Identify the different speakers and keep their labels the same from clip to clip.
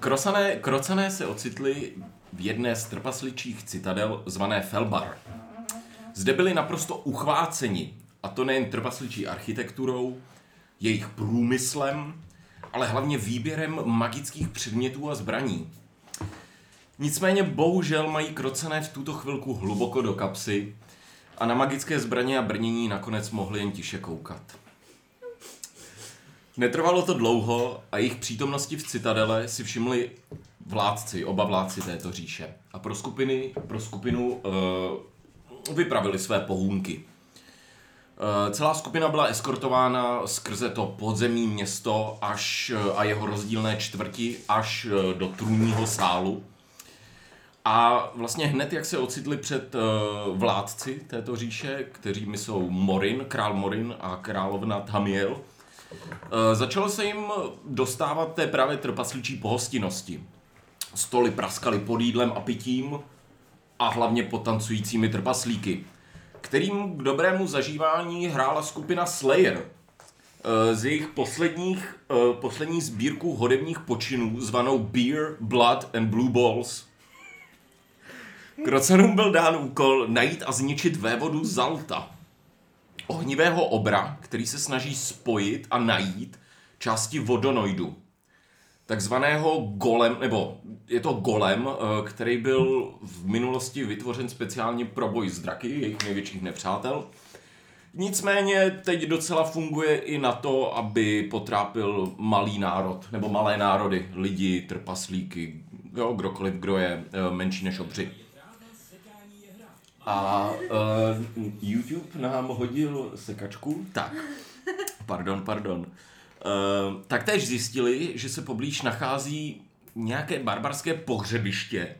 Speaker 1: Krosané, krocané se ocitli v jedné z trpasličích citadel zvané Felbar. Zde byli naprosto uchváceni, a to nejen trpasličí architekturou, jejich průmyslem, ale hlavně výběrem magických předmětů a zbraní. Nicméně bohužel mají krocené v tuto chvilku hluboko do kapsy a na magické zbraně a brnění nakonec mohli jen tiše koukat. Netrvalo to dlouho a jejich přítomnosti v Citadele si všimli vládci, oba vládci této říše. A pro, skupiny, pro skupinu uh, vypravili své pohůnky. Eh, Celá skupina byla eskortována skrze to podzemní město až, eh, a jeho rozdílné čtvrti až eh, do trůního sálu. A vlastně hned, jak se ocitli před eh, vládci této říše, kterými jsou Morin, král Morin a královna Tamiel, eh, začalo se jim dostávat té právě trpasličí pohostinnosti. Stoly praskaly pod jídlem a pitím a hlavně pod tancujícími trpaslíky, kterým k dobrému zažívání hrála skupina Slayer. Eh, Z jejich posledních, eh, poslední sbírku hodebních počinů zvanou Beer, Blood and Blue Balls – Krocenům byl dán úkol najít a zničit vévodu Zalta, ohnivého obra, který se snaží spojit a najít části vodonoidu, takzvaného golem, nebo je to golem, eh, který byl v minulosti vytvořen speciálně pro boj s draky, jejich největších nepřátel. Nicméně teď docela funguje i na to, aby potrápil malý národ, nebo malé národy, lidi, trpaslíky, jo, kdokoliv, kdo je eh, menší než obři. A uh, YouTube nám hodil sekačku. Tak, pardon, pardon. Uh, taktéž zjistili, že se poblíž nachází nějaké barbarské pohřebiště,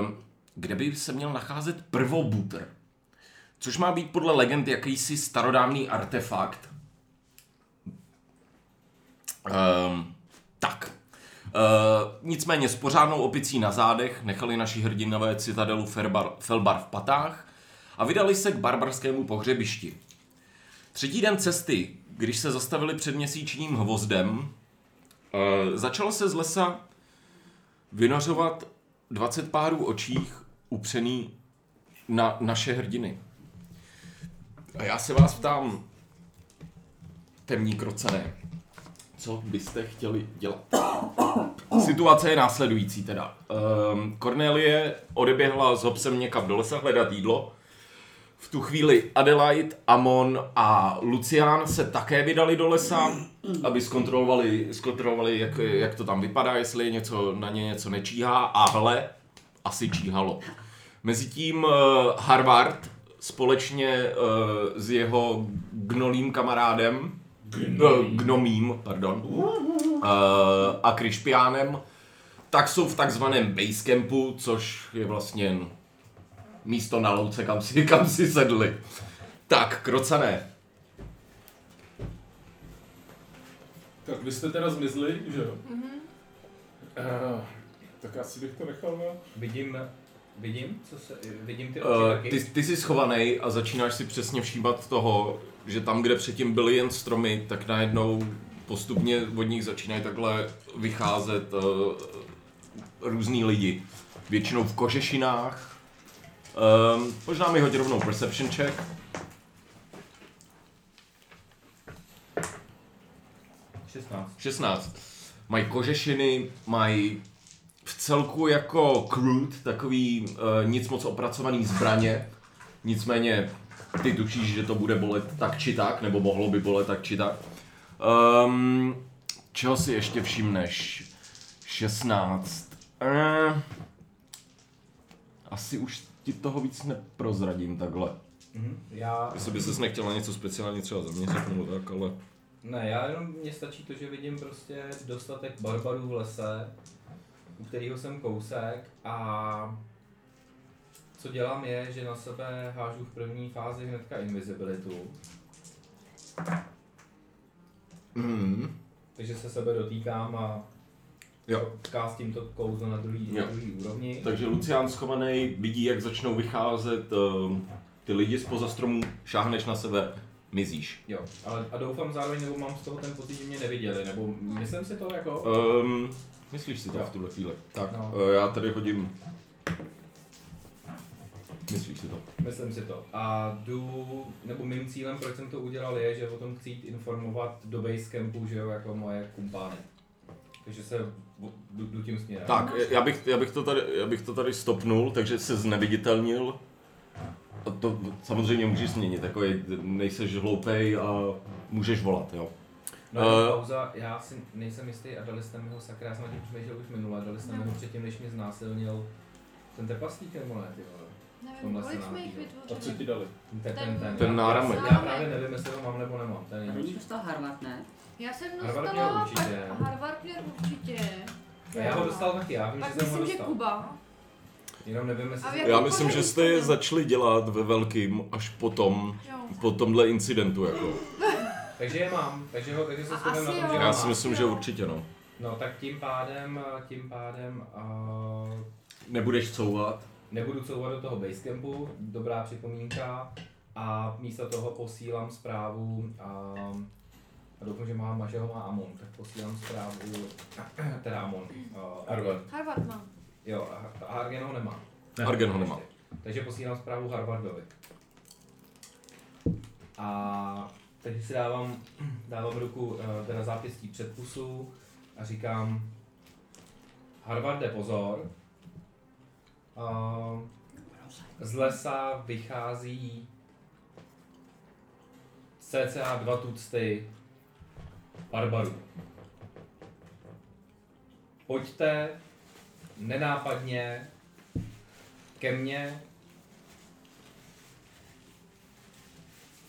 Speaker 1: uh, kde by se měl nacházet prvobutr. Což má být podle legend jakýsi starodávný artefakt. Um, tak. Uh, nicméně s pořádnou opicí na zádech nechali naši hrdinové citadelu Ferbar, Felbar v patách a vydali se k barbarskému pohřebišti. Třetí den cesty, když se zastavili před měsíčním hvozdem, uh, začalo se z lesa vynořovat 20 párů očích upřený na naše hrdiny. A já se vás ptám, temní krocené, co byste chtěli dělat? Situace je následující teda. Um, Cornelie odeběhla s Hobsem někam do lesa hledat jídlo. V tu chvíli Adelaide, Amon a Lucián se také vydali do lesa, aby zkontrolovali, zkontrolovali jak, jak to tam vypadá, jestli je něco, na ně něco nečíhá. A hle, asi číhalo. Mezitím uh, Harvard společně uh, s jeho gnolým kamarádem, gnomím, gnomím pardon, uh, a Krišpiánem, tak jsou v takzvaném basecampu, což je vlastně jen místo na louce, kam si, kam si sedli. Tak, krocané.
Speaker 2: Tak vy jste teda zmizli, že jo? Eh, tak asi bych to nechal na...
Speaker 3: Vidím, vidím, co se, vidím ty oči
Speaker 1: Uh,
Speaker 3: taky.
Speaker 1: ty, ty jsi schovaný a začínáš si přesně všímat toho, že tam, kde předtím byly jen stromy, tak najednou postupně od nich začínají takhle vycházet uh, různý lidi. Většinou v kožešinách. Um, možná mi hoď rovnou perception check.
Speaker 3: 16.
Speaker 1: 16. Mají kožešiny, mají v celku jako crude, takový uh, nic moc opracovaný zbraně. Nicméně ty tušíš, že to bude bolet tak či tak, nebo mohlo by bolet tak či tak. Um, čeho si ještě všimneš? 16. Uh, asi už ti toho víc neprozradím takhle.
Speaker 3: Mhm. Já,
Speaker 1: Jestli by ses nechtěla něco speciálně třeba zaměřit nebo tak, ale...
Speaker 3: ne, já jenom, mně stačí to, že vidím prostě dostatek barbarů v lese, u kterého jsem kousek a co dělám je, že na sebe hážu v první fázi hnedka invisibilitu,
Speaker 1: Mm.
Speaker 3: takže se sebe dotýkám a
Speaker 1: Jo.
Speaker 3: kástím to kouzlo na druhý,
Speaker 1: Jo.
Speaker 3: na druhý úrovni.
Speaker 1: Takže Lucián schovaný vidí, jak začnou vycházet ehm, ty lidi spoza stromů, šáhneš na sebe, mizíš.
Speaker 3: Jo, ale a doufám zároveň, nebo mám z toho ten pocit, že mě neviděli, nebo myslím si to jako...
Speaker 1: Um, Myslíš si to
Speaker 4: Jo.
Speaker 1: v tuhle chvíli? Tak,
Speaker 4: No.
Speaker 1: eh, já tady hodím. Myslíš si to?
Speaker 4: Myslím si to. A jdu, nebo mým cílem, proč jsem to udělal, je, že o tom chci jít informovat do Basecampu, že jo, jako moje kumpány. Takže se v- jdu, jdu tím směrem.
Speaker 1: Tak, eh, já bych, já, bych to tady, já bych to tady stopnul, takže se zneviditelnil. A to samozřejmě můžeš změnit, jako je, nejseš hloupej a můžeš volat, jo.
Speaker 4: No uh,
Speaker 1: Eh.
Speaker 4: pauza, já si nejsem jistý a dali jste mi ho sakra, já jsem na tím přemýšlel už minule, dali jste mi
Speaker 5: No.
Speaker 4: ho předtím, než mě znásilnil ten trpaslík nebo ne, ty vole.
Speaker 5: Nevím,
Speaker 4: Tomhle
Speaker 5: kolik
Speaker 4: se
Speaker 5: jsme jich
Speaker 4: nám
Speaker 2: A co ti
Speaker 5: vytvořili.
Speaker 2: dali?
Speaker 4: Ten,
Speaker 1: Ten
Speaker 4: já-
Speaker 1: náramek.
Speaker 4: Já, já právě nevím, jestli ho mám nebo nemám, ten
Speaker 6: A
Speaker 4: je.
Speaker 6: Oni dostal Harvard, ne?
Speaker 5: Já jsem
Speaker 4: Harvard měl
Speaker 5: dostala
Speaker 4: určitě.
Speaker 5: pak- Harvard měl určitě.
Speaker 4: A já ho dostal taky, já vím, že
Speaker 5: Pak
Speaker 4: jsem ho
Speaker 5: myslím, že
Speaker 4: dostal.
Speaker 5: Kuba.
Speaker 4: Jenom nevím,
Speaker 5: A v
Speaker 4: jestli...
Speaker 5: jakém
Speaker 1: Já myslím, že
Speaker 5: pořadí
Speaker 1: jste
Speaker 5: to
Speaker 1: je
Speaker 5: bylo?
Speaker 1: začali dělat ve velkým až potom,
Speaker 5: Jo.
Speaker 1: po tomhle incidentu, jako.
Speaker 4: Takže je mám, takže, ho, takže se
Speaker 5: A
Speaker 4: shodneme na
Speaker 5: asi
Speaker 4: tom, že
Speaker 5: jo.
Speaker 4: ho
Speaker 1: Já
Speaker 4: mám.
Speaker 1: si myslím, že určitě, no.
Speaker 4: No tak tím pádem, tím pádem uh,
Speaker 1: Nebudeš couvat?
Speaker 4: nebudu couvat do toho basecampu, dobrá připomínka. A místo toho posílám zprávu, uh, a doufám, že má Mažeho má Amon, tak posílám zprávu, teda Amon, uh,
Speaker 2: Harvard.
Speaker 5: Harvard mám.
Speaker 4: Jo, a- a Hargen ho nemá.
Speaker 1: Ne. Hargen ho nemá.
Speaker 4: Takže posílám zprávu Harvardovi. A teď si dávám, dávám ruku eh, teda zápěstí před pusu a říkám Harvarde pozor. Eh, Z lesa vychází cca dva tucty barbarů. Pojďte nenápadně ke mně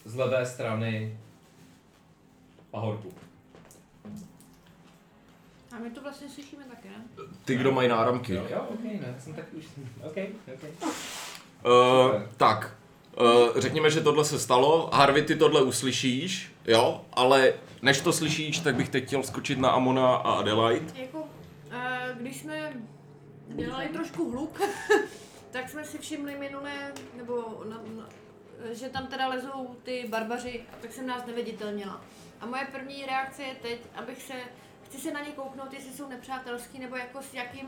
Speaker 4: z levé strany pahorku.
Speaker 5: A my to vlastně slyšíme taky, ne?
Speaker 1: Ty, kdo mají náramky.
Speaker 4: Jo, jo, ok, ne, jsem tak už, ok, ok.
Speaker 1: Uh, tak, uh, řekněme, že tohle se stalo, Harvey, ty tohle uslyšíš, jo, ale než to slyšíš, tak bych teď chtěl skočit na Amona a Adelaide.
Speaker 5: Jako, eh, když jsme dělali trošku hluk, tak jsme si všimli minulé, nebo na, na, že tam teda lezou ty barbaři, a tak jsem nás neviditelnila. A moje první reakce je teď, abych se, chci se na ně kouknout, jestli jsou nepřátelský, nebo jako s jakým,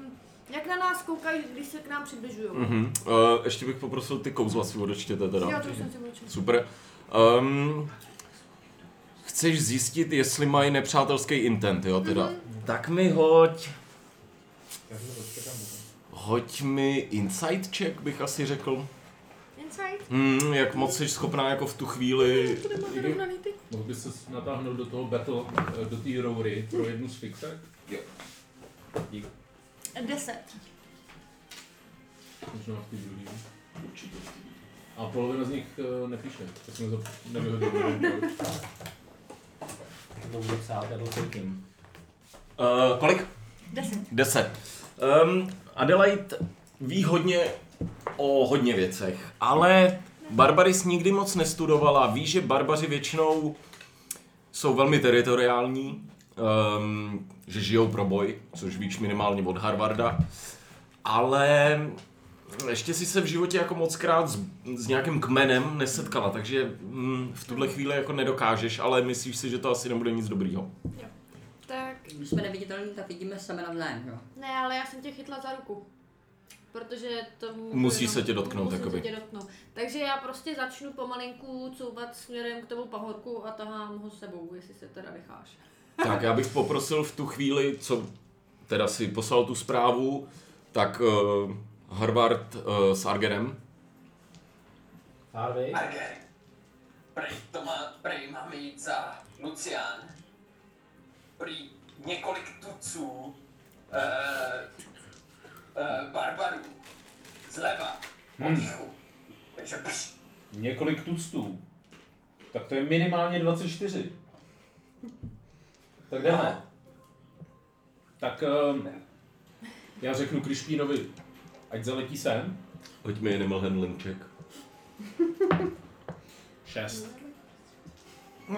Speaker 5: jak na nás koukají, když se k nám přibližují.
Speaker 1: Mhm. Uh, ještě bych poprosil ty kouzla si odečtěte teda.
Speaker 5: Jo, to už jsem si mlčela.
Speaker 1: Super. Um, chceš zjistit, jestli mají nepřátelský intent, jo, teda? Mhm. Tak mi hoď.
Speaker 4: Já si to počkám potom.
Speaker 1: Hoď mi insight check, bych asi řekl.
Speaker 5: Inside?
Speaker 1: Hmm, jak moc jsi schopná jako v tu chvíli...
Speaker 5: To nemáte rovnaný ty?
Speaker 2: Mohl bys se natáhnout do toho battle, eh, do té roury pro jednu z fixek?
Speaker 4: Dík.
Speaker 5: Deset.
Speaker 2: Možná v té druhé. Určitě. A polovina z nich eh, nepíše, to jsme za nevyhodili.
Speaker 4: To budu psát, já dokoukím.
Speaker 1: Uh, kolik?
Speaker 5: Deset.
Speaker 1: Deset. Um, Adelaide ví hodně o hodně věcech, ale Barbaris nikdy moc nestudovala. Ví, že barbaři většinou jsou velmi teritoriální, um, že žijou pro boj, což víš minimálně od Harvarda, ale ještě si se v životě jako moc krát s, s nějakým kmenem nesetkala, takže mm, v tuhle chvíli jako nedokážeš, ale myslíš si, že to asi nebude nic dobrýho.
Speaker 5: Tak,
Speaker 6: Když jsme neviditelní, tak vidíme sebe navzájem, jo?
Speaker 5: ne, ale já jsem tě chytla za ruku. Protože to můžu
Speaker 1: Musí
Speaker 5: jenom-
Speaker 1: se tě dotknout,
Speaker 5: musím
Speaker 1: jakoby.
Speaker 5: Se tě dotknout. Takže já prostě začnu pomalinku couvat směrem k tomu pahorku a tahám ho s sebou, jestli se teda necháš.
Speaker 1: Tak já bych poprosil v tu chvíli, co teda si poslal tu zprávu, tak uh, Harvard uh, s Argenem.
Speaker 4: Harvey?
Speaker 7: Arger, prej to má, prej máme jít za Lucián. Prý několik tuců, eh, eh, barbarů, zleva, potichu. Takže pš,
Speaker 2: Několik tuctů. Tak to je minimálně 24. Tak jdeme. Tak ehm, já řeknu Krišpínovi, ať zaletí sem.
Speaker 1: Hoď mi animal handling check.
Speaker 2: 6.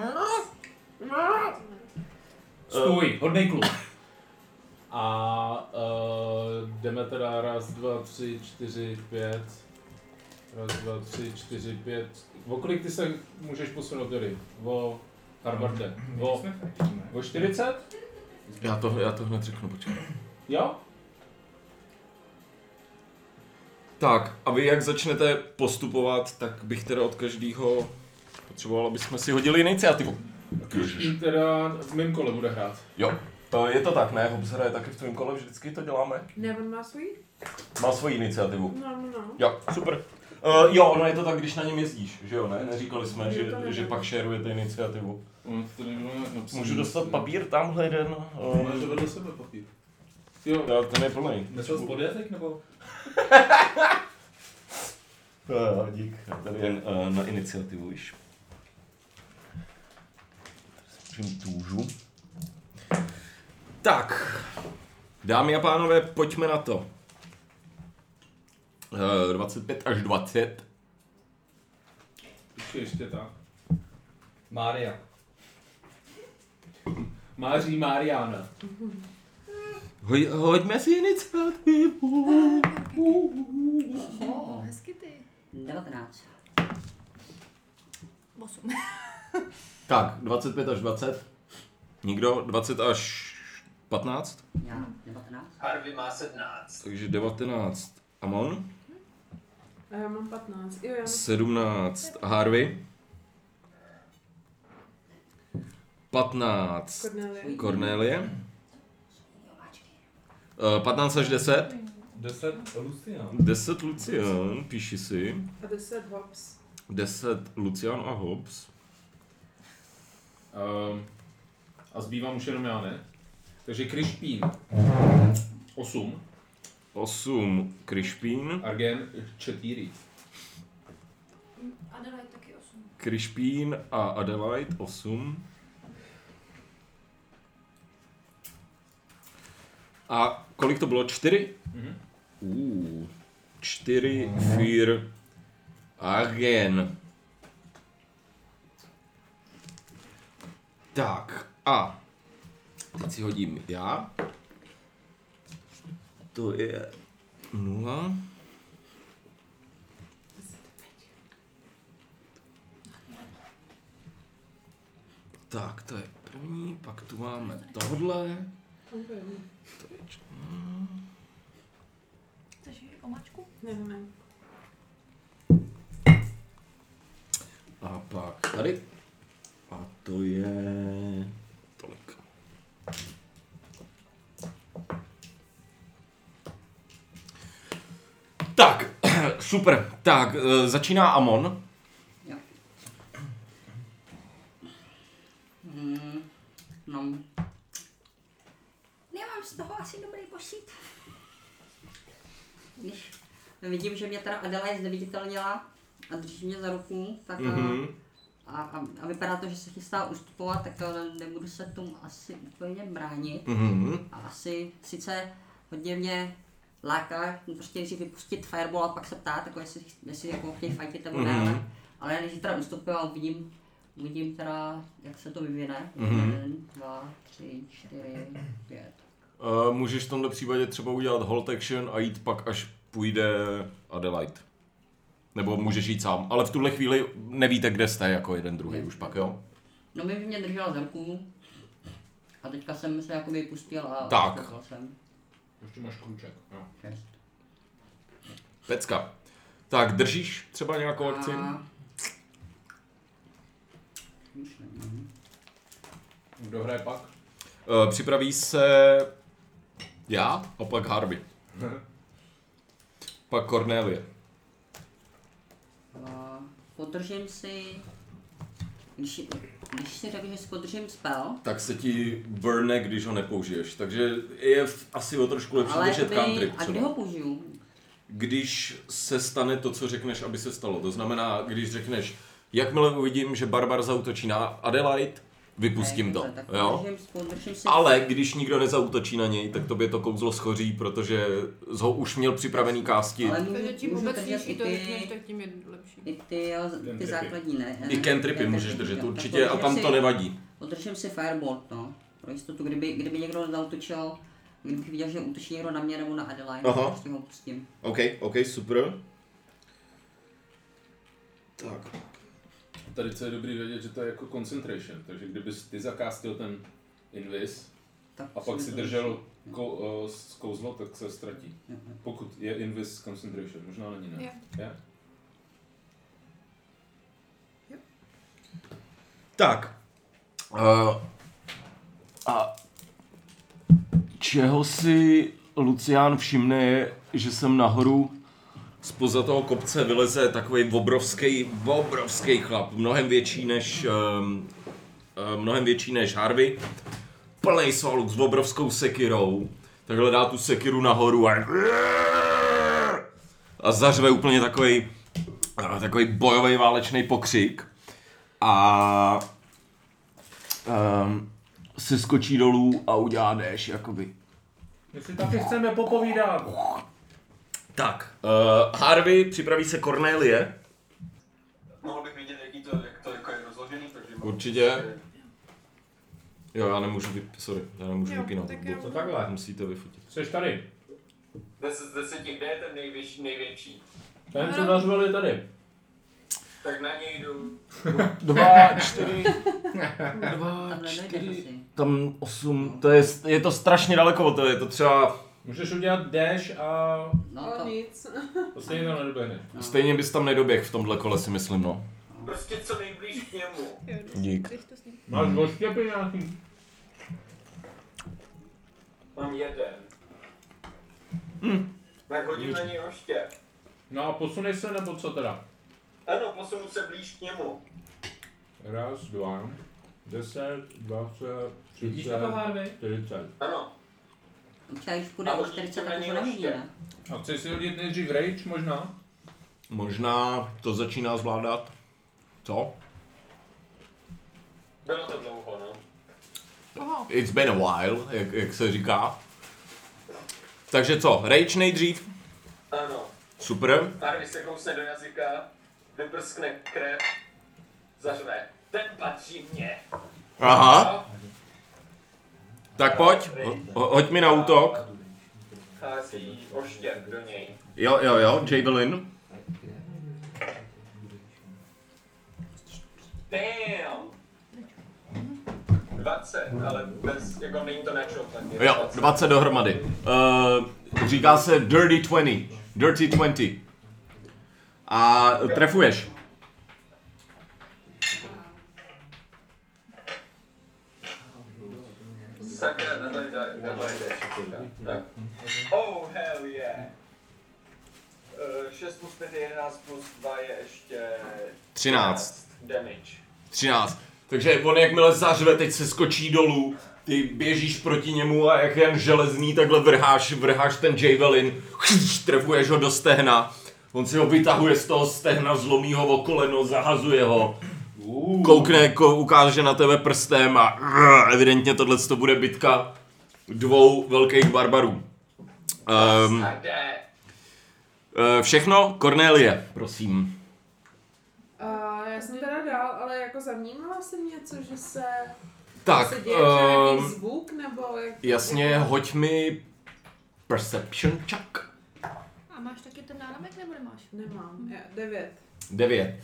Speaker 3: Eh,
Speaker 2: Stůj, hodnej kluk. A uh, jdeme teda raz, dva, tři, čtyři, pět. Raz, dva, tři, čtyři, pět. O kolik ty se můžeš posunout tady? O Harvarde. O,
Speaker 4: jsme fakt, ne?
Speaker 2: o 40?
Speaker 1: Já to, já to hned řeknu, počkej.
Speaker 2: Jo?
Speaker 1: Tak, a vy jak začnete postupovat, tak bych teda od každého potřeboval, aby jsme si hodili iniciativu.
Speaker 2: Každý teda v mém kole bude hrát.
Speaker 1: Jo, to je to tak, ne? Hobbs hraje taky v tvém kole, vždycky to děláme.
Speaker 5: Ne, on má svůj?
Speaker 1: Má svoji iniciativu.
Speaker 5: No, no, no.
Speaker 1: Jo, super. Uh, jo, ono je to tak, když na něm jezdíš, že jo, ne? Neříkali jsme,
Speaker 5: Jo,
Speaker 1: že,
Speaker 5: to nevím.
Speaker 1: že pak šerujete iniciativu. Můžu
Speaker 2: Můžu
Speaker 1: dostat papír tamhle jeden?
Speaker 2: Máš to
Speaker 1: Uh,
Speaker 2: vedle sebe No, papír. Jo,
Speaker 1: jo, ten je plný.
Speaker 3: Myslel z podjetek nebo?
Speaker 1: Jo, Eh, dík. Tady jen uh, na iniciativu již. Čím tůžu. Tak, dámy a pánové, pojďme na to. Eh, 25 až 20.
Speaker 2: Počkej, ještě ta.
Speaker 3: Mária.
Speaker 2: Máří Mariana.
Speaker 1: Hoj, hoďme si iniciativu.
Speaker 6: Oh,
Speaker 5: Hezky ty.
Speaker 6: 19.
Speaker 5: Osm.
Speaker 1: Tak, 25 až 20. Nikdo? 20 až 15?
Speaker 6: Já 19.
Speaker 8: Harvey má 17.
Speaker 1: Takže 19 Amon,
Speaker 5: A Eh, já mám 15. Jo, já
Speaker 1: 17 Harvey, 15
Speaker 5: Cornelie.
Speaker 1: Cornelie, eh, 15 až 10,
Speaker 3: 10
Speaker 2: no.
Speaker 3: Lucian.
Speaker 1: 10 Lucian, píši si,
Speaker 5: A 10 hops.
Speaker 1: 10 Lucian a Hobbs.
Speaker 2: Um, a zbývám už jenom já, ne? Takže Krišpín. 8.
Speaker 1: 8 Krišpín,
Speaker 2: Argen 4.
Speaker 5: Adelaide taky 8.
Speaker 1: Krišpín a Adelaide 8. A kolik to bylo? 4?
Speaker 2: Mhm.
Speaker 1: Uh, 4, 4, Agen. Tak a teď si hodím já. To je 0. Tak, to je první, pak tu máme tohle. To je č- hm.
Speaker 5: Chceš jako mačku? Ne, ne.
Speaker 1: A pak tady. A to je... Tolik. Tak, super. Tak, eh, začíná Amon.
Speaker 6: Jo. Hmm, no. Nemám z toho asi dobrý pocit. Když vidím, že mě teda Adelaide zneviditelnila a drží mě za ruku, tak mm-hmm.
Speaker 1: Mhm.
Speaker 6: a, a, a, vypadá to, že se chystá ustupovat, tak eh, nebudu se tomu asi úplně bránit.
Speaker 1: Mhm.
Speaker 6: A asi sice hodně mě láká prostě nejdřív vypustit fireball a pak se ptát, jako jestli, jestli jako chtějí fightit nebo ne,
Speaker 1: Mhm.
Speaker 6: ale, ale než teda ustoupil a uvidím, uvidím teda, jak se to vyvine.
Speaker 1: Mhm.
Speaker 6: Jeden, dva, tři, čtyři, pět.
Speaker 1: Eh, Můžeš v tomto případě třeba udělat hold action a jít pak, až půjde Adelaide. Nebo můžeš jít sám, ale v tuhle chvíli nevíte, kde jste jako jeden druhý už pak, jo?
Speaker 6: No mi mě držela za ruku a teďka jsem se jako vypustil a
Speaker 1: Tak.
Speaker 6: ustoupil jsem.
Speaker 2: Ještě máš kruček. no. Jo.
Speaker 6: Šest.
Speaker 1: Pecka. Tak držíš třeba nějakou akci?
Speaker 6: A... Už nevím.
Speaker 2: Kdo hraje pak?
Speaker 1: Eh, Připraví se já a pak Harvey. Pak Cornelie.
Speaker 6: A podržím si, když, když si řeknu, že si podržím spell,
Speaker 1: Tak se ti burne, když ho nepoužiješ. Takže je v- asi o trošku lepší
Speaker 6: Ale
Speaker 1: držet
Speaker 6: jakoby,
Speaker 1: country
Speaker 6: a kdy
Speaker 1: třeba.
Speaker 6: ho použiju?
Speaker 1: Když se stane to, co řekneš, aby se stalo. To znamená, když řekneš, jakmile uvidím, že Barbar zautočí na Adelaide, vypustím
Speaker 6: Ne,
Speaker 1: to.
Speaker 6: dobře, tak
Speaker 1: Jo?
Speaker 6: Podržím, podržím si,
Speaker 1: Ale když nikdo nezautočí na něj, tak tobě to kouzlo schoří, protože z ho už měl připravený kásti.
Speaker 6: ale
Speaker 5: Takže
Speaker 6: můžu,
Speaker 5: tím
Speaker 6: můžu
Speaker 5: vůbec
Speaker 6: držet i
Speaker 5: nižší to řekneš,
Speaker 6: ty,
Speaker 5: tak tím je lepší.
Speaker 6: i ty, jo,
Speaker 2: Ten
Speaker 6: ty
Speaker 2: tripy.
Speaker 6: základní, ne?
Speaker 1: I cantripy
Speaker 6: Ne,
Speaker 1: můžeš
Speaker 6: tak-
Speaker 1: držet
Speaker 6: jo,
Speaker 1: určitě
Speaker 6: tak
Speaker 1: a tam
Speaker 6: podržím
Speaker 1: to
Speaker 6: si-
Speaker 1: nevadí.
Speaker 6: Podržím si firebolt, no. Pro jistotu, kdyby, kdyby někdo zautočil, kdybych viděl, že útočí někdo na mě nebo na Adelaide,
Speaker 1: Aha.
Speaker 6: tak prostě ho pustím.
Speaker 1: OK, OK, super. Tak.
Speaker 2: Tady co je dobrý vědět, že to je jako concentration, takže kdybys ty zakástil ten invis,
Speaker 6: tak
Speaker 2: A pak
Speaker 6: se
Speaker 2: si
Speaker 6: mi to
Speaker 2: držel
Speaker 6: ruší.
Speaker 2: ko, uh, kouzlo, tak se ztratí.
Speaker 6: Mhm.
Speaker 2: Pokud je invis concentration, možná není, ne?
Speaker 5: Jo.
Speaker 2: Je?
Speaker 1: Tak. Uh, a čeho si Lucián všimne je, že jsem nahoru spoza toho kopce vyleze takový obrovský, obrovský chlap, mnohem větší než um, mnohem větší než Harvey. Plný soluk s obrovskou sekirou. Takhle dá tu sekiru nahoru a, a zařve úplně takový takový bojový válečný pokřik a um, se skočí dolů a udělá déš, jakoby.
Speaker 2: My si taky chceme popovídat.
Speaker 1: Tak, uh, Harvey, připraví se Cornelie.
Speaker 7: Mohl bych vidět, jaký to, jak to jako je rozložený, takže... mám-
Speaker 1: Určitě. Jo, já nemůžu vyp... sorry, já nemůžu
Speaker 5: Jo,
Speaker 1: vypínat.
Speaker 5: tak jo.
Speaker 2: To takhle.
Speaker 1: Musíte vyfotit.
Speaker 2: Jsi tady.
Speaker 7: Des, z deseti, kde je ten největší, největší?
Speaker 2: Ten, co nařval, je tady.
Speaker 7: Tak na něj jdu.
Speaker 1: Dva, čtyři,
Speaker 6: Tam nedojde asi.
Speaker 1: tam osm, to je, je to strašně daleko od tebe, je to třeba,
Speaker 2: Můžeš udělat dash a
Speaker 6: No
Speaker 9: No
Speaker 6: to,
Speaker 9: nic.
Speaker 2: to stejně tam nedoběhne.
Speaker 6: no.
Speaker 1: stejně bys tam nedoběh v tomhle kole si myslím, no.
Speaker 7: Prostě co nejblíž k němu.
Speaker 1: Dík.
Speaker 9: Když to s ním.
Speaker 4: Hmm.
Speaker 2: Máš voštěpy nějaký?
Speaker 7: Mám jeden. Tak hodím na něj ještě.
Speaker 2: No a posunej se nebo co teda?
Speaker 7: Ano, posunu se blíž k němu.
Speaker 2: Raz, dva, deset, dvacet,
Speaker 3: Vidíš to, Harvey?
Speaker 2: čtyřicet.
Speaker 7: Ano.
Speaker 6: Třeba když půjde
Speaker 7: A
Speaker 6: o
Speaker 7: hodí
Speaker 6: 40,
Speaker 7: to na
Speaker 6: tak
Speaker 7: něj
Speaker 6: to nevidí,
Speaker 7: ještě.
Speaker 6: ne?
Speaker 2: A chceš si hodit nejdřív rage možná?
Speaker 1: Možná to začíná zvládat, co?
Speaker 7: Bylo to dlouho, no.
Speaker 5: Koho?
Speaker 1: It's been a while, jak, jak se říká. Takže co, rage nejdřív?
Speaker 7: Ano.
Speaker 1: Super.
Speaker 7: Harvey se kousne do jazyka, vyprskne krev, zařve. Ten patří mně.
Speaker 1: Aha, tak pojď, ho, ho- hoď mi na útok.
Speaker 7: Hází oštěp do něj.
Speaker 1: Jo, jo, jo, Javelin.
Speaker 7: Damn! 20, ale bez, jako není to natural, tak je
Speaker 1: Jo, 20 dohromady. Uh, říká se Dirty 20. Dirty 20. A trefuješ.
Speaker 7: Sakra, na to jde, na to jde. Tak. Oh, hell yeah. Eh, 6 plus 5 je 11 plus 2 je ještě
Speaker 1: 13.
Speaker 7: damage.
Speaker 1: 13. Takže on jakmile zařve, teď se skočí dolů, ty běžíš proti němu a jak jen železný, takhle vrháš, vrháš ten javelin, chš, trefuješ ho do stehna, on si ho vytahuje z toho stehna, zlomí ho o koleno, zahazuje ho, koukne, ko, ukáže na tebe prstem a rrr, evidentně tohle to bude bitka dvou velkých barbarů. Um,
Speaker 7: A jde.
Speaker 1: eh, všechno, Cornelie, prosím.
Speaker 9: Uh, já jsem teda dál, ale jako zavnímala jsem něco, že se,
Speaker 1: Tak,
Speaker 9: se děje třeba nějaký
Speaker 1: ehm,
Speaker 9: zvuk, nebo jak... jako-
Speaker 1: Jasně, hoď mi Perception check.
Speaker 5: A máš taky ten náramek nebo nemáš?
Speaker 9: Nemám, já, devět.
Speaker 1: 9.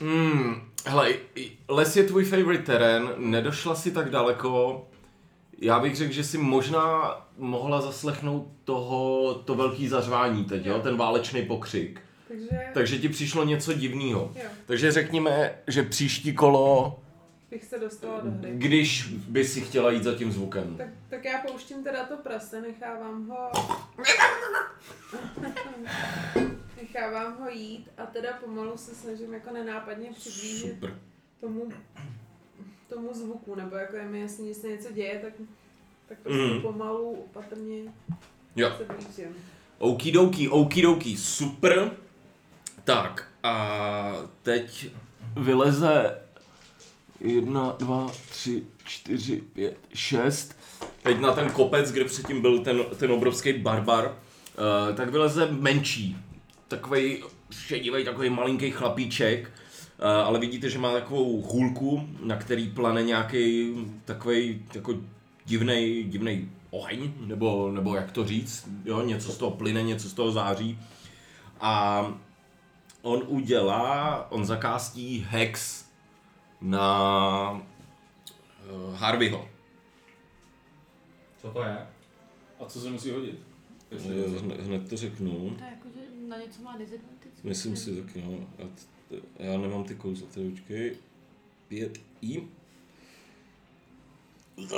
Speaker 1: Hmm, hele, i- les je tvůj favorite terén, nedošla si tak daleko. Já bych řekl, že si možná mohla zaslechnout toho, to velký zařvání teď, jo? ten válečný pokřik.
Speaker 9: Takže
Speaker 1: Takže ti přišlo něco divného.
Speaker 9: Jo.
Speaker 1: Takže řekněme, že příští kolo,
Speaker 9: bych se dostala do hry.
Speaker 1: když by si chtěla jít za tím zvukem.
Speaker 9: Tak, tak já pouštím teda to prase, nechávám ho... nechávám ho jít a teda pomalu se snažím jako nenápadně přiblížit
Speaker 1: Super.
Speaker 9: tomu, tomu zvuku, nebo jako je mi jasný, jestli něco děje, tak, tak prostě
Speaker 1: Mhm.
Speaker 9: pomalu, opatrně
Speaker 1: Jo.
Speaker 9: se blížím.
Speaker 1: Okidoki, okidoki, super. Tak a teď vyleze jedna, dva, tři, čtyři, pět, šest. Teď na ten kopec, kde předtím byl ten, ten obrovský barbar, eh, tak vyleze menší. Takový šedivý, takový malinký chlapíček. eh, Ale vidíte, že má takovou hůlku, na který plane nějaký takový jako divnej, divnej oheň, nebo, nebo jak to říct, jo, něco z toho plyne, něco z toho září. A on udělá, on zakástí eh, hex na uh, Harveyho.
Speaker 4: Co to je?
Speaker 2: A co se musí hodit? Jestli-
Speaker 1: Eh, hne- Hned to řeknu.
Speaker 5: To je jako, že na něco má disadvantage.
Speaker 1: Myslím si taky, no. A t- t- Já nemám ty kouzla, tady počkej. 5i.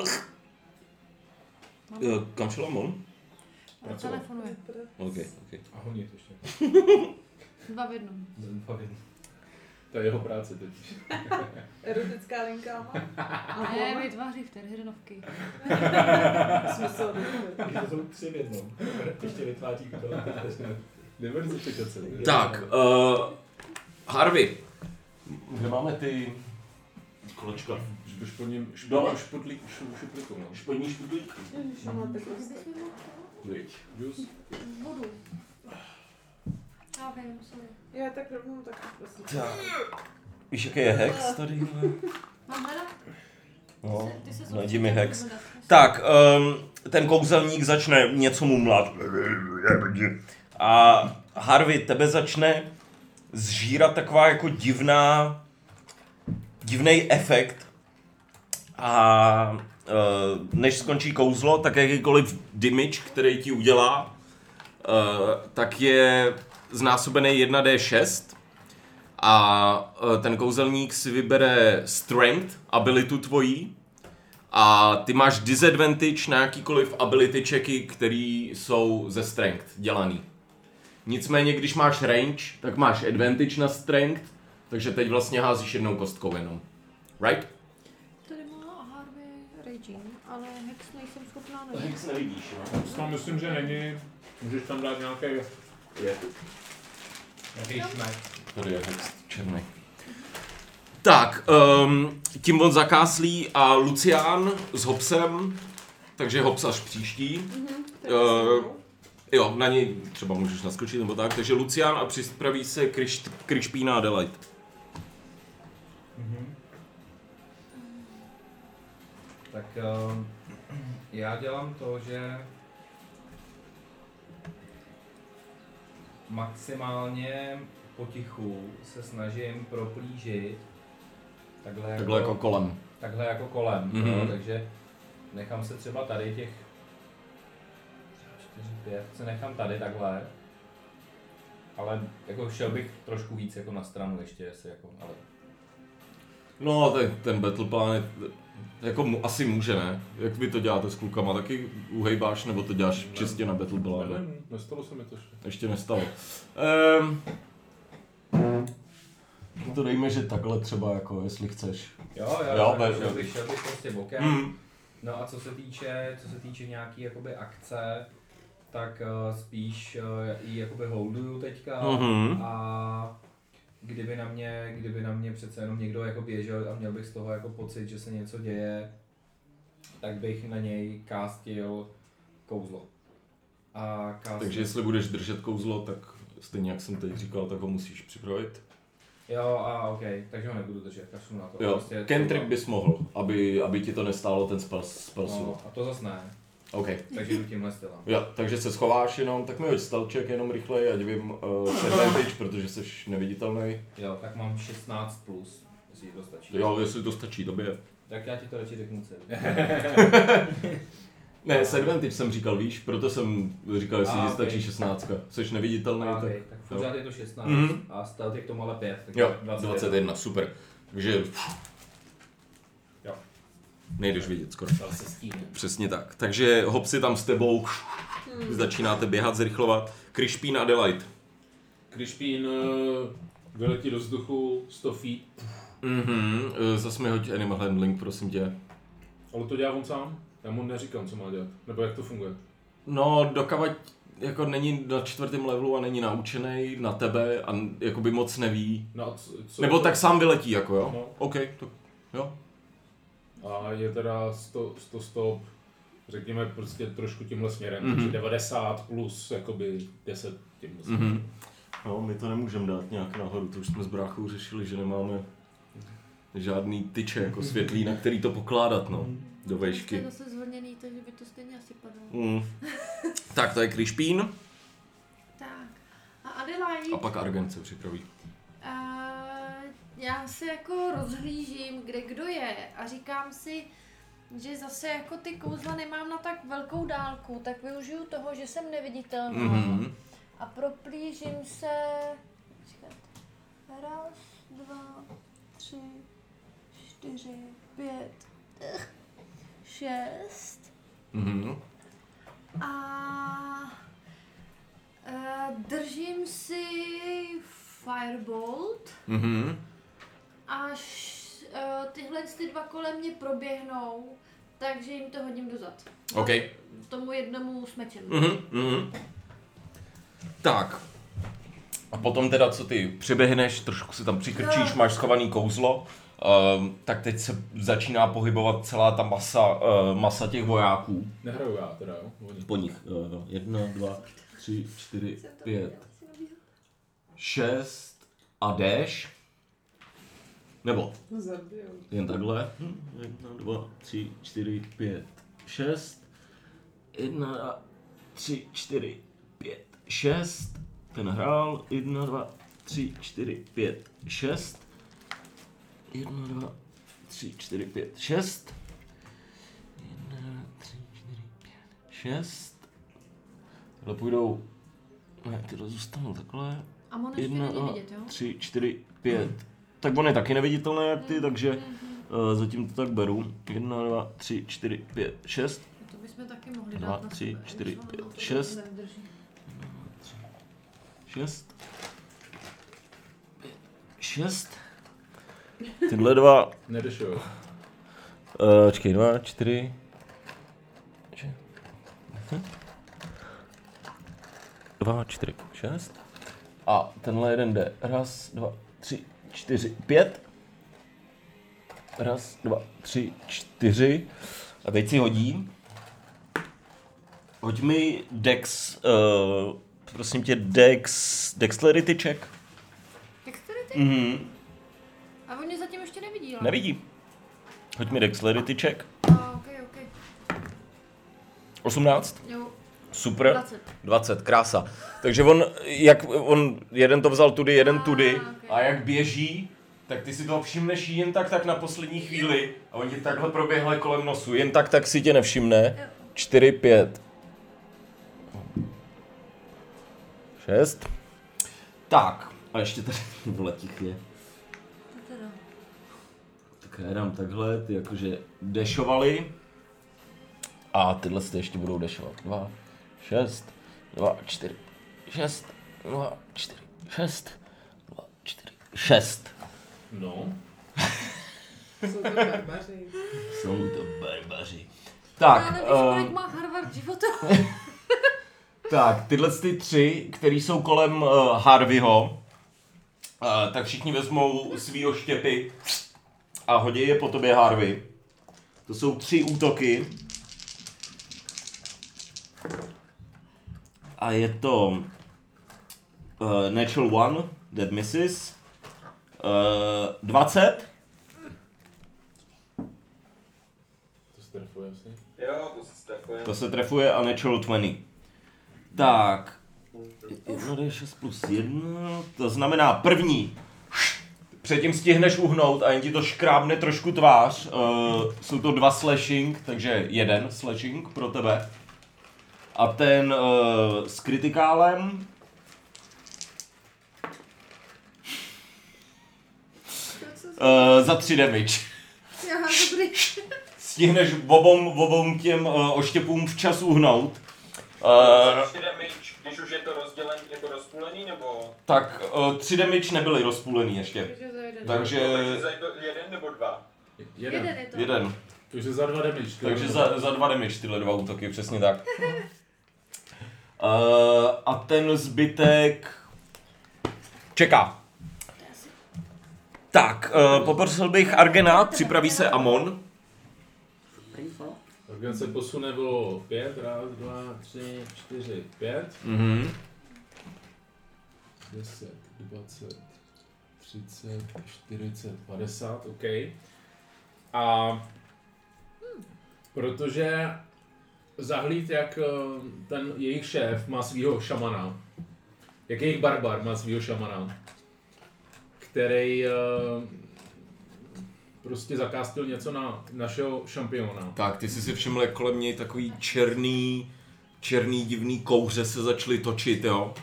Speaker 1: Ach. Eh, Kam šel on?
Speaker 5: Ale telefonuje.
Speaker 1: OK, OK.
Speaker 2: A honit ještě.
Speaker 5: Dva v jednom.
Speaker 4: Zbavím.
Speaker 2: To je jeho práce teď.
Speaker 9: Erotická linka má. A
Speaker 5: Ne,
Speaker 9: má
Speaker 5: vytváří v té hřenovky.
Speaker 9: smysl.
Speaker 10: To jsou tři v jednom. Ještě vytváří to.
Speaker 2: Diversifikace.
Speaker 1: Tak, uh, Harvey. Kde máme ty kolečka?
Speaker 2: Žbuš po něm
Speaker 1: Dole.
Speaker 2: špodlí, špodlí, špodlí, no.
Speaker 1: Špodní špudlík?
Speaker 9: Ježiš, a máte
Speaker 5: Kdybychom
Speaker 9: kostek.
Speaker 5: měli
Speaker 1: Viď.
Speaker 2: Jus.
Speaker 5: vodu. Já vím, sorry.
Speaker 9: Já tak rovnou tak prosím.
Speaker 1: Víš, jaký je hex tady?
Speaker 5: Mám hledat?
Speaker 1: No.
Speaker 5: Ty se
Speaker 1: najdi mi hex. Tak, um, ten kouzelník začne něco mumlat. A Harvey, tebe začne zžírat taková jako divná, divný efekt. A uh, než skončí kouzlo, tak jakýkoliv damage, který ti udělá, uh, tak je znásobený 1d6. A eh, ten kouzelník si vybere strength, abilitu tvojí, a ty máš disadvantage na jakýkoliv ability checky, který jsou ze strength dělaný. Nicméně, když máš range, tak máš advantage na strength, takže teď vlastně házíš jednou kostkou jenom. Right?
Speaker 5: Tady má Harvey Raging, ale hex nejsem schopná najít.
Speaker 1: Hex nevidíš, no.
Speaker 2: To myslím, že není. Můžeš tam dát nějaké...
Speaker 4: Jaký šmek.
Speaker 1: Tady je hex černý. Tak, um, tím on zakáslí a Lucián s Hopsem, takže Hops až příští. Eh, Jo, na něj třeba můžeš naskočit nebo tak, takže Lucián a připraví se Kriš, Krišpína Adelaide.
Speaker 4: Tak ehm, já dělám to, že maximálně potichu se snažím proplížit takhle jako,
Speaker 1: Takhle jako kolem.
Speaker 4: takhle jako kolem,
Speaker 1: Mhm.
Speaker 4: jo, takže nechám se třeba tady těch 4, 5, se nechám tady takhle, ale jako šel bych trošku víc jako na stranu ještě, jestli jako, ale
Speaker 1: No, ten, ten battle plan je, jako mu, asi může, ne? Jak vy to děláte s klukama? Taky uhejbáš, nebo to děláš čistě na battle plan?
Speaker 2: Nevím, Nestalo se mi to ještě.
Speaker 1: Ještě nestalo. Um, to dejme, že takhle třeba, jako, jestli chceš.
Speaker 4: jo,
Speaker 1: Jo,
Speaker 4: jo, jo
Speaker 1: beru,
Speaker 4: tak šel,
Speaker 1: beru.
Speaker 4: bych, šel bych prostě bokem.
Speaker 1: Hmm.
Speaker 4: No a co se týče, co se týče nějaký jakoby akce, tak eh, spíš uh, ji jakoby holduju teďka
Speaker 1: Mhm.
Speaker 4: a kdyby na mě, kdyby na mě přece jenom někdo jako běžel a měl bych z toho jako pocit, že se něco děje, tak bych na něj castil kouzlo. A castil,
Speaker 1: Takže jestli budeš držet kouzlo, tak stejně jak jsem teď říkal, tak ho musíš připravit.
Speaker 4: Jo, a ok, takže ho nebudu držet, kašlu na to.
Speaker 1: Jo,
Speaker 4: Prostě
Speaker 1: Kentrick
Speaker 4: to-
Speaker 1: bys mohl, aby, aby ti to nestálo ten spell, spell no.
Speaker 4: No, a to zas ne,
Speaker 1: OK.
Speaker 4: takže jdu tímhle stylem.
Speaker 1: Jo, takže se schováš jenom, tak mi hoď stelček jenom rychleji, ať vím uh, advantage, protože jsi neviditelný.
Speaker 4: Jo, tak mám 16+, plus, jestli ti to stačí.
Speaker 1: Jo, jestli to stačí tobě.
Speaker 4: Tak já ti to radši řeknu celý.
Speaker 1: Ne, s advantage jsem říkal, víš, proto jsem říkal, jestli
Speaker 4: A,
Speaker 1: ti
Speaker 4: ok.
Speaker 1: stačí 16. Jsi neviditelný,
Speaker 4: A,
Speaker 1: tak...
Speaker 4: okay, tak
Speaker 1: jo.
Speaker 4: pořád je to 16
Speaker 1: Mhm.
Speaker 4: a stealth je k tomu ale 5, takže
Speaker 1: Jo, 21, super. Takže...
Speaker 4: Jo.
Speaker 1: Nejdeš vidět skoro.
Speaker 4: Dal se stíne.
Speaker 1: Přesně tak. Takže hop si tam s tebou, začínáte běhat, zrychlovat. Krišpín Adelaide.
Speaker 2: Krišpín eh, vyletí do vzduchu 100 feet,
Speaker 1: Mhm, eh, zas mi hoď Animal Handling, prosím tě.
Speaker 2: ale to dělá on sám. Já mu neříkám, co má dělat, nebo jak to funguje.
Speaker 1: No, dokavať jako není na čtvrtém levelu a není naučený na tebe a n- jakoby moc neví.
Speaker 2: No a co, co
Speaker 1: Nebo tak sám vyletí, jako jo?
Speaker 2: No.
Speaker 1: OK, tak jo.
Speaker 2: A je teda 100, 100 stop, řekněme prostě trošku tímhle směrem,
Speaker 1: Mhm.
Speaker 2: takže 90 plus jakoby 10 tímhle směrem.
Speaker 1: Mhm. No, my to nemůžeme dát nějak nahoru, to už jsme s bráchou řešili, že nemáme žádný tyče jako světlý, na který to pokládat, no. Do
Speaker 5: To je
Speaker 1: vejšky.
Speaker 5: zase zvoněný, takže by to stejně asi padlo.
Speaker 1: Mm. Tak, to je Krišpín
Speaker 5: Tak. A Adelaide,
Speaker 1: a pak Argent se připraví.
Speaker 5: eh, já se jako rozhlížím, kde kdo je a říkám si, že zase jako ty kouzla nemám na tak velký dálku, tak využiju toho, že jsem neviditelná.
Speaker 1: Mhm.
Speaker 5: A proplížím se... Počkat. Raz, dva, tři, čtyři, pět, eh, šest
Speaker 1: Mhm.
Speaker 5: a eh, držím si Firebolt
Speaker 1: Mhm.
Speaker 5: až eh, tyhle ty dva kolem mě proběhnou, takže jim to hodím dozad.
Speaker 1: OK.
Speaker 5: Tomu jednomu s mečem.
Speaker 1: Mhm. Mhm. Tak. A potom teda, co ty přeběhneš, trošku si tam přikrčíš,
Speaker 5: No.
Speaker 1: máš schovaný kouzlo, ehm, tak teď se začíná pohybovat celá ta masa, eh, masa těch vojáků.
Speaker 2: Nehraju já teda, jo? Oni.
Speaker 1: Po nich. eh, Jedna, dva, tři, čtyři, pět, šest a jdeš. Nebo
Speaker 9: Zabiju.
Speaker 1: jen takhle. Hm, Jedna, dva, tři, čtyři, pět, šest. Jedna, dva, tři, čtyři, pět, šest. Ten hrál. Jedna, dva, tři, čtyři, pět, šest. Jedna, dva, tři, čtyři, pět, šest. Jedna, dva, tři, čtyři, pět, šest. Tyhle půjdou... Ne, tyhle zůstanou takhle.
Speaker 5: A on ještě
Speaker 1: Jedna,
Speaker 5: není
Speaker 1: dva,
Speaker 5: vidět, jo?
Speaker 1: tři, čtyři, pět. Tak on je taky neviditelný jak ty, takže eh, zatím to tak beru. Jedna, dva, tři, čtyři, pět, šest.
Speaker 5: To bychom taky mohli
Speaker 1: Dva,
Speaker 5: dát na
Speaker 1: tři,
Speaker 5: sebe,
Speaker 1: čtyři,
Speaker 5: když ono
Speaker 1: pět,
Speaker 5: to
Speaker 1: šest.
Speaker 5: nevydrží.
Speaker 1: Šest. Pět, Šest. Tyhle dva.
Speaker 2: Nedešuju.
Speaker 1: Uh, čekej, dva, čtyři. že- Hm. Dva, čtyři, šest. A tenhle jeden jde. Raz, dva, tři, čtyři, pět. Raz, dva, tři, čtyři. A teď si hodím. Hoď mi Dex, uh, prosím tě, Dex, Dexterity check.
Speaker 5: Dexterity?
Speaker 1: Mhm.
Speaker 5: A on mě zatím ještě nevidí, ale...
Speaker 1: Nevidí. Hoď mi Dexterity check.
Speaker 5: A, ok, ok.
Speaker 1: 18.
Speaker 5: Jo,
Speaker 1: Super.
Speaker 5: 20.
Speaker 1: 20, krása. Takže on, jak on, jeden to vzal tudy, jeden
Speaker 5: Ah,
Speaker 1: tudy
Speaker 5: ok.
Speaker 1: a jak běží, tak ty si to všimneš jen tak, tak na poslední chvíli a on ti takhle proběhle kolem nosu, jen tak, tak si tě nevšimne. 4, 5. 6. Tak, a ještě tady, ty vole, tichě.
Speaker 5: To teda.
Speaker 1: Tak já dám takhle, ty jakože dešovali. A tyhle si ještě budou dešovat. 2, 6, 2, 4, 6, 2, 4, 6, 2, 4, 6.
Speaker 2: No.
Speaker 9: Jsou to barbaři.
Speaker 1: Jsou to barbaři.
Speaker 5: Já
Speaker 1: Tak,
Speaker 5: nevím, kolik
Speaker 1: ehm,
Speaker 5: má Harvard života.
Speaker 1: tak, tyhle ty tři, který jsou kolem uh, Harveyho, uh, tak všichni vezmou svýho štěpy a hodí je po tobě Harvey. To jsou tři útoky. A je to uh, Natural One, Dead Misses, uh, 20,
Speaker 2: To strefuje asi.
Speaker 7: Jo, to se stefuje.
Speaker 1: to se trefuje a Natural 20. Tak, 1d6 plus 1, to znamená první. Předtím stihneš uhnout a jen ti to škrábne trošku tvář. Uh, jsou to dva slashing, takže jeden slashing pro tebe. A ten uh, s kritikálem. Uh, za tři damage.
Speaker 5: Já, dobrý.
Speaker 1: Stihneš obom, obom těm uh, oštěpům včas uhnout. Uh,
Speaker 7: Tři damage, když už je to rozdělený jako rozpůlený, nebo...
Speaker 1: tak uh, tři damage nebyly rozpůlený ještě.
Speaker 9: Takže
Speaker 1: Takže
Speaker 7: No, takže
Speaker 9: za jeden.
Speaker 7: za jedno- jeden nebo dva.
Speaker 2: Jeden.
Speaker 5: Jeden je to.
Speaker 1: jeden.
Speaker 2: Takže za dva damage. ty
Speaker 1: Takže
Speaker 2: jo.
Speaker 1: za, za dva damage tyhle dva útoky, přesně tak. Uh, a ten zbytek čeká. Tak, uh, poprosil bych Argena, připraví se Amon.
Speaker 6: Prý follow.
Speaker 2: Organ se posune o pět. Raz, dva, tři, čtyři, pět.
Speaker 1: Mhm.
Speaker 2: 10, 20, 30, 40, 50, OK. A protože zahlíd, jak eh, ten jejich šéf má svého šamana, jak jejich barbar má svého šamana, který eh, prostě zakástil něco na našeho šampiona.
Speaker 1: Tak, ty jsi si všiml, jak kolem něj takový černý černý divný kouře se začaly točit, jo.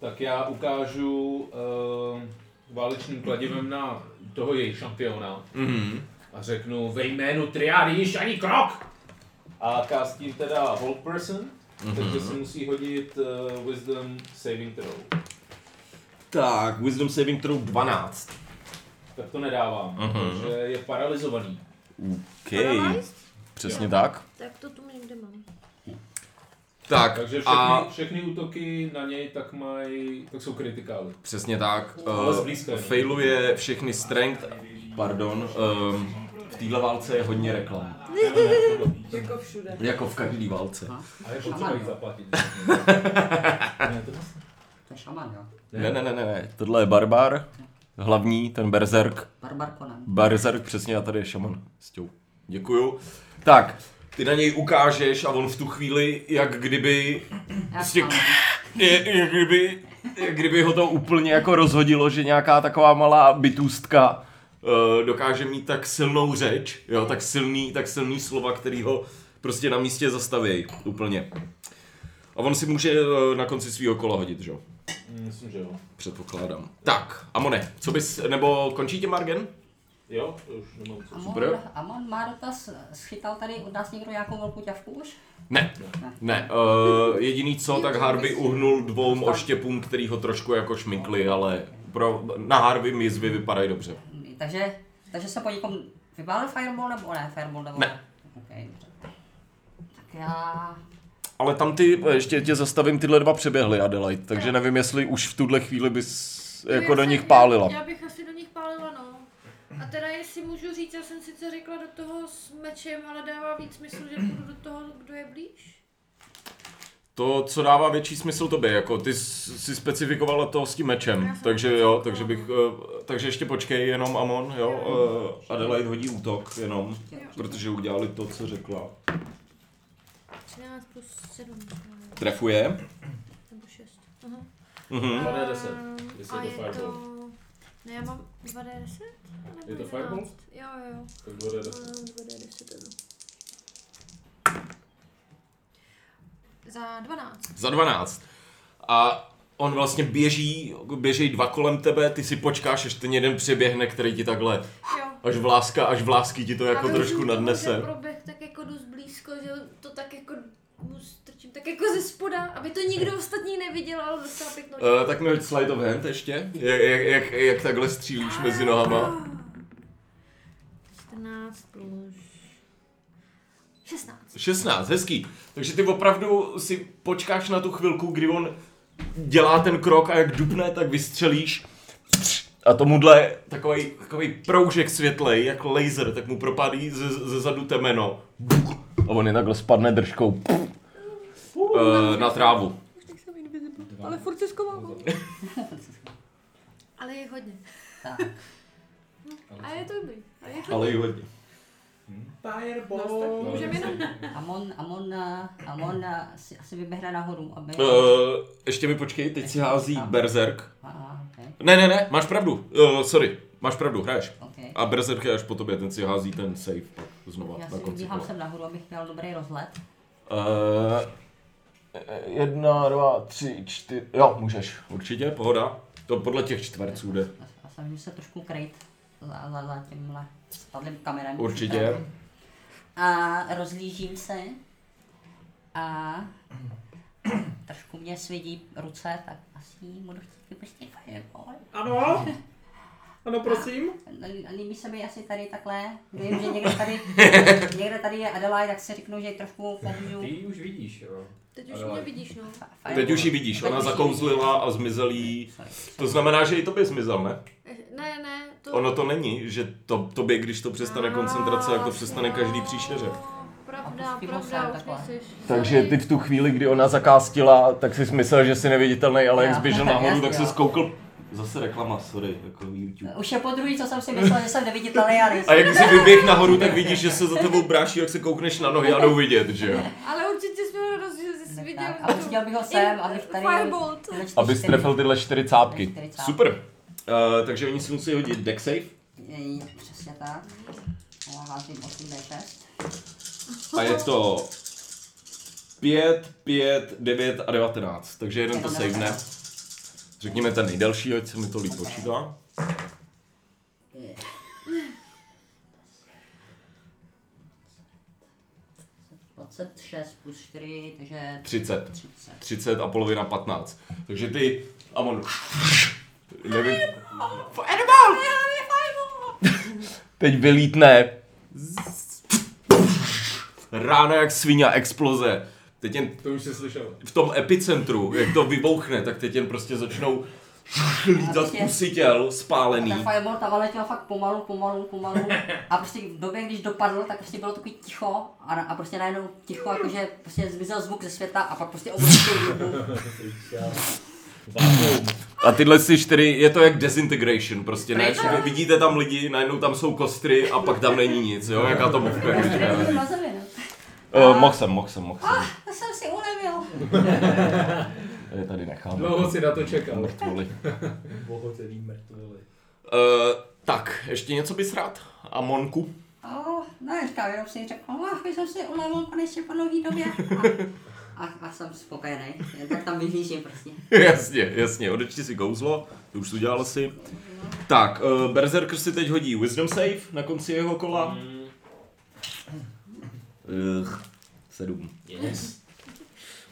Speaker 2: Tak já ukážu uh, válečným kladivem na toho jejich šampiona
Speaker 1: Mhm.
Speaker 2: a řeknu ve jménu triády již ani krok! A kástím teda Hold Person, mm-hmm. takže si musí hodit uh, Wisdom Saving Throw.
Speaker 1: Tak, Wisdom Saving Throw 12.
Speaker 2: Tak to nedávám,
Speaker 1: Mhm.
Speaker 2: mm-hmm. protože je paralizovaný.
Speaker 1: OK.
Speaker 5: Paralyzed?
Speaker 1: Přesně tak.
Speaker 5: Tak to tu někde mám.
Speaker 1: Tak,
Speaker 2: Takže všechny,
Speaker 1: a
Speaker 2: a... všechny útoky na něj tak mají, tak jsou kritikály.
Speaker 1: přesně tak.
Speaker 2: Ale
Speaker 1: Uh,
Speaker 2: zblízka jenom.
Speaker 1: failuje všechny strength, pardon, um, v téhle válce je hodně reklam.
Speaker 9: Jako všude.
Speaker 1: Jako v každý válce.
Speaker 2: A je
Speaker 6: potřeba jich
Speaker 2: zaplatit.
Speaker 6: To je šaman, jo.
Speaker 1: Ne, ne, ne, ne, ne. Tohle je barbar, hlavní, ten berserk.
Speaker 6: Barbar Conan.
Speaker 1: Berserk přesně, a tady je šaman. Stěou. Děkuju. Tak, ty na něj ukážeš a on v tu chvíli, jak kdyby,
Speaker 6: Já
Speaker 1: Stěk.
Speaker 6: šaman.
Speaker 1: je- jak kdyby, jak kdyby ho to úplně jako rozhodilo, že nějaká taková malá bytůstka eh, dokáže mít tak silnou řeč, jo, tak silný, tak silný slova, který ho prostě na místě zastaví úplně. A on si může eh, na konci svého kola hodit, že jo?
Speaker 2: Myslím, že jo.
Speaker 1: Předpokládám. Tak, Amone, co bys, nebo končí tě Margen?
Speaker 2: Jo, to už nemám co.
Speaker 6: Amon,
Speaker 1: Super.
Speaker 6: Amon má dotaz, schytal tady od nás někdo nějakou velkou ťavku už?
Speaker 1: Ne, ne, uh, jediný co, tak Harvey uhnul dvou oštěpům, který ho trošku jako šminkli, ale pro, na Harvey mizvy vypadají dobře.
Speaker 6: Takže, takže se po někom vybálil Fireball nebo ne? Fireball nebo
Speaker 1: Ne.
Speaker 6: Okay, dobře. tak já...
Speaker 1: Ale tam ty, eh, ještě tě zastavím, tyhle dva přeběhly Adelaide, takže nevím, jestli už v tuhle chvíli bys jako
Speaker 5: Já
Speaker 1: do
Speaker 5: jsem-
Speaker 1: nich pálila.
Speaker 5: Já, já bych asi do nich pálila, no. A teda jestli můžu říct, já jsem sice řekla do toho s mečem, ale dává víc smysl, že půjdu do toho, kdo je blíž.
Speaker 1: To, co dává větší smysl tobě, jako ty jsi si specifikovala to s tím mečem,
Speaker 5: Já jsem
Speaker 1: takže
Speaker 5: to
Speaker 1: jo,
Speaker 5: specifikovala.
Speaker 1: takže bych, eh, takže ještě počkej jenom Amon, jo, eh, Adelaide hodí útok jenom, protože udělali to, co řekla.
Speaker 5: 13 plus 7, eh,
Speaker 1: Trefuje.
Speaker 5: nebo 6. Aha.
Speaker 1: Mhm.
Speaker 2: Dva D10,
Speaker 5: Ehm,
Speaker 2: jestli
Speaker 5: a
Speaker 2: je to
Speaker 5: je
Speaker 2: fireball.
Speaker 5: to... Ne, já mám 2 D10? nebo
Speaker 2: Je to
Speaker 5: 11?
Speaker 2: fireball?
Speaker 5: Jo, jo, jo.
Speaker 2: Tak bude
Speaker 5: Já
Speaker 2: deset.
Speaker 5: mám 2 D10, ano. Za 12.
Speaker 1: Za 12. A on vlastně běží, běží dva kolem tebe, ty si počkáš, až ten jeden přeběhne, který ti takhle,
Speaker 5: Jo.
Speaker 1: až vláska, až vlásky ti to jako
Speaker 5: Ale
Speaker 1: trošku
Speaker 5: vzhledem k tomu, že
Speaker 1: nadnese.
Speaker 5: proběh tak jako dost blízko, že to tak jako mu strčím tak jako ze spoda, aby to nikdo ostatní neviděl, ale dostala pěknou
Speaker 1: Uh, tak mi hoď slide of hand ještě, jak, jak, jak, jak takhle střílíš mezi nohama.
Speaker 5: 14 plus 16.
Speaker 1: 16, hezký. Takže ty opravdu si počkáš na tu chvilku, kdy on dělá ten krok a jak dupne, tak vystřelíš. A tomuhle takový, takový proužek světlej, jak laser, tak mu propadí ze, ze zadu temeno. A on je takhle spadne držkou uh, na trávu.
Speaker 5: Už tak jsem invisible, ale furt se zkoumám. ale je hodně.
Speaker 6: Tak.
Speaker 5: A je to dobrý. A je to
Speaker 1: Ale i hodně.
Speaker 9: Fireball.
Speaker 5: Můžeme jenom...
Speaker 6: Amon, Amon, eh, Amon eh, si asi vyběhne nahoru, aby...
Speaker 1: Uh, ještě mi počkej, teď si hází Berserk.
Speaker 6: Aha, okay,
Speaker 1: Ne, ne, ne, máš pravdu. Uh, sorry, máš pravdu, hraješ.
Speaker 6: okay.
Speaker 1: A Berserk je až po tobě, ten si hází ten save pak znova
Speaker 6: Já
Speaker 1: na
Speaker 6: si
Speaker 1: konci.
Speaker 6: vybíhám
Speaker 1: kola.
Speaker 6: sem nahoru, abych měl dobrý rozhled.
Speaker 1: Eh, jedna, dva, tři, čtyři. Jo, můžeš. Určitě, pohoda. To podle těch čtverců jde.
Speaker 6: Já- Já jsem že se trošku krejt za, za, za tímhle spadlým kamenem.
Speaker 1: Určitě.
Speaker 6: A rozlížím se a trošku mě svědí ruce, tak asi budu chtít vypustit fireball.
Speaker 4: Ano? Ano, prosím?
Speaker 6: Lí- Líbí se mi asi tady takhle, vím, že někde tady, někde tady je Adelaide, tak si řeknu, že ji trošku pomůžu.
Speaker 4: Ty ji už vidíš, jo.
Speaker 5: Teď už mě vidíš, no.
Speaker 1: ehm, Teď už ji vidíš, ona zakouzlila a zmizel jí. To znamená, že i tobě zmizel, ne?
Speaker 5: Ne, ne, to...
Speaker 1: Ono to není, že to, tobě, když to přestane koncentrace, jak to přestane každý příšeře.
Speaker 5: No, Pravda,
Speaker 6: A pustí ho
Speaker 5: pravda,
Speaker 6: sem
Speaker 5: už
Speaker 6: takhle.
Speaker 5: nejseš.
Speaker 1: Takže ty v tu chvíli, kdy ona zakástila, tak si myslel, že jsi neviditelný, ale jak
Speaker 6: Jo.
Speaker 1: zběžel nahoru, tak se
Speaker 6: Jasně, jo.
Speaker 1: skoukl. Zase reklama, sorry, jako YouTube.
Speaker 6: Už je po druhý, co jsem si myslel, že jsem neviditelný, ale
Speaker 1: A
Speaker 6: nejsem.
Speaker 1: jak si vyběh nahoru, tak vidíš, že se za tebou bráší, jak se koukneš na nohy a jdou vidět, že jo?
Speaker 5: Ale určitě jsme radost, že jsi viděl.
Speaker 6: Tak, a pustil bych ho sem, abych tady...
Speaker 5: Firebolt.
Speaker 6: tyhle čtyři-
Speaker 1: Aby strefil tyhle čtyřicátky.
Speaker 6: Čtyřicátky.
Speaker 1: Super. Uh, takže oni si musí hodit deck save
Speaker 6: Je- Přesně tak. Já házím 8 D6.
Speaker 1: a je to 5, 5, 9 a 19. Takže jeden to
Speaker 6: Jenom
Speaker 1: sejvne. Řekněme ten nejdelší, ať se mi to líp počítá.
Speaker 6: Dvacet šest plus čtyři, takže
Speaker 1: 30.
Speaker 6: 30.
Speaker 1: 30 a polovina 15. Takže ty, Amon, nevím. Teď vylítne. Rána jak svině, exploze. Teď jen
Speaker 2: To už jsi slyšel.
Speaker 1: v tom epicentru, jak to vybouchne, tak teď jen prostě začnou lítat kusy těl
Speaker 6: A
Speaker 1: spálený.
Speaker 6: ta fireball, ta letěla fakt pomalu, pomalu, pomalu. A prostě v době, když dopadl, tak prostě bylo takový ticho a, a prostě najednou ticho, jakože prostě zmizel zvuk ze světa a pak prostě obrovský výbuch.
Speaker 1: A tyhle si čtyři, je to jak disintegration, prostě ne,
Speaker 6: Pryč,
Speaker 1: Vy vidíte tam lidi, najednou tam jsou kostry a pak tam není nic, jo, jaká to movka.
Speaker 6: Tady na zemi, no.
Speaker 1: Uh, mohl jsem, mohl jsem, mohl jsem.
Speaker 6: To jsem si ulevil.
Speaker 1: Tady, tady nechám.
Speaker 4: No,
Speaker 2: Dlouho si na to čekal.
Speaker 1: Mrtvoli.
Speaker 4: Bohotelí mrtvoli.
Speaker 1: Uh, tak, ještě něco bys rád? Amonku?
Speaker 6: Oh, no, říkám, jenom si řekl, oh, jsem si ulevil konečně po nový době. A, a, a jsem spokojený, Jen tak tam vyhlížím prostě.
Speaker 1: jasně, jasně, odečti si kouzlo, to už jsi udělal si. Tak, uh, Berserker si teď hodí Wisdom Save na konci jeho kola. Uh, sedm.
Speaker 2: Yes.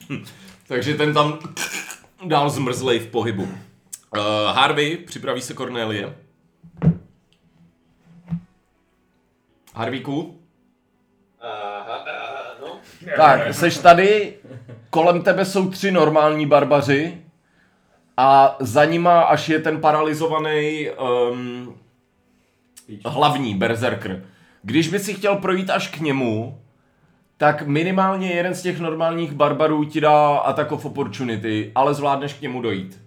Speaker 1: Hm, Takže ten tam dál zmrzlej v pohybu. Uh, Harvey, připraví se Cornelie. Harvíku?
Speaker 7: Aha, aha, no.
Speaker 1: Tak, seš tady, kolem tebe jsou tři normální barbaři a za nima až je ten paralizovaný um, hlavní berserker. Když by si chtěl projít až k němu, tak minimálně jeden z těch normálních barbarů ti dá attack of opportunity, ale zvládneš k němu dojít.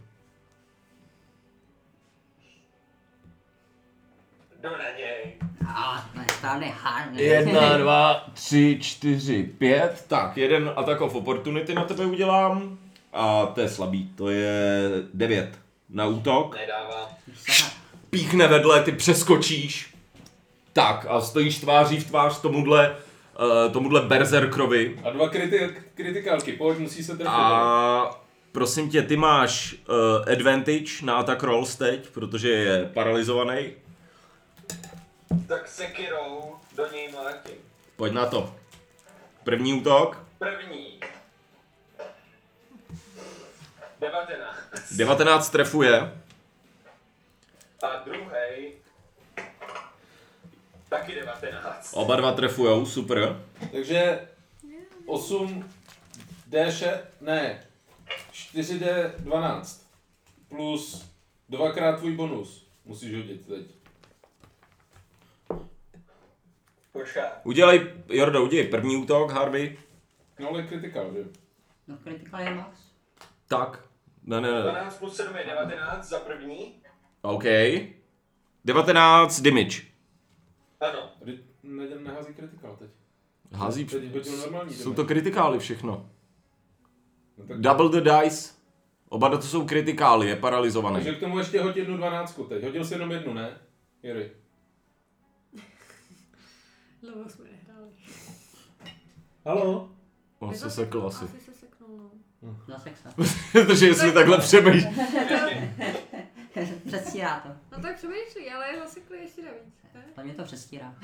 Speaker 7: Jdu na něj.
Speaker 6: A to je správný hard.
Speaker 1: Jedna, dva, tři, čtyři, pět. Tak, jeden attack of opportunity na tebe udělám. A to je slabý, to je devět na útok.
Speaker 7: Nedává.
Speaker 1: Píchne vedle, ty přeskočíš. Tak, a stojíš tváří v tvář tomuhle, uh, tomuhle berserkrovi.
Speaker 2: A dva kriti- kritikálky, pojď, musí se trefit. A...
Speaker 1: A prosím tě, ty máš uh, advantage na attack rolls teď, protože je paralizovaný.
Speaker 7: Tak sekirou do něj mlátím.
Speaker 1: Pojď na to. První útok,
Speaker 7: První. 19.
Speaker 1: 19 trefuje.
Speaker 7: A druhý. Taky 19.
Speaker 1: Oba dva trefujou, super.
Speaker 2: Takže 8 D6, ne, 4D12 plus dvakrát tvůj bonus. Musíš hodit teď.
Speaker 7: Počkej.
Speaker 1: Udělej, Jordo, udělej první útok, Harvey.
Speaker 2: No ale kritikál, že?
Speaker 6: No, critical je max.
Speaker 1: Tak. Ne, ne, ne.
Speaker 7: 12 plus 7 je 19 za první.
Speaker 1: OK. 19 damage.
Speaker 7: Ano.
Speaker 2: Tady ne- nehází kritikál teď.
Speaker 1: Hází.
Speaker 2: No, Teď hodil normální
Speaker 1: Jsou
Speaker 2: damage.
Speaker 1: to kritikály všechno.
Speaker 2: No, tak...
Speaker 1: Double the dice. Oba to jsou kritikály, je paralizovaný.
Speaker 2: Takže k tomu ještě hoď jednu dvanáctku teď. Hodil jsi jenom jednu, ne? Jiry.
Speaker 5: Dlouho jsme nehráli.
Speaker 2: Halo?
Speaker 1: On se sekl asi.
Speaker 5: Asi se seknul, no.
Speaker 6: Zase se.
Speaker 1: Protože jestli takhle přemýšlí.
Speaker 6: Přestírá to.
Speaker 5: No tak přemýšlí, ale je zasekli ještě navíc, ne?
Speaker 6: To mě to přestírá.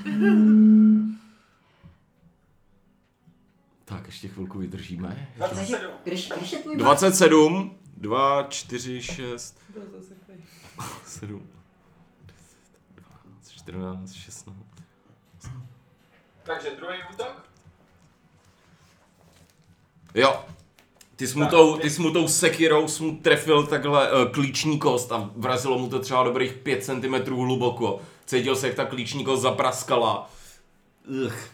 Speaker 1: Tak, ještě chvilku vydržíme.
Speaker 7: 27.
Speaker 6: Když, když je tvůj
Speaker 1: 27. 2, 4, 6,
Speaker 9: Byl to zaseklý.
Speaker 1: 7, 12, 14, 16.
Speaker 7: Takže druhý útok.
Speaker 1: Jo. Ty jsi, mu tou, ty jsi mu tou sekirou jsi mu trefil takhle uh, klíční kost a vrazilo mu to třeba dobrých 5 cm hluboko. Cítil se, jak ta klíční kost zapraskala. Ugh.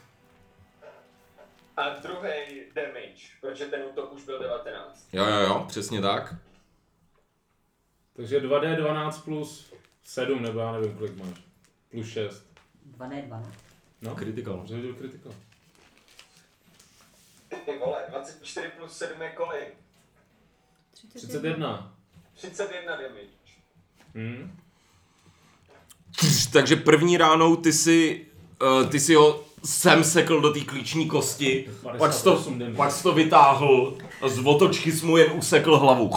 Speaker 7: A druhý damage, protože ten útok už byl 19.
Speaker 1: Jo, jo, jo, přesně tak.
Speaker 2: Takže 2D12 plus 7, nebo já nevím, kolik máš. Plus 6.
Speaker 6: 2D12.
Speaker 2: No,
Speaker 1: Kritikal.
Speaker 2: že hodil kritikál.
Speaker 7: Ty vole, 24 plus 7 je kolik?
Speaker 2: 31.
Speaker 7: 31 damage.
Speaker 2: Hm?
Speaker 1: Takže první ránou ty si eh, ty si ho sem sekl do té klíční kosti, pak jsi to,
Speaker 2: 58 den.
Speaker 1: pak jsi to vytáhl a z otočky jsi mu jen usekl hlavu.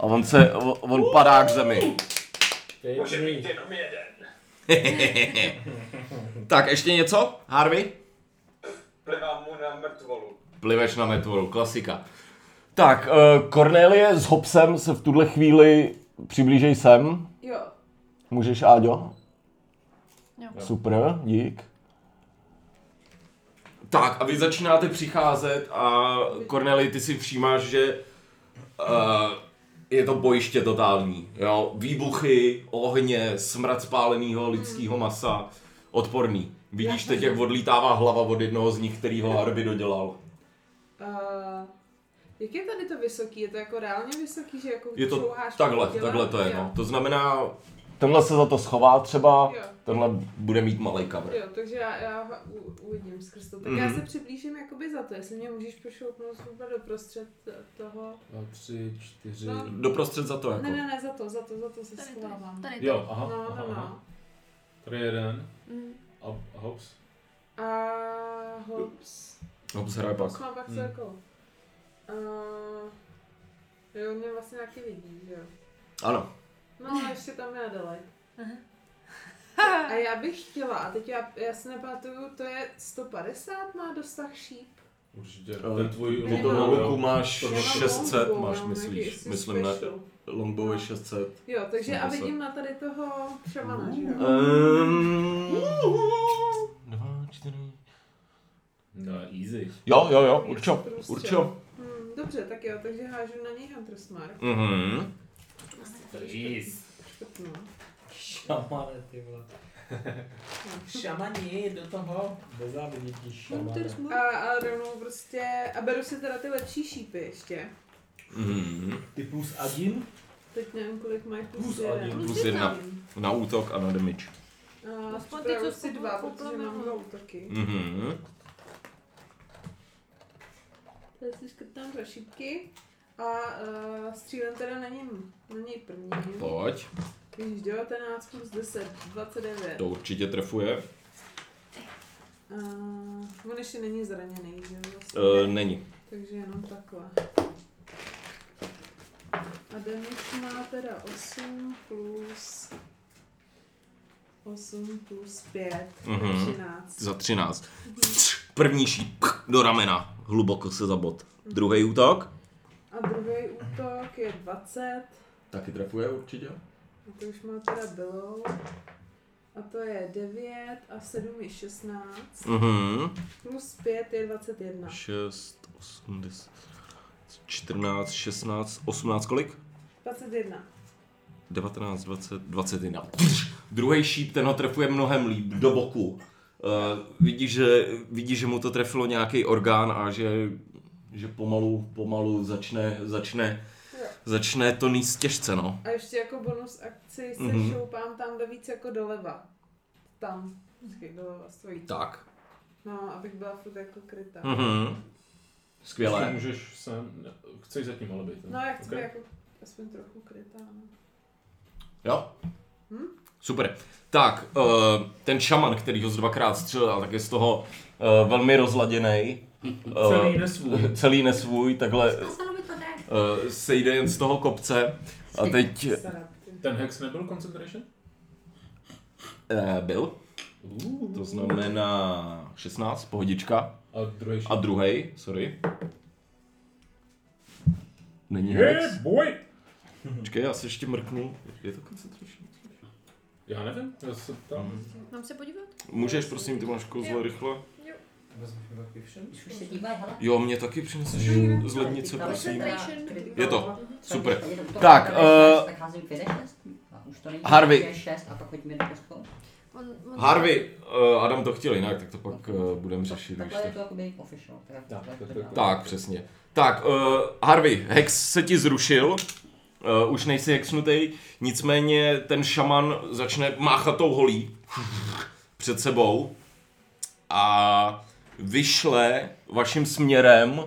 Speaker 1: A on se, o- on padá k zemi.
Speaker 7: Může být jenom jeden.
Speaker 1: tak, ještě něco, Harvey?
Speaker 7: Plivám mu na mrtvolu.
Speaker 1: Pliveš na metvoru, klasika. Tak, eh, Cornelie s Hopsem se v tuhle chvíli přiblížej sem.
Speaker 9: Jo.
Speaker 1: Můžeš, Áďo?
Speaker 5: Jo.
Speaker 1: Super, dík. Tak a vy začínáte přicházet a Corneli, ty si všímáš, že uh, je to bojiště totální. Jo? Výbuchy, ohně, smrad spáleného lidského masa, odporný. Vidíš teď, jak odlítává hlava od jednoho z nich, který ho Arby dodělal.
Speaker 9: Uh, jak je tady to vysoký? Je to jako reálně vysoký, že jako
Speaker 1: Je to
Speaker 9: šouháš
Speaker 1: takhle,
Speaker 9: pod tělem?
Speaker 1: takhle to je,
Speaker 9: Jo.
Speaker 1: no. To znamená, tenhle se za to schová třeba,
Speaker 9: Jo.
Speaker 1: tenhle bude mít malý cover.
Speaker 9: Jo, takže já, já ho u- uvidím skrz to. Tak
Speaker 1: Mhm.
Speaker 9: já se přiblížím jakoby za to, jestli mě můžeš pošoupnout zhruba doprostřed toho.
Speaker 2: 2, 3, 4.
Speaker 9: No.
Speaker 1: Doprostřed za to jako.
Speaker 9: Ne, ne, ne, za to, za to, za to se
Speaker 5: Tady,
Speaker 9: schovávám.
Speaker 5: Tady to.
Speaker 2: Jo, aha.
Speaker 9: No,
Speaker 2: aha,
Speaker 9: no,
Speaker 2: aha.
Speaker 9: no.
Speaker 2: Tady jeden.
Speaker 5: Mm.
Speaker 2: A, a hops.
Speaker 9: A hops.
Speaker 1: No, se hraje pak.
Speaker 9: Hops mám pak
Speaker 2: Hmm.
Speaker 9: celkou. A... Jo, mě vlastně nějaký vidí, že jo.
Speaker 1: Ano.
Speaker 9: No, ale ještě tam je Adelaide.
Speaker 5: Aha.
Speaker 9: A já bych chtěla, a teď já, já si nepamatuju, to je 150 má dosah šíp.
Speaker 2: Určitě.
Speaker 1: Ale
Speaker 2: Ten tvůj
Speaker 9: Nemám.
Speaker 1: Potom
Speaker 9: Nemám.
Speaker 1: longbow
Speaker 2: logo.
Speaker 1: máš
Speaker 9: Já mám
Speaker 1: 600,
Speaker 9: longbow,
Speaker 1: máš
Speaker 9: mám
Speaker 1: myslíš,
Speaker 9: jakýsi
Speaker 1: myslím ne.
Speaker 9: special.
Speaker 1: Longbow je 600.
Speaker 9: Jo, takže a
Speaker 1: Jsem
Speaker 9: vidím na tady toho šamana,
Speaker 1: Uh,
Speaker 9: že jo?
Speaker 1: Um, dva, čtyři.
Speaker 2: No, easy.
Speaker 1: Jo, jo, jo, určo,
Speaker 9: Prostě.
Speaker 1: určo.
Speaker 9: Hmm, dobře, tak jo, takže hážu na něj Hunter Smart.
Speaker 1: Mhm.
Speaker 2: Jeez.
Speaker 9: Škrtnu.
Speaker 4: Šamane, ty vole. Šamani, do toho. Bezávidní
Speaker 9: No,
Speaker 4: šamane.
Speaker 9: A, a rovnou prostě, a beru si teda ty lepší šípy ještě.
Speaker 1: Mhm.
Speaker 4: Ty plus Agin?
Speaker 9: Teď nevím, kolik mají prostě- plus,
Speaker 4: Plus
Speaker 9: jeden.
Speaker 4: jeden.
Speaker 1: Plus jedna
Speaker 5: tam.
Speaker 1: na útok a na damage.
Speaker 9: A
Speaker 5: Aspoň ty,
Speaker 9: No, připravu
Speaker 5: co
Speaker 9: si dva,
Speaker 5: spolu
Speaker 9: protože mám
Speaker 5: poplememe.
Speaker 9: dva útoky.
Speaker 1: Mhm.
Speaker 9: Tady si škrtám dva šípky. A uh, střílem teda na něm, na něj první.
Speaker 1: Pojď,
Speaker 9: Když 19 plus 10, 29.
Speaker 1: to určitě trefuje.
Speaker 9: Uh, on ještě není zraněný, že jo? vlastně.
Speaker 4: E,
Speaker 1: Uh, není.
Speaker 9: Takže jenom takhle. A damage má teda 8 plus... 8 plus 5,
Speaker 1: Mhm.
Speaker 9: 13.
Speaker 1: Za 13. První šíp do ramena, hluboko se zabot. Druhý útok.
Speaker 9: A druhý útok je 20,
Speaker 1: Taky trefuje určitě.
Speaker 9: a to už má teda bylo. A to je 9 a 7 je 16,
Speaker 1: Mhm.
Speaker 9: plus 5 je 21.
Speaker 1: 6, 8, 10, 14, 16, 18, kolik?
Speaker 9: 21.
Speaker 1: 19, 20, 21. Druhý šíp, ten ho trefuje mnohem líp, do boku. Uh, vidíš, že, vidí, že mu to trefilo nějaký orgán a že, že pomalu, pomalu začne, začne,
Speaker 9: Jo.
Speaker 1: začne to níst těžce, no.
Speaker 9: A ještě jako bonus akci se
Speaker 1: Mhm.
Speaker 9: mm-hmm. šoupám tam navíc jako doleva. Tam. Vždycky doleva stojí.
Speaker 1: Tak.
Speaker 9: No, abych byla furt jako krytá.
Speaker 1: Mhm.
Speaker 2: Ještě
Speaker 1: Skvělé.
Speaker 2: můžeš sem, ne- chceš zatím ale být. ne?
Speaker 9: No, já chci
Speaker 2: Ok.
Speaker 9: okay. jako aspoň trochu krytá. No.
Speaker 1: Jo?
Speaker 9: Hm?
Speaker 1: Super. Tak, eh, ten šaman, který ho z dvakrát střelil, tak je z toho eh, velmi rozladěný.
Speaker 2: Celý nesvůj.
Speaker 1: celý nesvůj, takhle
Speaker 6: Zkusilo mi to jde.
Speaker 1: eh, sejde jen z toho kopce. A teď
Speaker 9: Sarat, ty.
Speaker 2: Ten hex nebyl concentration?
Speaker 1: eh, byl,
Speaker 2: Uh.
Speaker 1: to znamená 16, pohodička.
Speaker 2: A druhý
Speaker 1: A
Speaker 2: šíp.
Speaker 1: druhý, sorry. Není hex.
Speaker 2: Yeah, boy!
Speaker 1: Počkej, já se ještě mrknu. Je to concentration?
Speaker 2: Já nevím, já se tam...
Speaker 5: Mám se podívat?
Speaker 1: Můžeš, prosím, ty máš kouzlo
Speaker 5: Jo.
Speaker 1: rychle.
Speaker 4: Vezmeš mi taky všem?
Speaker 6: Už se dívají, hele.
Speaker 1: Jo, mě taky přineseš z lednice, prosím. Je to. Super.
Speaker 6: Je to-
Speaker 1: Tak,
Speaker 6: to je
Speaker 1: eh,
Speaker 6: šest, tak házím 5 6. A už to není
Speaker 1: Harvey.
Speaker 6: 6 a pak hoďme do kostkou.
Speaker 5: On, on,
Speaker 1: Harvey, eh, Adam to chtěl jinak, tak to pak eh, budeme řešit. když
Speaker 6: Takhle
Speaker 1: No.
Speaker 6: je
Speaker 1: tak.
Speaker 6: to jakoby official. Tak,
Speaker 2: Tak,
Speaker 6: takhle
Speaker 2: tak,
Speaker 6: to
Speaker 2: tak,
Speaker 6: dělám.
Speaker 1: Tak, přesně. Tak, uh, Harvey, hex se ti zrušil, uh, už nejsi hexnutej, nicméně ten šaman začne máchat tou holí před sebou a vyšle vaším směrem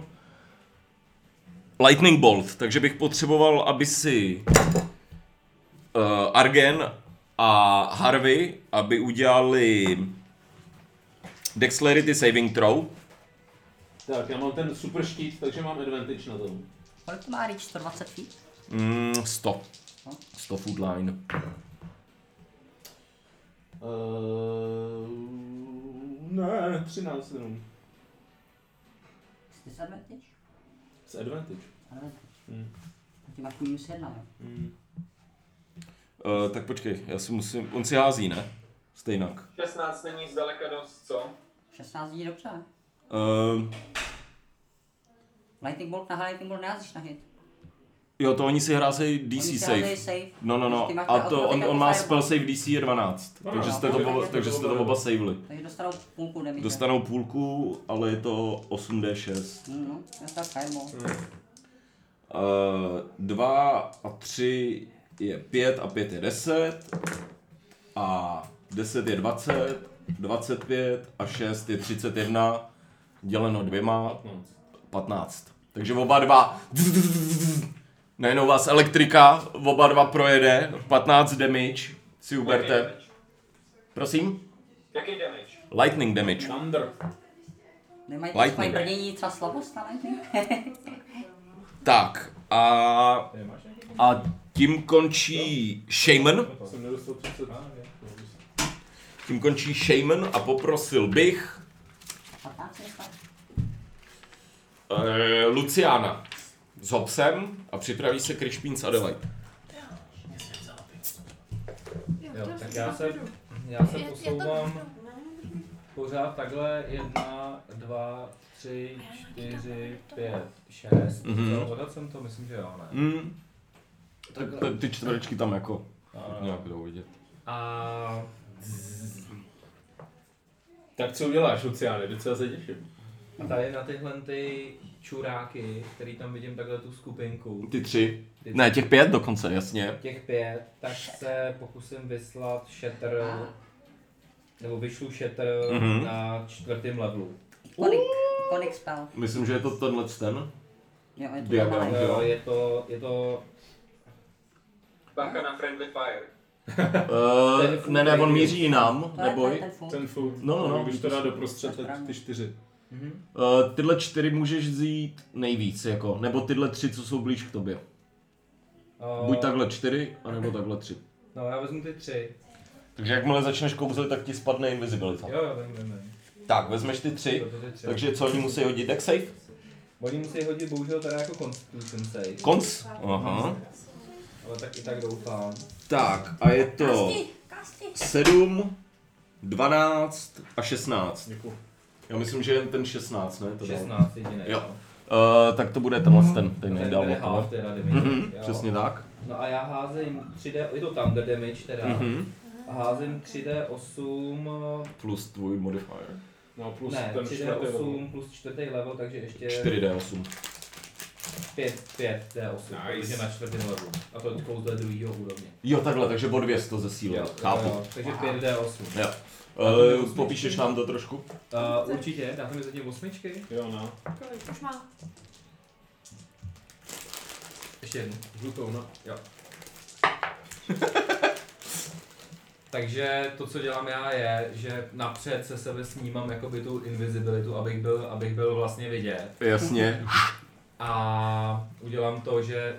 Speaker 1: Lightning Bolt, takže bych potřeboval, aby si uh, eh, Argen a Harvey, aby udělali Dexterity Saving Throw.
Speaker 2: Tak, já mám ten super štít, takže mám advantage na tom.
Speaker 6: Kolik má reach? 120 feet?
Speaker 1: Mm, 100. 100 food line.
Speaker 2: Uh, ne, 13 jenom.
Speaker 6: S disadvantage?
Speaker 2: S advantage.
Speaker 6: Advantage.
Speaker 2: Hmm.
Speaker 6: A Ty máš minus jedna, jo?
Speaker 2: Hmm.
Speaker 1: Uh, tak počkej, já si musím, on si hází, ne? Stejnak.
Speaker 7: 16 není zdaleka dost, co?
Speaker 6: 16 dní dobře. ne?
Speaker 1: Uh,
Speaker 6: Lightning bolt na lightning bolt neházíš na hit.
Speaker 1: jo, to oni si hrázejí
Speaker 6: Oni
Speaker 1: DC
Speaker 6: si
Speaker 1: save.
Speaker 6: házejí safe.
Speaker 1: No, no,
Speaker 6: Ty
Speaker 1: no,
Speaker 6: máš
Speaker 1: a
Speaker 6: na
Speaker 1: to, on,
Speaker 6: automatic
Speaker 1: on má
Speaker 6: jako
Speaker 1: spell save DC 12,
Speaker 2: No,
Speaker 1: takže
Speaker 2: no,
Speaker 1: jste to,
Speaker 2: takže
Speaker 1: oba,
Speaker 2: to
Speaker 1: takže jste to
Speaker 2: bylo
Speaker 1: oba saveli.
Speaker 6: Takže dostanou půlku damage.
Speaker 1: Dostanou půlku, ale je to 8d6.
Speaker 6: Hmm, no, dostal fireball.
Speaker 2: Hmm.
Speaker 1: Uh, 2 a 3 je 5 a 5 je 10 a 10 je 20, 25 a 6 je 31 děleno dvěma
Speaker 2: 15.
Speaker 1: 15. Takže oba dva najednou vás elektrika, oba dva projede, 15 damage si uberte. Prosím?
Speaker 7: Jaký damage?
Speaker 1: Lightning damage.
Speaker 2: Thunder.
Speaker 6: Nemají
Speaker 1: Lightning.
Speaker 6: lightning. brnění třeba slabost na lightning?
Speaker 1: Tak a, a tím končí Shaman.
Speaker 2: Jsem nedostal 30.
Speaker 1: Tím končí Shaman a poprosil bych
Speaker 6: 15 se dostal.
Speaker 1: eh, Luciana s Hobsem a připraví se Krišpín s Adelaide.
Speaker 4: Jo,
Speaker 5: to
Speaker 4: tak
Speaker 5: si
Speaker 4: já se,
Speaker 5: napiju.
Speaker 4: já se
Speaker 5: Já- já to-
Speaker 4: posouvám pořád takhle. Jedna, dva, tři, čtyři, pět, šest.
Speaker 1: Mhm.
Speaker 4: Jo, odhad jsem to, myslím, že jo, ne.
Speaker 1: Mm, tak t- ty čtverečky tam jako
Speaker 4: A-
Speaker 1: nějak jdou vidět.
Speaker 4: A
Speaker 2: Tak co uděláš, Luciane? Docela se těším.
Speaker 4: A tady na tyhle ty čuráky, který tam vidím takhle tu skupinku,
Speaker 1: Ty tři.
Speaker 4: Ty-
Speaker 1: Ne, těch pět dokonce, jasně.
Speaker 4: těch pět, tak se pokusím vyslat šetr, nebo vyšlu šetr
Speaker 1: Mhm.
Speaker 4: na čtvrtém levelu.
Speaker 6: Iconic, iconic spell.
Speaker 1: Myslím, že je to tenhle ten.
Speaker 6: Jo, je to
Speaker 1: Diagram.
Speaker 6: normální.
Speaker 1: Jo.
Speaker 4: Jo, je to, je to,
Speaker 7: Bacha na friendly fire.
Speaker 1: Uh, ne, ne, on míří jinam,
Speaker 6: To je ten,
Speaker 1: neboj.
Speaker 6: ten food.
Speaker 2: Ten food.
Speaker 1: No, no, no.
Speaker 2: Když to dá doprostřed, tak
Speaker 6: Správně.
Speaker 2: ty čtyři.
Speaker 4: mhm.
Speaker 1: Uh, tyhle čtyři můžeš vzít nejvíc, jako, nebo tyhle tři, co jsou blíž k tobě.
Speaker 4: O,
Speaker 1: Buď takhle čtyři, anebo takhle tři.
Speaker 4: No, já vezmu ty tři.
Speaker 1: Takže jakmile začneš kouzlit, tak ti spadne invisibilita.
Speaker 4: Jo, jo, vím, vím, vím.
Speaker 1: Tak, vezmeš ty tři,
Speaker 4: Proto ty tři.
Speaker 1: takže co oni musí hodit, tak safe?
Speaker 4: Oni musí hodit bohužel teda jako Constitution save,
Speaker 1: Konc? Aha.
Speaker 4: ale tak i tak doufám.
Speaker 1: Tak, a je to 7, 12 a 16.
Speaker 2: Děkuji.
Speaker 1: Já myslím, že jen ten 16, ne? To dal.
Speaker 4: 16 jedinej.
Speaker 1: Jo. Uh, tak to bude tenhle ten, ten
Speaker 4: Ten,
Speaker 1: nejdál
Speaker 4: ten je
Speaker 1: okolo.
Speaker 4: no. half teda damage.
Speaker 1: Mhm,
Speaker 4: jo.
Speaker 1: přesně tak.
Speaker 4: No a já házím 3D, je to Thunder damage teda.
Speaker 1: Mhm.
Speaker 4: A házím 3D8,
Speaker 1: Plus tvůj modifier.
Speaker 2: No plus
Speaker 4: ne,
Speaker 2: ten čtvrtý.
Speaker 4: 3D8 plus čtvrtý level, takže ještě
Speaker 1: 4D8.
Speaker 4: 5, 5 D8,
Speaker 2: Nice.
Speaker 4: protože na čtvrtém levelu. A to kouzlo je druhýho úrovně.
Speaker 1: Jo, takhle, takže bod 200 to zesílil. Chápu.
Speaker 4: Jo, takže 5 D8.
Speaker 1: Jo. Uh, popíšeš nám to trošku?
Speaker 4: Uh, určitě, dáte mi zatím osmičky.
Speaker 2: Jo, no.
Speaker 5: Kolik už má?
Speaker 4: Ještě jednu.
Speaker 2: Žlutou, no.
Speaker 4: Takže to, co dělám já, je, že napřed se sebe snímám jakoby tu invisibilitu, abych byl, abych byl vlastně vidět.
Speaker 1: Jasně.
Speaker 4: A udělám to, že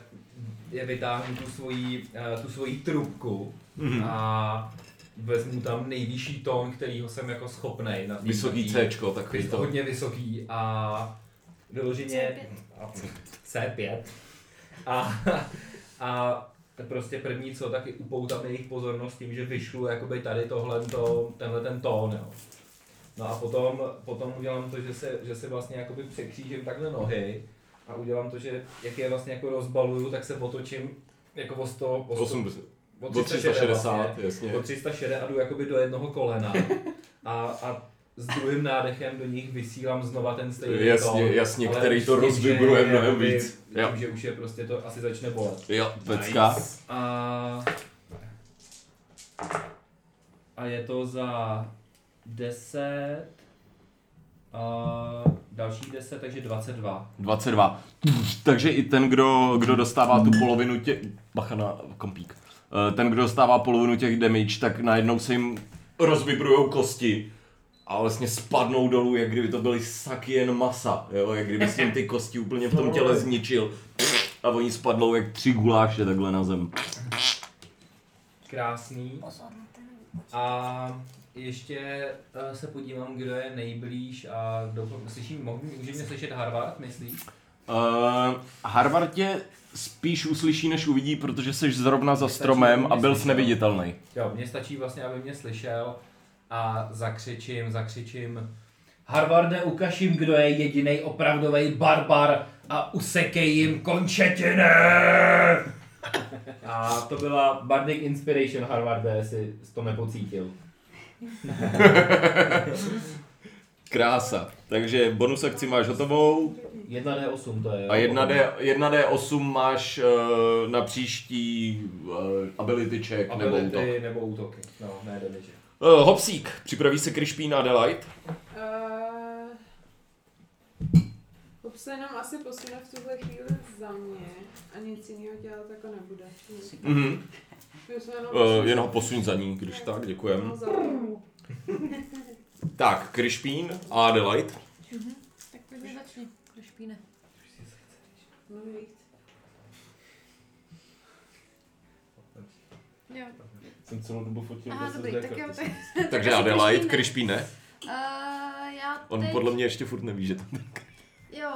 Speaker 4: je vytáhnu tu svoji, eh, tu svoji trubku
Speaker 1: Mhm.
Speaker 4: a vezmu tam nejvyšší tón, kterýho jsem jako schopnej. Na tý-
Speaker 1: Vysoký
Speaker 4: tý-
Speaker 1: C,
Speaker 4: Vys-
Speaker 1: takový to.
Speaker 4: hodně vysoký a vyloženě C5. A, a prostě první co, tak i upoutám jejich pozornost tím, že vyšlu jakoby tady tohle, tenhle ten tón, jo. No a potom, potom udělám to, že se, že se vlastně jakoby překřížím takhle nohy a udělám to, že jak je vlastně jako rozbaluju, tak se otočím jako o 100, o 100
Speaker 1: 80.
Speaker 4: o
Speaker 1: O 360, jasně.
Speaker 4: po 360 a jdu jakoby do jednoho kolena a, a s druhým nádechem do nich vysílám znova ten stejný
Speaker 1: Jasně,
Speaker 4: tón,
Speaker 1: jasně,
Speaker 4: ale
Speaker 1: který
Speaker 4: už
Speaker 1: to
Speaker 4: tím, že
Speaker 1: rozvibruje
Speaker 4: je
Speaker 1: mnohem
Speaker 4: jakoby-
Speaker 1: víc.
Speaker 4: Tím,
Speaker 1: Jo.
Speaker 4: že už je prostě to asi začne bolet.
Speaker 1: Jo, pecka.
Speaker 4: A, a je to za 10 a další 10, takže 22.
Speaker 1: 22. Takže i ten, kdo, kdo dostává tu polovinu tě... Bacha na kompík. Eh, Ten, kdo dostává polovinu těch damage, tak najednou se jim rozvibrujou kosti a vlastně spadnou dolů, jak kdyby to byly saky jen masa, jo? jak kdyby si jim ty kosti úplně v tom těle zničil a oni spadnou jak tři guláše takhle na zem.
Speaker 4: Krásný.
Speaker 5: Pozor na ten.
Speaker 4: A ještě eh, se podívám, kdo je nejblíž a do, slyším, mohu, může mě slyšet Harvard, myslíš?
Speaker 1: Uh, Harvard tě spíš uslyší, než uvidí, protože jsi zrovna za stromem a byl jsi neviditelný.
Speaker 4: Jo, mně stačí vlastně, aby mě slyšel a zakřičím, zakřičím. Harvarde, ukaž jim, kdo je jediný opravdový barbar a usekej jim končetiny! A to byla Bardic Inspiration Harvarde, jestli jsi to nepocítil.
Speaker 1: Krása. Takže bonus akci máš hotovou
Speaker 4: 1D8 to je. jo?
Speaker 1: a 1D, 1D8 máš uh, na příští uh, ability check nebo
Speaker 4: Ability
Speaker 1: útok.
Speaker 4: nebo útoky. No, ne damage.
Speaker 1: Uh, Hopsík, připraví se Krišpín Adelaide.
Speaker 9: Uh, Bob se jenom asi posune v tuhle chvíli za mě a nic jiného dělat jako nebude.
Speaker 1: Mhm.
Speaker 9: My jsme jenom
Speaker 1: Uh, jen ho posuň za ní, když tak, děkujem.
Speaker 9: No, za mnou.
Speaker 1: Tak, Krišpín a Adelaide.
Speaker 5: Tak pojďme začni, do špíne.
Speaker 9: No, víc.
Speaker 5: Jo.
Speaker 2: Jsem celou dobu fotil
Speaker 5: Aha,
Speaker 2: bez
Speaker 5: dobrý,
Speaker 2: SD
Speaker 5: tak jo,
Speaker 2: karty.
Speaker 5: tak.
Speaker 1: Takže
Speaker 5: si
Speaker 1: Adelaide,
Speaker 5: Krišpín ne.
Speaker 1: Krišpín ne.
Speaker 5: Uh, já
Speaker 1: On
Speaker 5: teď...
Speaker 1: podle mě ještě furt neví, že to...
Speaker 5: Jo.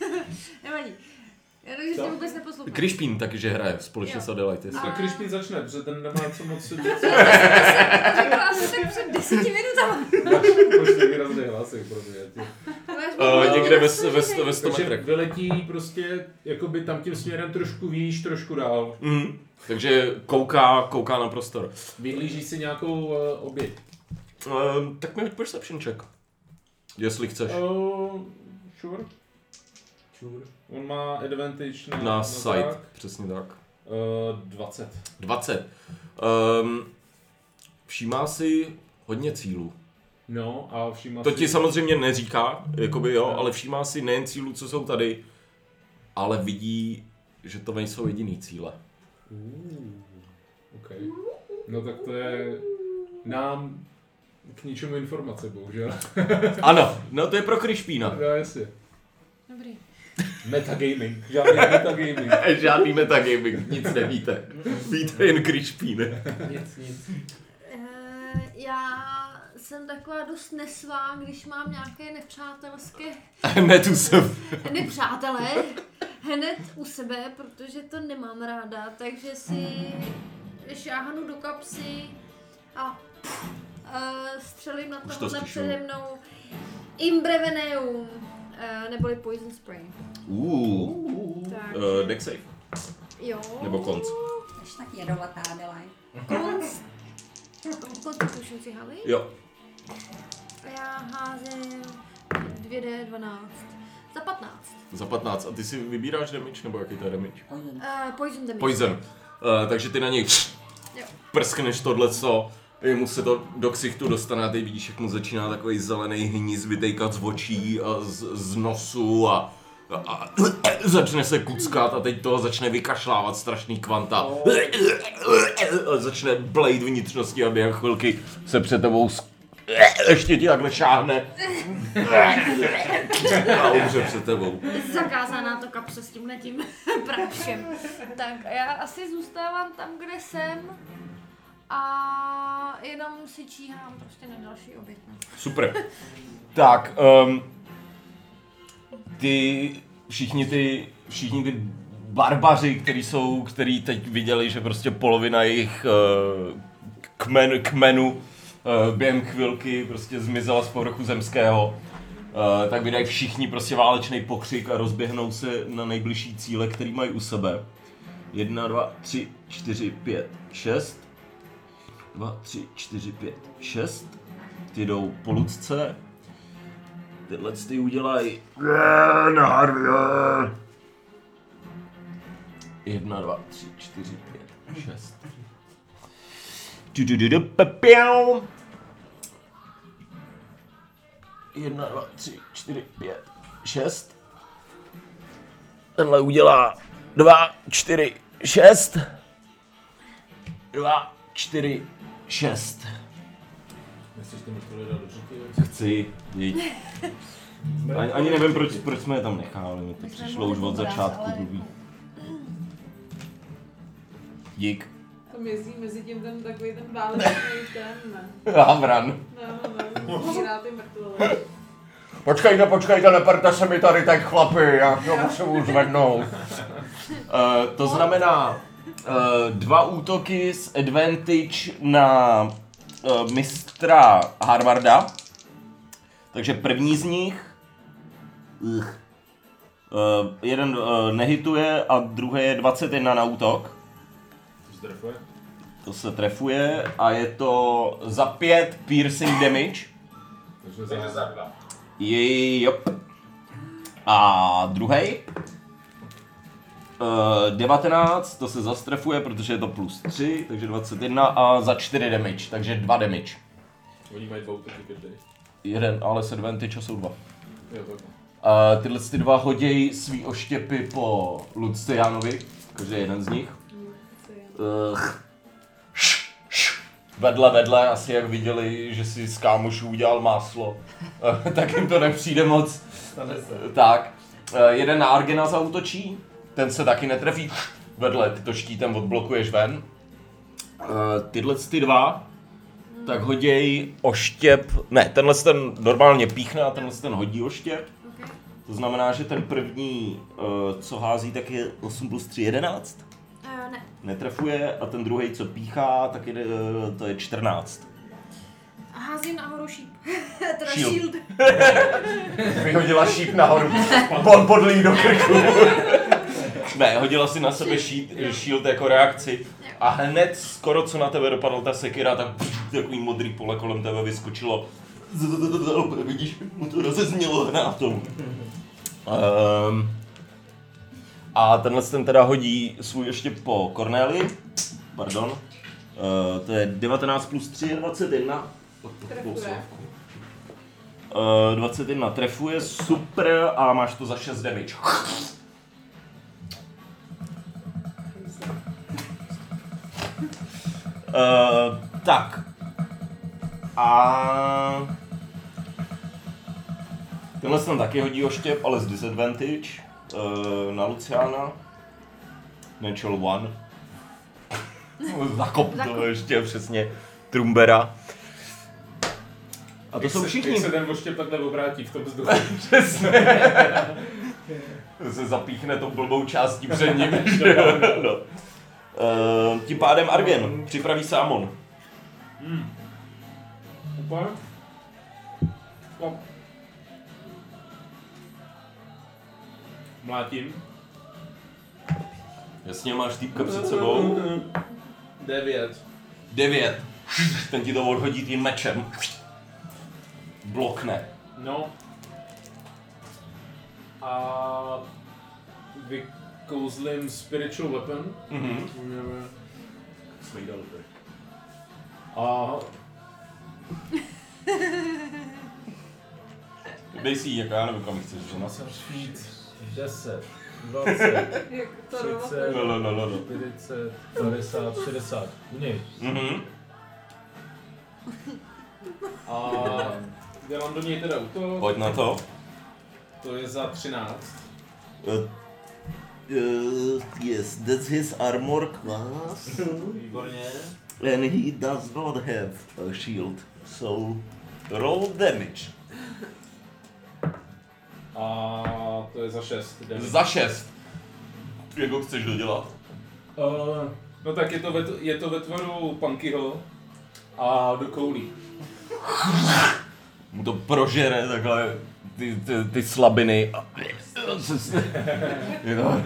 Speaker 5: Nevadí. Já takže
Speaker 2: Co?
Speaker 5: tě vůbec neposlouchám.
Speaker 1: Krišpín taky, že hraje společně
Speaker 5: Jo.
Speaker 1: s Adelaide. jestli-
Speaker 5: A-
Speaker 2: Tak Krišpín začne, protože ten nemá co moc se dělat.
Speaker 5: Řekla jsem tak před deseti minutami.
Speaker 2: Prostě výrazný hlasek pro mě. ty.
Speaker 5: Máš
Speaker 1: Uh,
Speaker 5: možnost,
Speaker 1: někde ve,
Speaker 5: že
Speaker 1: ve,
Speaker 5: poslouchej.
Speaker 1: ve 100
Speaker 2: Takže
Speaker 1: metrech.
Speaker 2: vyletí prostě jakoby tam tím směrem trošku výš, trošku dál.
Speaker 1: Mm. Takže kouká, kouká na prostor.
Speaker 2: Vyhlíží si nějakou uh, oběť.
Speaker 1: Um, tak mi hoď perception check. Jestli chceš.
Speaker 2: Uh, sure.
Speaker 4: Čur.
Speaker 2: On má advantage na,
Speaker 1: Na
Speaker 2: no tak.
Speaker 1: site, přesně tak.
Speaker 2: Uh, 20.
Speaker 1: 20. Um, všímá si hodně cílů.
Speaker 2: No a všimla
Speaker 1: To
Speaker 2: si-
Speaker 1: ti samozřejmě neříká, jakoby jo, ale všímá si nejen cílů, co jsou tady, ale vidí, že to nejsou jediný cíle.
Speaker 2: OK. No tak to je nám k ničemu informace, bohužel.
Speaker 1: Ano, no to je pro Krišpína.
Speaker 2: No jasně.
Speaker 5: Dobrý.
Speaker 2: Metagaming. Žádný metagaming.
Speaker 1: Žádný metagaming, nic nevíte. Víte jen Krišpín.
Speaker 4: Nic, nic.
Speaker 5: Eh, já jsem taková dost nesvá, když mám nějaké nepřátelské
Speaker 1: ne, tu jsem.
Speaker 5: nepřátelé hned u sebe, protože to nemám ráda, takže si šáhnu do kapsy a pff, eh, střelím na
Speaker 1: Už to
Speaker 5: tohohle
Speaker 1: stišuju.
Speaker 5: přede mnou Imbreveneum, eh, neboli Poison Spray.
Speaker 1: Uh,
Speaker 9: Tak.
Speaker 1: uh, deck save.
Speaker 5: Jo.
Speaker 1: Nebo konc.
Speaker 6: Až tak jedovatá Adelaide.
Speaker 5: Konc. Konc tuším si hali.
Speaker 1: Jo.
Speaker 5: A já házím 2D12. Za 15.
Speaker 1: Za 15. A ty si vybíráš damage, nebo jaký to je damage?
Speaker 6: Poison.
Speaker 5: Eh, poison damage.
Speaker 1: Poison. Uh, takže ty na něj
Speaker 5: Jo.
Speaker 1: prskneš tohle, co mu se to do ksichtu dostane a ty vidíš, jak mu začíná takový zelený hníz vytejkat z očí a z, z nosu a, a, a začne se kuckat a teď toho začne vykašlávat strašný kvanta. A začne blejt vnitřnosti a během chvilky se před tebou sk- ještě ti takhle šáhne a umře před tebou.
Speaker 5: zakázaná to kapsa s tímhle tím práškem. Tak a já asi zůstávám tam, kde jsem a jenom si číhám prostě na další oběť. no.
Speaker 1: Super. tak, um, ty, všichni ty, všichni ty barbaři, který jsou, který teď viděli, že prostě polovina jejich uh, kmen, kmenu uh, během chvilky prostě zmizela z povrchu zemského, uh, tak vydají všichni prostě válečný pokřik a rozběhnou se na nejbližší cíle, který mají u sebe. Jedna, dva, tři, čtyři, pět, šest. Dva, tři, čtyři, pět, šest ty jdou po ludce. Tyhle ty udělají... Na Harvey! Jedna, dva, tři, čtyři, pět, šest. Tudududu, papiau. Jedna, dva, tři, čtyři, pět, šest. Tenhle udělá dva, čtyři, šest. dva, čtyři, šest.
Speaker 2: Nechceš ty mrtvoly dát do řeky?
Speaker 1: Chci jít. Ani, ani nevím, proč, proč jsme je tam nechali, mi to přišlo už od začátku blbý. Dík.
Speaker 9: Tam jezdí mezi tím ten takový ten válečný ten,
Speaker 1: Havran.
Speaker 9: no, no, umírá ty mrtvoly.
Speaker 1: Počkejte, počkejte, neperte se mi tady tak chlapy, já to musím zvednout. Uh, to znamená uh, dva útoky s advantage na uh, mistra Harvarda. Takže první z nich uh, jeden uh, nehituje a druhý je 21 na útok.
Speaker 2: Zdrfuje?
Speaker 1: To se trefuje a je to za 5 piercing damage.
Speaker 2: Takže
Speaker 7: Takže za
Speaker 2: za...
Speaker 7: dva.
Speaker 1: Jop. A druhý. Uh, 19, to se zastrefuje, protože je to plus 3, takže 21 a za 4 damage, takže 2 damage.
Speaker 2: Oni mají dva útoky každý.
Speaker 1: Jeden, ale s advantage a jsou dva.
Speaker 2: Jo, tak. no.
Speaker 1: Uh, tyhle ty dva hoděj svý oštěpy po Lucianovi, každý jeden z nich. Uh, vedle, vedle, asi jak viděli, že si z kámošů udělal máslo, eh, tak jim to nepřijde moc.
Speaker 3: Stane se.
Speaker 1: Tak, eh, jeden na Argena zautočí, ten se taky netrefí. Vedle, ty to štítem odblokuješ ven. Eh, Tyhle ty dva, tak hoděj oštěp, ne, tenhle ten normálně píchne a tenhle ten hodí oštěp.
Speaker 5: Okay.
Speaker 1: To znamená, že ten první, eh, co hází, tak je 8 plus 3, 11.
Speaker 5: Uh, ne,
Speaker 1: Netrefuje a ten druhý, co píchá, tak je, eh, to je 14.
Speaker 5: házím nahoru šíp. teda
Speaker 1: Shield.
Speaker 5: shield. shield.
Speaker 1: Vyhodila šíp nahoru, pod, podlí do krku. ne, hodila si na sebe šít, shield jako reakci a hned skoro co na tebe dopadla ta sekira, tak takový modrý pole kolem tebe vyskočilo. Vidíš, mu to rozeznělo hnátom. Um, a tenhle ten teda hodí svůj ještě po Corneli. Pardon. Uh, to je 19 plus 3 je 21.
Speaker 9: Trefuje.
Speaker 1: Uh, 21 trefuje, super, a máš to za 6 damage. Uh, tak. A... Tenhle jsem taky hodí oštěp, ale s disadvantage. Uh, na Luciana. Natural one. Zakop to ještě přesně. Trumbera. A to
Speaker 2: Jak
Speaker 1: jsou
Speaker 2: se-
Speaker 1: všichni.
Speaker 2: Jak se ten oštěp takhle obrátí v tom vzduchu?
Speaker 1: Přesně. se zapíchne tou blbou částí před ním. že jo, no. Eh, tím pádem Argen, připraví se Amon.
Speaker 2: Úplně? No. Mlátím.
Speaker 1: Jasně, máš týpka před sebou.
Speaker 2: Devět.
Speaker 1: Devět. Ten ti to odhodí tím mečem. Blokne.
Speaker 2: No. A vykouzlím Spiritual Weapon.
Speaker 1: Mhm.
Speaker 2: Jsme jí dali A
Speaker 1: Dej si ji, jako já nevím, kam ji chceš
Speaker 2: na
Speaker 1: vzít.
Speaker 2: jsem feet 10, 20,
Speaker 9: Jak to
Speaker 2: Sice-
Speaker 9: rovno.
Speaker 1: No, no, no, no, no.
Speaker 2: 40, 50, 60. Uměj.
Speaker 1: Mhm.
Speaker 2: A dělám do něj teda útok.
Speaker 1: Pojď na to.
Speaker 2: To je za 13.
Speaker 1: Uh, uh, yes, that's his armor class.
Speaker 2: Výborně.
Speaker 1: And he does not have a shield, so roll damage.
Speaker 2: A to je za 6.
Speaker 1: Za 6. Jak ho chceš dodělat?
Speaker 2: Uh, no tak je to, ve, je to ve tvaru Punkyho a do koulí.
Speaker 1: Mu to prožere takhle ty, ty, ty slabiny a Je to-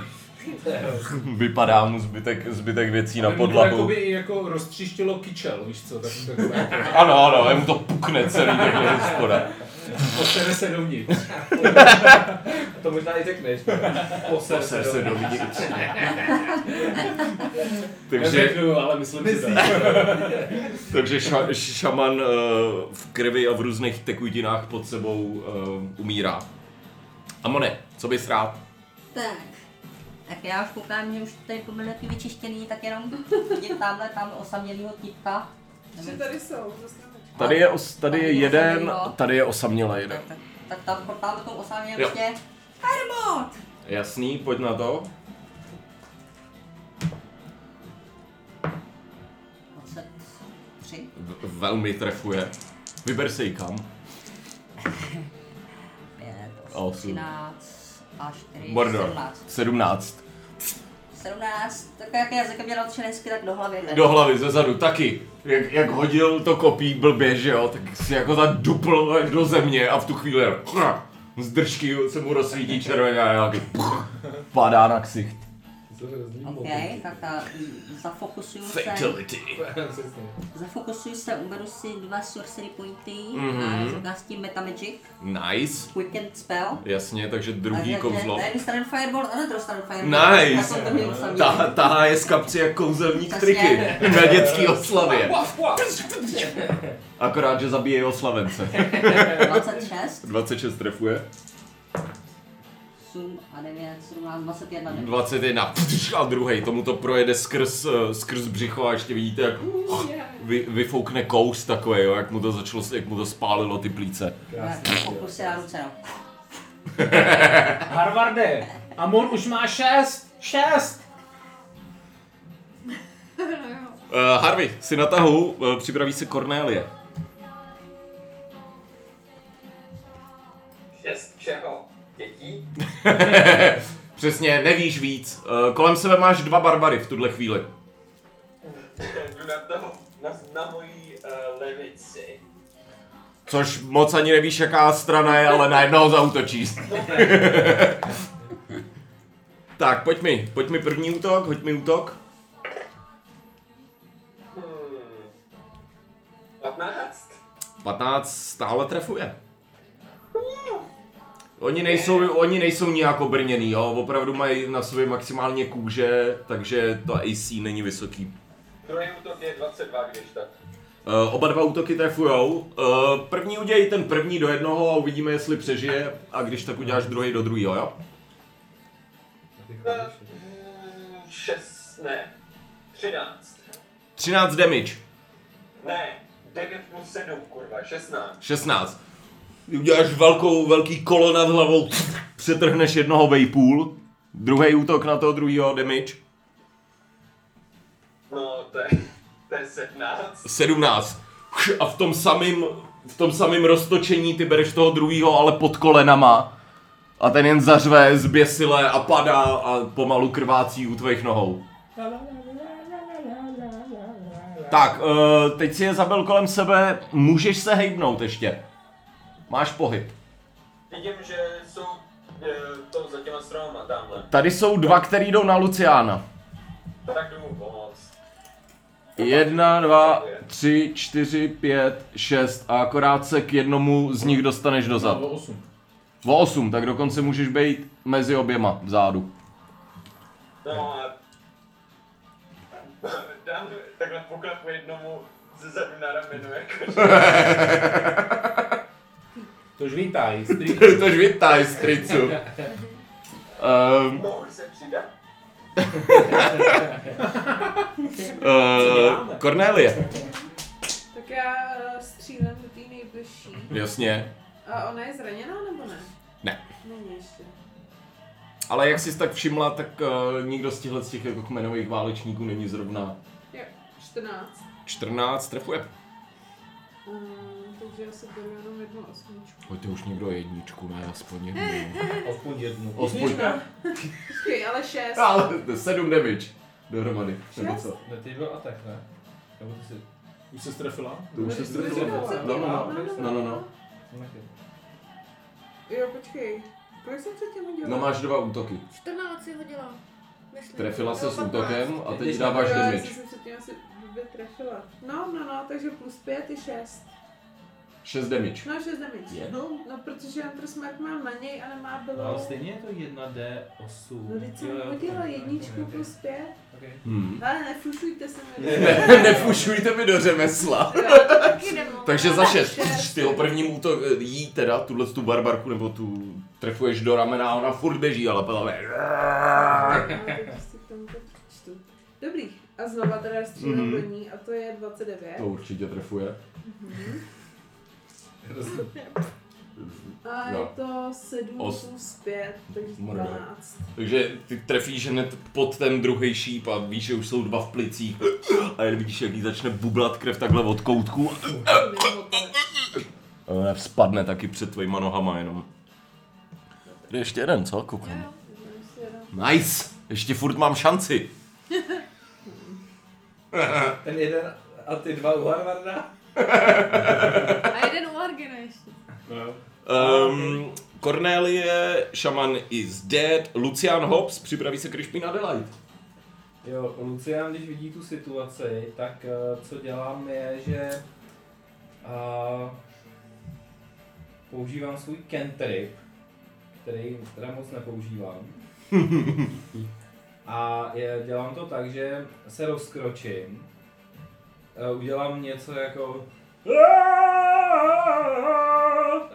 Speaker 1: vypadá mu zbytek, zbytek věcí na
Speaker 2: Nebo to
Speaker 1: podlahu.
Speaker 2: jakoby i jako roztříštilo kyčel, víš co, tak takové.
Speaker 1: Ano, ano, jemu to pukne celý takhle ze spoda.
Speaker 2: Posere se dovnitř.
Speaker 4: To možná i řekneš.
Speaker 1: To se se dovnitř. Takže,
Speaker 2: Neřeknu, ale myslím si tak.
Speaker 1: takže ša, šaman eh, v krvi a v různých tekutinách pod sebou eh, umírá. Amone, co bys rád?
Speaker 6: Tak. Tak já už koukám, že už tady pobyly ty vyčištěný, tak jenom vidím tamhle, tam osamělýho typka.
Speaker 9: Že
Speaker 6: Nevím,
Speaker 9: tady jsou, zase na počkej.
Speaker 1: Tady je, os, tady je
Speaker 6: Tady je
Speaker 1: jeden,
Speaker 6: osamělý, no.
Speaker 1: tady je osamělý jeden.
Speaker 6: tak, tak, tak tam portáme tou osamělým
Speaker 1: Jo.
Speaker 6: ještě. Hermot!
Speaker 1: Jasný, pojď na to.
Speaker 6: 23,
Speaker 1: V- velmi trefuje. Vyber se ji kam.
Speaker 6: 5,
Speaker 1: Osm.
Speaker 6: 8, 13 a 4,
Speaker 1: Mordor.
Speaker 6: 17.
Speaker 1: 17.
Speaker 6: 17, tak jak jazykem měl tři hezky, tak do hlavy. ne?
Speaker 1: Do hlavy, ze zadu, taky. Jak, jak hodil to kopí blbě, že jo, tak si jako ta dupl do země a v tu chvíli jen z držky se mu rozsvítí červeně a nějaký puch, padá na ksicht.
Speaker 2: To je hrozný
Speaker 6: OK, tak a zafokusuju se,
Speaker 1: Fatality.
Speaker 2: Přesně.
Speaker 6: zafokusuju se, uberu si dva sorcery pointy
Speaker 1: Mhm.
Speaker 6: a říká s tím metamagic,
Speaker 1: Nice.
Speaker 6: weekend spell.
Speaker 1: Jasně, takže druhý
Speaker 6: Takže
Speaker 1: kouzlo.
Speaker 6: Na jednu stranu fireball a na druhou stranu fireball. Já
Speaker 1: Nice!
Speaker 6: jsem to měl samý.
Speaker 1: Ta, tahá je z kapci jak kouzelník
Speaker 6: Přesně.
Speaker 1: triky na dětský oslavě. Akorát, že zabije jeho slavence.
Speaker 6: 26,
Speaker 1: 26 trefuje.
Speaker 6: 8 a 9, 17, 21.
Speaker 1: 21 pš, a druhý, tomu to projede skrz, eh, skrz břicho a ještě vidíte, jak vy, vyfoukne kous takový, jo, jak mu to začalo, jak mu to spálilo ty plíce.
Speaker 6: Pokusy na ruce, no.
Speaker 2: Harvarde, Amon už má šest! Šest!
Speaker 1: Uh, Harvey, si na tahu, uh, připraví se Cornélie.
Speaker 7: Šest čeho? Dětí?
Speaker 1: Přesně, nevíš víc. Uh, kolem sebe máš dva barbary v tuhle chvíli.
Speaker 7: Jdu na, to, na, na mojí uh, levici.
Speaker 1: Což moc ani nevíš, jaká strana je, ale najednou zautočíš. tak, pojď mi, pojď mi první útok, hoď mi útok.
Speaker 7: Hmm. 15?
Speaker 1: 15 stále trefuje. Oni nejsou, oni nejsou nijak obrněný, jo? opravdu mají na sobě maximálně kůže, takže to AC není vysoký.
Speaker 7: Druhý útok je 22, když tak.
Speaker 1: Eh, oba dva útoky trefujou. Eh, první udělej ten první do jednoho a uvidíme, jestli přežije a když tak uděláš druhý do druhého, jo?
Speaker 7: Na, mm, šest, ne. 13.
Speaker 1: 13 damage.
Speaker 7: Ne, 9 plus 7, kurva, 16.
Speaker 1: 16. Uděláš velkou, velký kolo nad hlavou, přetrhneš jednoho vejpůl, druhý útok na toho druhého damage.
Speaker 7: No, to je, to je 17.
Speaker 1: 17. A v tom samém v tom samém roztočení ty bereš toho druhého, ale pod kolenama. A ten jen zařve zběsile a padá a pomalu krvácí u tvých nohou. Tak, eh, teď si je zabil kolem sebe, můžeš se hejbnout ještě. Máš pohyb.
Speaker 7: Vidím, že jsou eh, to za těma stranama tamhle.
Speaker 1: Tady jsou dva, který jdou na Luciána.
Speaker 7: Tak jdu mu pomoct.
Speaker 1: Jedna, dva, tři, čtyři, pět, šest a akorát se k jednomu z nich dostaneš dozad.
Speaker 2: Bylo osm.
Speaker 1: O osm, tak dokonce můžeš být mezi oběma vzadu.
Speaker 7: No a... Dám takhle poklepu jednomu ze zadu na jako rameno, jakože...
Speaker 2: Tož vítaj, strýku.
Speaker 1: Tož vítaj, stricu. Um,
Speaker 7: Mohu se přidat?
Speaker 1: uh, Cornelie.
Speaker 9: Tak já eh, střílem do té nejbližší.
Speaker 1: Jasně.
Speaker 9: A ona je zraněná nebo ne?
Speaker 1: Ne.
Speaker 9: Není ještě.
Speaker 1: Ale jak jsi tak všimla, tak uh, nikdo z těchto z těch jako kmenových válečníků není zrovna eh,
Speaker 9: Jo, 14.
Speaker 1: 14, trefuje.
Speaker 9: Um, takže já si beru jenom jednu osmičku.
Speaker 1: Pojďte už někdo jedničku, ne, aspoň jednu.
Speaker 4: Aspoň jednu.
Speaker 1: Aspoň...
Speaker 9: Počkej, ale 6.
Speaker 1: Ale 7 damage dohromady, nebo co?
Speaker 4: Ne, ty byl atak, tak? ne? Nebo ty jsi...
Speaker 2: Už se strefila?
Speaker 1: To už se strefilo. No, no, no, no, no, no.
Speaker 9: Jo, počkej. Kolik jsem předtím udělal?
Speaker 1: No máš dva útoky.
Speaker 5: 14 si hodila. Myslím.
Speaker 1: Trefila se
Speaker 5: Nebo
Speaker 1: s
Speaker 5: 15.
Speaker 1: útokem a teď
Speaker 4: Když
Speaker 1: dáváš
Speaker 9: jo, já
Speaker 1: damage.
Speaker 9: jsem předtím asi dvě trefila. No, no, no, takže plus 5 je 6.
Speaker 1: 6 damage.
Speaker 9: No, 6 damage.
Speaker 4: Jenom?
Speaker 9: No, protože Hunter Smart mám na něj a nemá
Speaker 4: No, ale
Speaker 9: bylo.
Speaker 4: stejně je to 1D8.
Speaker 9: No, teď jsem
Speaker 4: Jo, jo,
Speaker 9: hodila
Speaker 4: tak,
Speaker 9: jedničku
Speaker 4: tak,
Speaker 9: plus 5.
Speaker 4: okay.
Speaker 1: Hmm.
Speaker 9: Ale nefušujte se mi.
Speaker 1: Nefušujte mi do řemesla.
Speaker 9: Jo,
Speaker 5: Taky jdem,
Speaker 1: Takže
Speaker 5: no.
Speaker 1: za 6. Ty ho prvním útok jí teda, tuhle tu barbarku, nebo tu trefuješ do ramena a ona furt běží, ale pela
Speaker 9: které střílel
Speaker 1: Mhm.
Speaker 9: do ní a to je 29.
Speaker 1: To určitě trefuje.
Speaker 9: A
Speaker 1: Jo.
Speaker 9: je to 7
Speaker 1: Os-
Speaker 9: plus 5, takže
Speaker 1: Mordor.
Speaker 9: 12.
Speaker 1: Takže ty trefíš hned pod ten druhý šíp a víš, že už jsou dva v plicích. A jen vidíš, jak jí začne bublat krev takhle od koutku. A ona spadne taky před tvojima nohama jenom. Tady ještě jeden, co? Koukám. Nice! Ještě furt mám šanci.
Speaker 4: Ten jeden a ty dva u Harvarda?
Speaker 5: A jeden u Argena ještě.
Speaker 2: No.
Speaker 1: Um, Cornelie, Shaman is dead, Lucian Hobbs, připraví se Krišpín Adelaide.
Speaker 4: Jo, Lucian, když vidí tu situaci, tak eh, co dělám je, že a, používám svůj cantrip, který teda moc nepoužívám. A je, dělám to tak, že se rozkročím, eh, udělám něco jako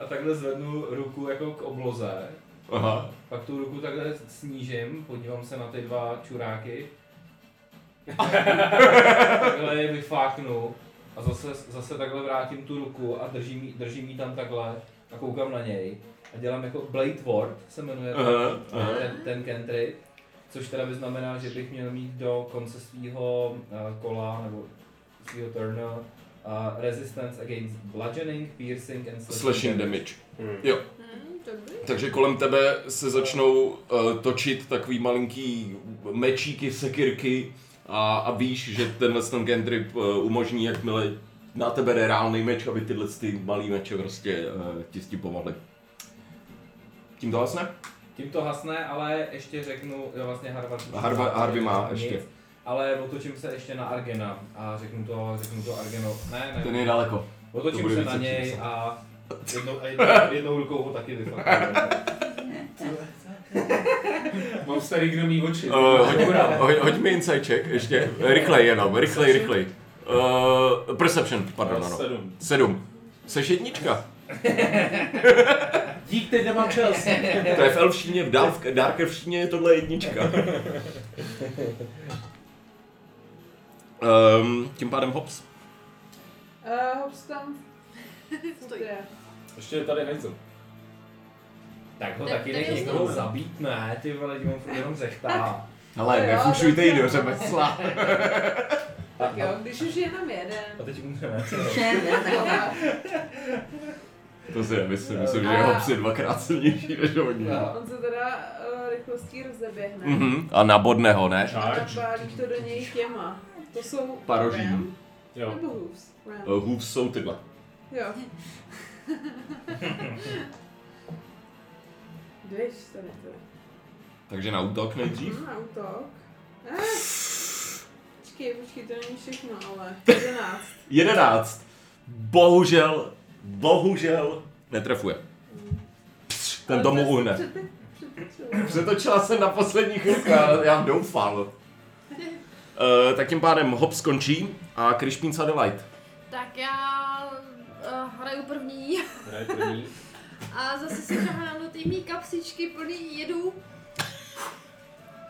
Speaker 4: a takhle zvednu ruku jako k obloze
Speaker 1: Aha.
Speaker 4: pak tu ruku takhle snížím, podívám se na ty dva čuráky. takhle je vyfláknu a zase, zase takhle vrátím tu ruku a držím, jí- držím jí tam takhle a koukám na něj. A dělám jako Blade Ward, se jmenuje ten-
Speaker 1: Aha, aha.
Speaker 4: ten, ten cantrip, což teda by znamená, že bych měl mít do konce svého eh, kola nebo svého turnu uh, resistance against bludgeoning, piercing and
Speaker 1: Slashing damage.
Speaker 2: Hmm.
Speaker 1: Jo.
Speaker 9: Hmm, dobrý.
Speaker 1: Takže kolem tebe se začnou uh, točit takový malinký mečíky, sekirky a, a víš, že tenhle ten cantrip uh, umožní, jakmile na tebe jde reálný meč, aby tyhle ty malý meče prostě uh, ti stipovaly. Tím to vlastně?
Speaker 4: Tím to hasne, ale ještě řeknu, jo vlastně Harvard. už
Speaker 1: Harva-
Speaker 4: nemá,
Speaker 1: Harvey
Speaker 4: takže
Speaker 1: má
Speaker 4: nic,
Speaker 1: ještě.
Speaker 4: Ale otočím se ještě na Argena a řeknu to, řeknu to Argeno. Ne, ne,
Speaker 1: Ten je daleko. to
Speaker 4: otočím
Speaker 1: bude
Speaker 4: se na
Speaker 1: více
Speaker 4: něj
Speaker 1: číslo.
Speaker 4: a jednou, a jednou, jednou rukou ho taky vyfaktuju.
Speaker 2: Mám starý gnomý oči.
Speaker 1: Uh, hoď, hoď, hoď mi inside check, ještě. Rychlej jenom, rychlej, rychlej. Uh, perception, pardon, ano.
Speaker 2: Sedm.
Speaker 1: Sedm. Seš jednička.
Speaker 2: Dík, teď nemám čas.
Speaker 1: To je v elfštině, v dál- v dárkevštině je tohle jednička. Um, tím pádem hops.
Speaker 9: Uh, Hobbs tam
Speaker 5: Stojí.
Speaker 9: je.
Speaker 2: Ještě je tady hajzl.
Speaker 4: tak ho
Speaker 5: Tak-
Speaker 4: taky
Speaker 5: tak
Speaker 4: nech
Speaker 5: je
Speaker 4: někoho
Speaker 1: znovu.
Speaker 4: zabít, ne, ty vole, tím on furt jenom zechtá.
Speaker 1: Ale
Speaker 9: No jo, nefušujte jí do
Speaker 1: řemesla.
Speaker 9: Tak jo, když už jenom jeden.
Speaker 4: A teď umřeme.
Speaker 6: Všem, ne, tak
Speaker 1: To si nemyslím, myslím, že hops je dvakrát silnější než hodně.
Speaker 9: Jo, on se teda uh, rychlostí rozeběhne.
Speaker 1: Mhm, a nabodne ho, ne?
Speaker 9: A
Speaker 2: Charge.
Speaker 9: napálí to do něj těma. To jsou
Speaker 1: Paroží.
Speaker 9: ram,
Speaker 2: Jo.
Speaker 9: Nebo hooves. Ram.
Speaker 1: Eh, Hooves jsou tyhle.
Speaker 9: Jo. Dvě, čtyři, teda.
Speaker 1: Takže na útok nejdřív.
Speaker 9: Hmm, auto. Eh. Počkej, počkej, to není všechno, ale 11.
Speaker 1: 11. Bohužel, bohužel netrefuje. Pš, Ten
Speaker 9: Ale
Speaker 1: tomu
Speaker 9: to jsem
Speaker 1: uhne.
Speaker 9: přepe- přepečela.
Speaker 1: Přetočila jsem na poslední chvilku a já doufal. Uh, tak tím pádem hop skončí a Krišpín Sadelight.
Speaker 5: Tak já uh, hraju první
Speaker 2: Hraje první.
Speaker 4: No,
Speaker 5: a zase si žahám do té mý kapsičky plný jedu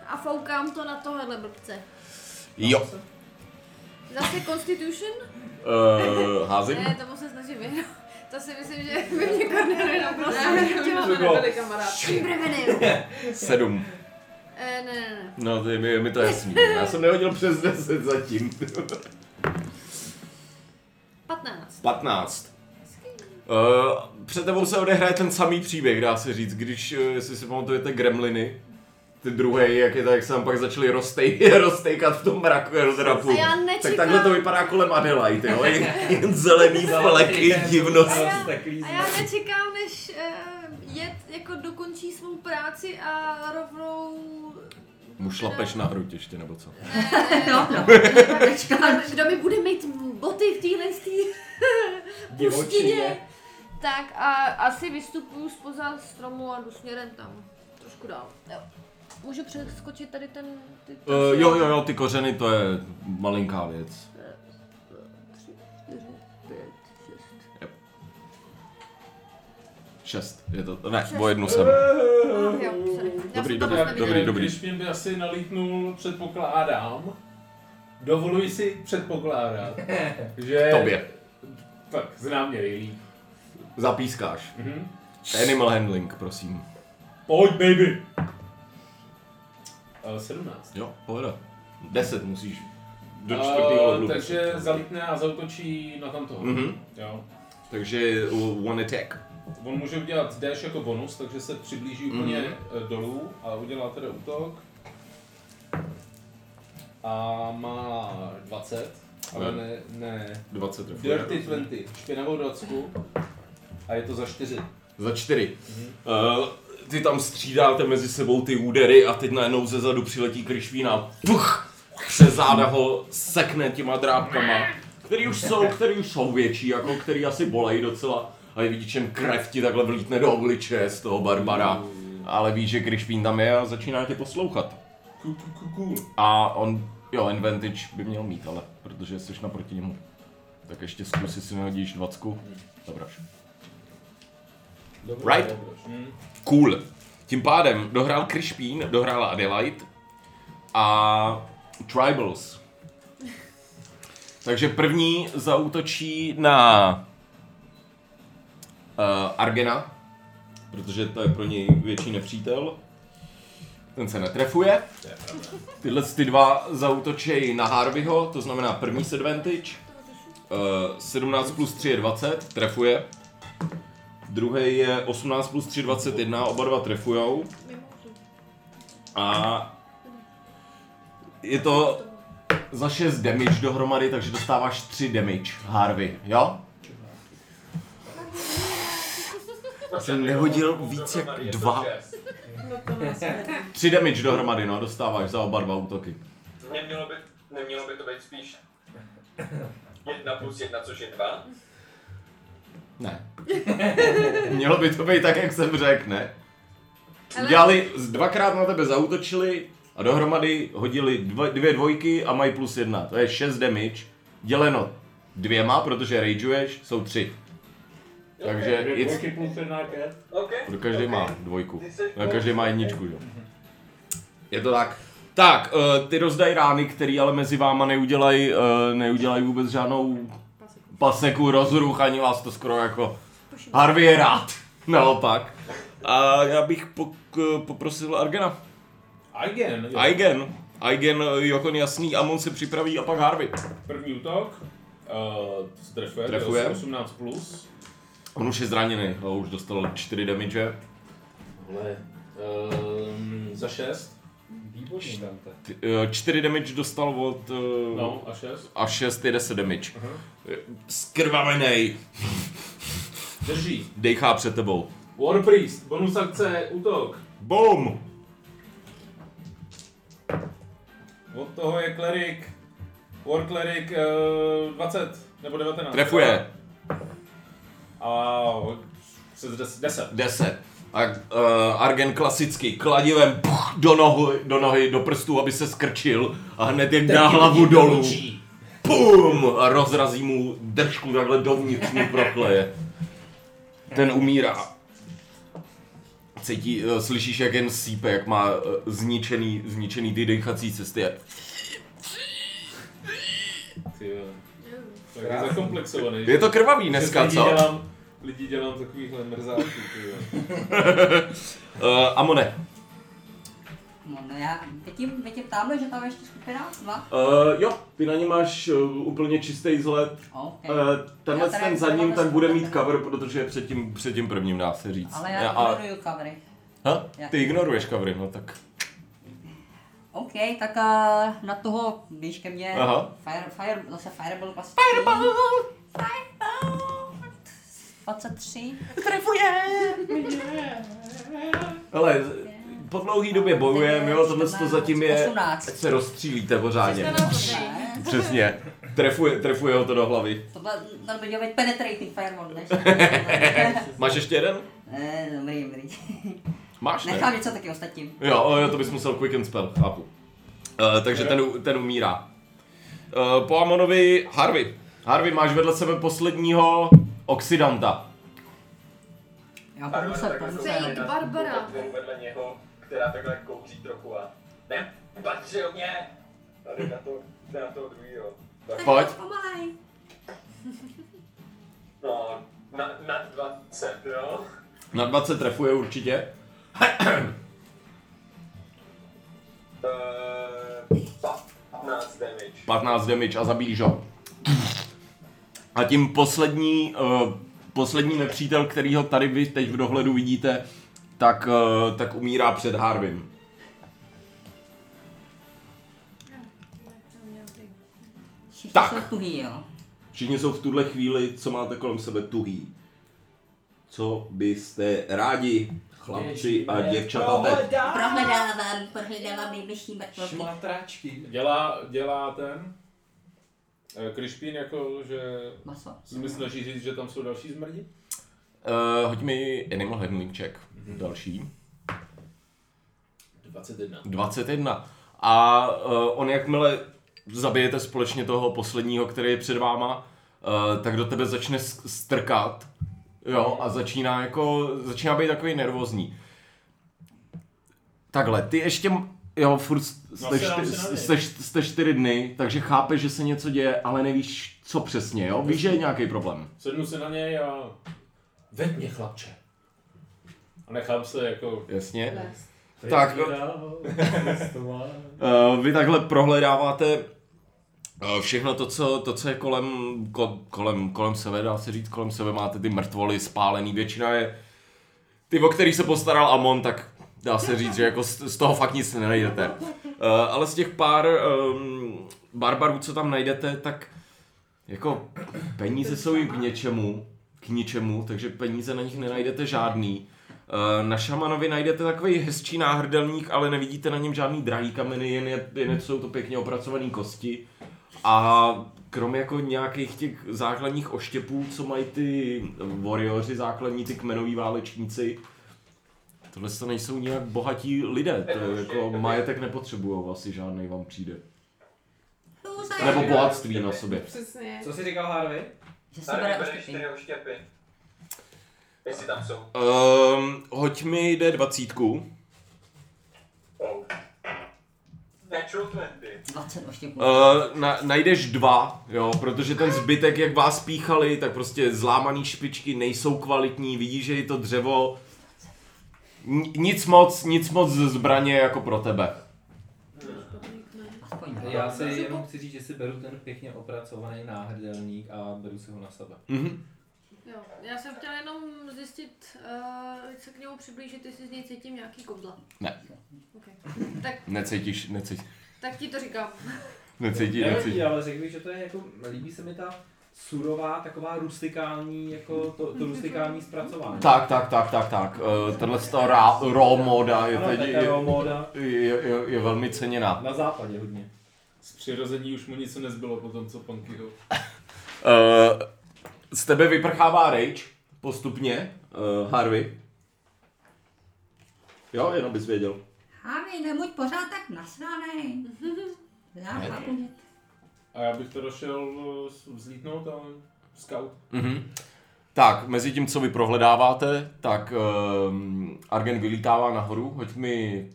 Speaker 5: a foukám to na tohle blbce.
Speaker 1: Jo.
Speaker 5: Zase Constitution?
Speaker 1: Uh, házím.
Speaker 5: Ne, tomu se snažím vyhnout. To si myslím, že by mě Cornelia naprosto
Speaker 9: Já
Speaker 5: nechtěla.
Speaker 9: mám nebyli kamarádky.
Speaker 5: Prevenir.
Speaker 1: Sedm.
Speaker 5: Eh, ne, ne, ne.
Speaker 1: No, to je mi, mi to jasný. Já jsem nehodil přes 10 zatím.
Speaker 5: 15.
Speaker 1: 15. Uh, před tebou se odehraje ten samý příběh, dá se říct, když, eh, jestli si pamatujete, Gremliny, ty druhé, jak je to, jak se tam pak začali roztej, roztejkat v tom mraku, rozrapu.
Speaker 5: A já
Speaker 1: tak
Speaker 5: nečekám.
Speaker 1: takhle to vypadá kolem Adelaide, jo? Jen, jen zelený fleky, divnosti.
Speaker 5: já-
Speaker 4: Takový
Speaker 5: A já nečekám, než eh, jed jako dokončí svou práci a rovnou...
Speaker 1: Mu šlapeš na hruď ještě, nebo co?
Speaker 6: no, no.
Speaker 5: Kdo mi bude mít boty v téhle stý...
Speaker 4: divočině.
Speaker 5: Tak a asi vystupuju spoza stromu a jdu směrem tam. Trošku dál. Jo. Můžu přeskočit tady ten... Ty,
Speaker 1: Uh, jo, jo, jo, ty kořeny, to je malinká věc.
Speaker 5: 4, 5, 6.
Speaker 1: Šest, je to, ne,
Speaker 5: Šest.
Speaker 1: o jednu jsem.
Speaker 5: Eh. Ach Ah, jo, sorry. Já
Speaker 1: Dobrý,
Speaker 5: jsem to
Speaker 1: dobrý,
Speaker 5: moc neviděla.
Speaker 1: dobrý.
Speaker 2: Když mě by asi nalítnul, předpokládám, Dovoluji si předpokládat, že...
Speaker 1: Tobě.
Speaker 2: Tak, znám mě nejlíp.
Speaker 1: Zapískáš.
Speaker 2: Mhm.
Speaker 1: Animal handling, prosím.
Speaker 2: Pojď, baby! Eh, 17.
Speaker 1: Jo, pojede. 10 musíš do
Speaker 2: Eh,
Speaker 1: čtvrtého levelu.
Speaker 2: takže zalítne a zautočí na tamtoho.
Speaker 1: Mhm.
Speaker 2: Jo.
Speaker 1: Takže uh, one attack.
Speaker 2: On může udělat dash jako bonus, takže se přiblíží úplně
Speaker 1: Mhm.
Speaker 2: eh, dolů a udělá tedy útok. A má 20, ale
Speaker 1: Ne.
Speaker 2: ne, jako- ne.
Speaker 1: 20 trefuje.
Speaker 2: Dirty 20, špinavou docku. A je to za 4.
Speaker 1: Za čtyři. Uh, ty tam střídáte mezi sebou ty údery a teď najednou ze zadu přiletí kryšvín a puch, přes záda ho sekne těma drápkama, který už jsou, který už jsou větší, jako který asi bolej docela. A je vidíš, čem krev ti takhle vlítne do obličeje z toho Barbara. Ale víš, že kryšvín tam je a začíná tě poslouchat.
Speaker 2: Cool, cool, cool, cool.
Speaker 1: A on, jo, advantage by měl mít, ale protože jsi naproti němu. Tak ještě zkus, jestli nehodíš dvacku. Zabraš.
Speaker 2: Dobrý,
Speaker 1: Right.
Speaker 2: dobrý. Mhm.
Speaker 1: Cool. Tím pádem dohrál Krišpín, dohrála Adelaide a Tribals. Takže první zautočí na uh, Argena, protože to je pro něj větší nepřítel. Ten se netrefuje. Tyhle ty dva zautočejí na Harveyho, to znamená první advantage. Uh, 17 plus 3 je 20, trefuje. Druhý je 18 plus 3, 21, oba dva trefujou. A je to za 6 damage dohromady, takže dostáváš 3 damage, Harvey, jo? Jsem nehodil víc jak
Speaker 7: Dohromady je to
Speaker 1: dva.
Speaker 7: šest.
Speaker 1: 3 damage dohromady, no, dostáváš za oba dva útoky.
Speaker 7: Nemělo by, nemělo by to být spíš jedna plus jedna, což je dva.
Speaker 1: Ne. Mělo by to být tak, jak jsem řekl, ne? Udělali, z- dvakrát na tebe zautočili a dohromady hodili dva, dvě dvojky a mají plus jedna. To je 6 damage, děleno dvěma, protože rageuješ, jsou tři. Takže
Speaker 2: Dvě
Speaker 1: it's-
Speaker 2: dvojky plus jedna je pět.
Speaker 7: OK.
Speaker 1: Pro každý
Speaker 7: OK.
Speaker 1: má dvojku.
Speaker 7: Ty jsi
Speaker 1: No, každý má jedničku, jo. Je to tak. Tak, eh, ty rozdají rány, které ale mezi váma neudělají neudělaj vůbec žádnou paseku, rozruch, ani vás to skoro jako... Harvey je rád, naopak. A já bych pok- eh, poprosil Argena.
Speaker 2: Again. jo.
Speaker 1: Aigen. Aigen, eh, Jokon jasný, Amon se připraví a pak Harvey.
Speaker 2: První útok. Uh, trefuje,
Speaker 1: Trefuje.
Speaker 2: trefuje. 18 plus.
Speaker 1: On už je zraněný, no, už dostal 4 damage.
Speaker 2: Ale um, za 6.
Speaker 4: Výborný, Dante.
Speaker 1: 4 eh, damage dostal od... eh,
Speaker 2: No, a 6.
Speaker 1: A 6 je 10 damage.
Speaker 2: Aha.
Speaker 1: Skrvavenej,
Speaker 2: Drží.
Speaker 1: dejchá před tebou.
Speaker 2: War Priest, bonus akce, útok.
Speaker 1: Boom!
Speaker 2: Od toho je klerik. War klerik uh, 20 nebo 19.
Speaker 1: Trefuje
Speaker 2: A přes 10. 10.
Speaker 1: 10. A uh, Argen klasicky kladivem puch, do, nohy, do nohy, do prstů, aby se skrčil a hned je dá hlavu dolů. Pum! A rozrazí mu držku takhle dovnitř mu prokleje. Ten umírá. Cítí, eh, slyšíš, jak jen sípe, jak má eh, zničený, zničený ty dechací cesty.
Speaker 2: Ty jo. Tak je zakomplexovaný.
Speaker 1: Je to krvavý
Speaker 2: Přes
Speaker 1: dneska,
Speaker 2: lidi
Speaker 1: co?
Speaker 2: Dělám, lidi dělám takovýhle mrzáků, ty jo.
Speaker 1: Uh, Amone.
Speaker 6: No, no já vidím, vidím tamhle, že tam je ještě skupina, dva.
Speaker 1: Uh, jo, ty na ně máš uh, úplně čistý vzhled.
Speaker 6: OK.
Speaker 1: Uh, tenhle
Speaker 6: Já teda
Speaker 1: ten
Speaker 6: jak
Speaker 1: za
Speaker 6: to
Speaker 1: ním,
Speaker 6: máme
Speaker 1: ten bude
Speaker 6: skupinu.
Speaker 1: mít cover, protože je před tím, před tím prvním, dá se říct.
Speaker 6: Ale já
Speaker 1: Ne, a-
Speaker 6: ignoruju covery.
Speaker 1: ha?
Speaker 6: Já-
Speaker 1: Ty ignoruješ covery, no tak.
Speaker 6: OK, tak uh, na toho, když ke mně,
Speaker 1: Aha.
Speaker 6: fire, fire, zase Fireball vlastně. Fireball! Fireball! 23.
Speaker 1: Ale po dlouhý době bojujeme, jo, tohle to
Speaker 6: 14,
Speaker 1: zatím je,
Speaker 6: 18.
Speaker 1: ať se rozstřílíte pořádně.
Speaker 6: Ne,
Speaker 1: Přesně, trefuje, trefuje ho to do hlavy.
Speaker 6: tohle, to by měl být penetrating fireball, než
Speaker 1: Máš ještě jeden?
Speaker 6: Ne, dobrý, dobrý.
Speaker 1: Máš, ne?
Speaker 6: Nechám něco taky ostatním.
Speaker 1: Jo, o, jo, to bys musel quick and spell, chápu. Uh, takže ten, u- ten umírá. Uh, po Amonovi Harvey. Harvey, máš vedle sebe posledního oxidanta.
Speaker 6: Já
Speaker 7: Barbara
Speaker 6: pomůžu,
Speaker 7: takhle
Speaker 6: pomůžu.
Speaker 7: kouká
Speaker 5: Přejít
Speaker 7: na
Speaker 5: Barbara.
Speaker 7: tu kotvou vedle něho, která takhle kouří trochu a ne, patří o mě. Tady na to jde na toho druhýho. Tak,
Speaker 1: Pojď.
Speaker 6: Pomalej.
Speaker 7: no, na, na 20, jo?
Speaker 1: Na 20 trefuje určitě.
Speaker 7: Eh, 15 damage.
Speaker 1: 15 damage a zabíjíš ho. A tím poslední, uh, poslední nepřítel, kterýho tady vy teď v dohledu vidíte, tak, uh, tak umírá před Harvim.
Speaker 6: Všichni
Speaker 1: Tak.
Speaker 6: jsou tuhý, jo.
Speaker 1: Všichni jsou v tuhle chvíli, co máte kolem sebe, tuhý. Co byste rádi, chlapci a děvčata,
Speaker 6: Prohledávám, prohledávám nejbližší mrtvolky.
Speaker 4: Šmatračky.
Speaker 2: Dělá, dělá ten... eh, Krišpín jako, že...
Speaker 6: Maso.
Speaker 4: No,
Speaker 2: Se mi snaží říct, že tam jsou další zmrdi?
Speaker 1: Uh, hoď mi Animal Handling check. Další.
Speaker 2: 21.
Speaker 1: 21. A uh, on jakmile zabijete společně toho posledního, který je před váma, uh, tak do tebe začne s- strkat. Jo, a začíná jako, začíná být takový nervózní. Takhle, ty ještě, m- jo, furt jste,
Speaker 2: se
Speaker 1: čty,
Speaker 2: dám si na
Speaker 1: jste, jste čtyři dny, takže chápeš, že se něco děje, ale nevíš, co přesně, jo? Víš, že je nějaký problém.
Speaker 2: Sednu se na něj a... Ved mě, chlapče. A nechám se jako...
Speaker 1: Jasně.
Speaker 9: Les.
Speaker 1: Tak, no. Eh, vy takhle prohledáváte eh, všechno to, co, to, co je kolem, ko, kolem, kolem sebe, dá se říct, kolem sebe máte ty mrtvoly spálený, většina je, ty, o který se postaral Amon, tak dá se říct, že jako z, z toho fakt nic nenajdete. Eh, Ale z těch pár um, barbarů, co tam najdete, tak jako peníze jsou jim k něčemu, k ničemu, takže peníze na nich nenajdete žádný. Eh, Na šamanovi najdete takový hezčí náhrdelník, ale nevidíte na něm žádný drahý kameny, jen, je- jen jsou to pěkně opracované kosti. A krom jako nějakých těch základních oštěpů, co mají ty warrioři, základní ty kmenoví válečníci, tohle to nejsou nějak bohatí lidé, to je jako majetek nepotřebují asi žádný vám přijde. Nebo bohatství na sobě.
Speaker 9: Přesně.
Speaker 3: Co jsi říkal Harvey?
Speaker 6: Že se
Speaker 7: Tady
Speaker 6: bere
Speaker 7: byly
Speaker 6: oštěpy.
Speaker 7: čtyři oštěpy. Jestli tam jsou.
Speaker 1: Um, hoď mi jde dvacítku.
Speaker 7: Oh. Natural 20.
Speaker 6: 20 oštěpů.
Speaker 4: No.
Speaker 1: Uh, na, najdeš dva, jo, protože ten zbytek, jak vás píchali, tak prostě zlámaný špičky nejsou kvalitní, vidíš, že je to dřevo. N- nic moc, nic moc ze zbraně jako pro tebe.
Speaker 6: Aspoň.
Speaker 4: Já si jenom chci říct, že si beru ten pěkně opracovaný náhrdelník a beru si ho na sebe.
Speaker 1: Mhm.
Speaker 5: Jo, já jsem chtěla jenom zjistit, uh, jak se k němu přiblížit, jestli z něj cítím nějaký kouzla.
Speaker 1: Ne.
Speaker 5: Okay. Tak,
Speaker 1: Necítíš, necítíš,
Speaker 5: tak ti to říkám.
Speaker 1: necítí, necítí.
Speaker 4: Nevadí, ale řekl bych, že to je jako, líbí se mi ta surová, taková rustikální, jako to, to rustikální zpracování.
Speaker 1: Tak, tak, tak, tak, tak. Uh, tenhle z toho rá- raw moda je,
Speaker 4: Ano,
Speaker 1: teď,
Speaker 4: taková
Speaker 1: je,
Speaker 4: móda
Speaker 1: je, je, je velmi ceněná.
Speaker 4: na západě hodně.
Speaker 2: Z přirození už mu nic nezbylo po tom, co Pankyho.
Speaker 1: Uh, z tebe vyprchává rage postupně, uh, Harvey. Jo, jenom bys věděl.
Speaker 6: Hávi, nebuď pořád tak nasranej. Já
Speaker 1: Ne.
Speaker 6: chápu, že
Speaker 2: A já bych teda šel eh, vzlítnout a scout.
Speaker 1: Mhm. Tak, mezi tím, co vy prohledáváte, tak um, Argen vylítává nahoru. Hoď mi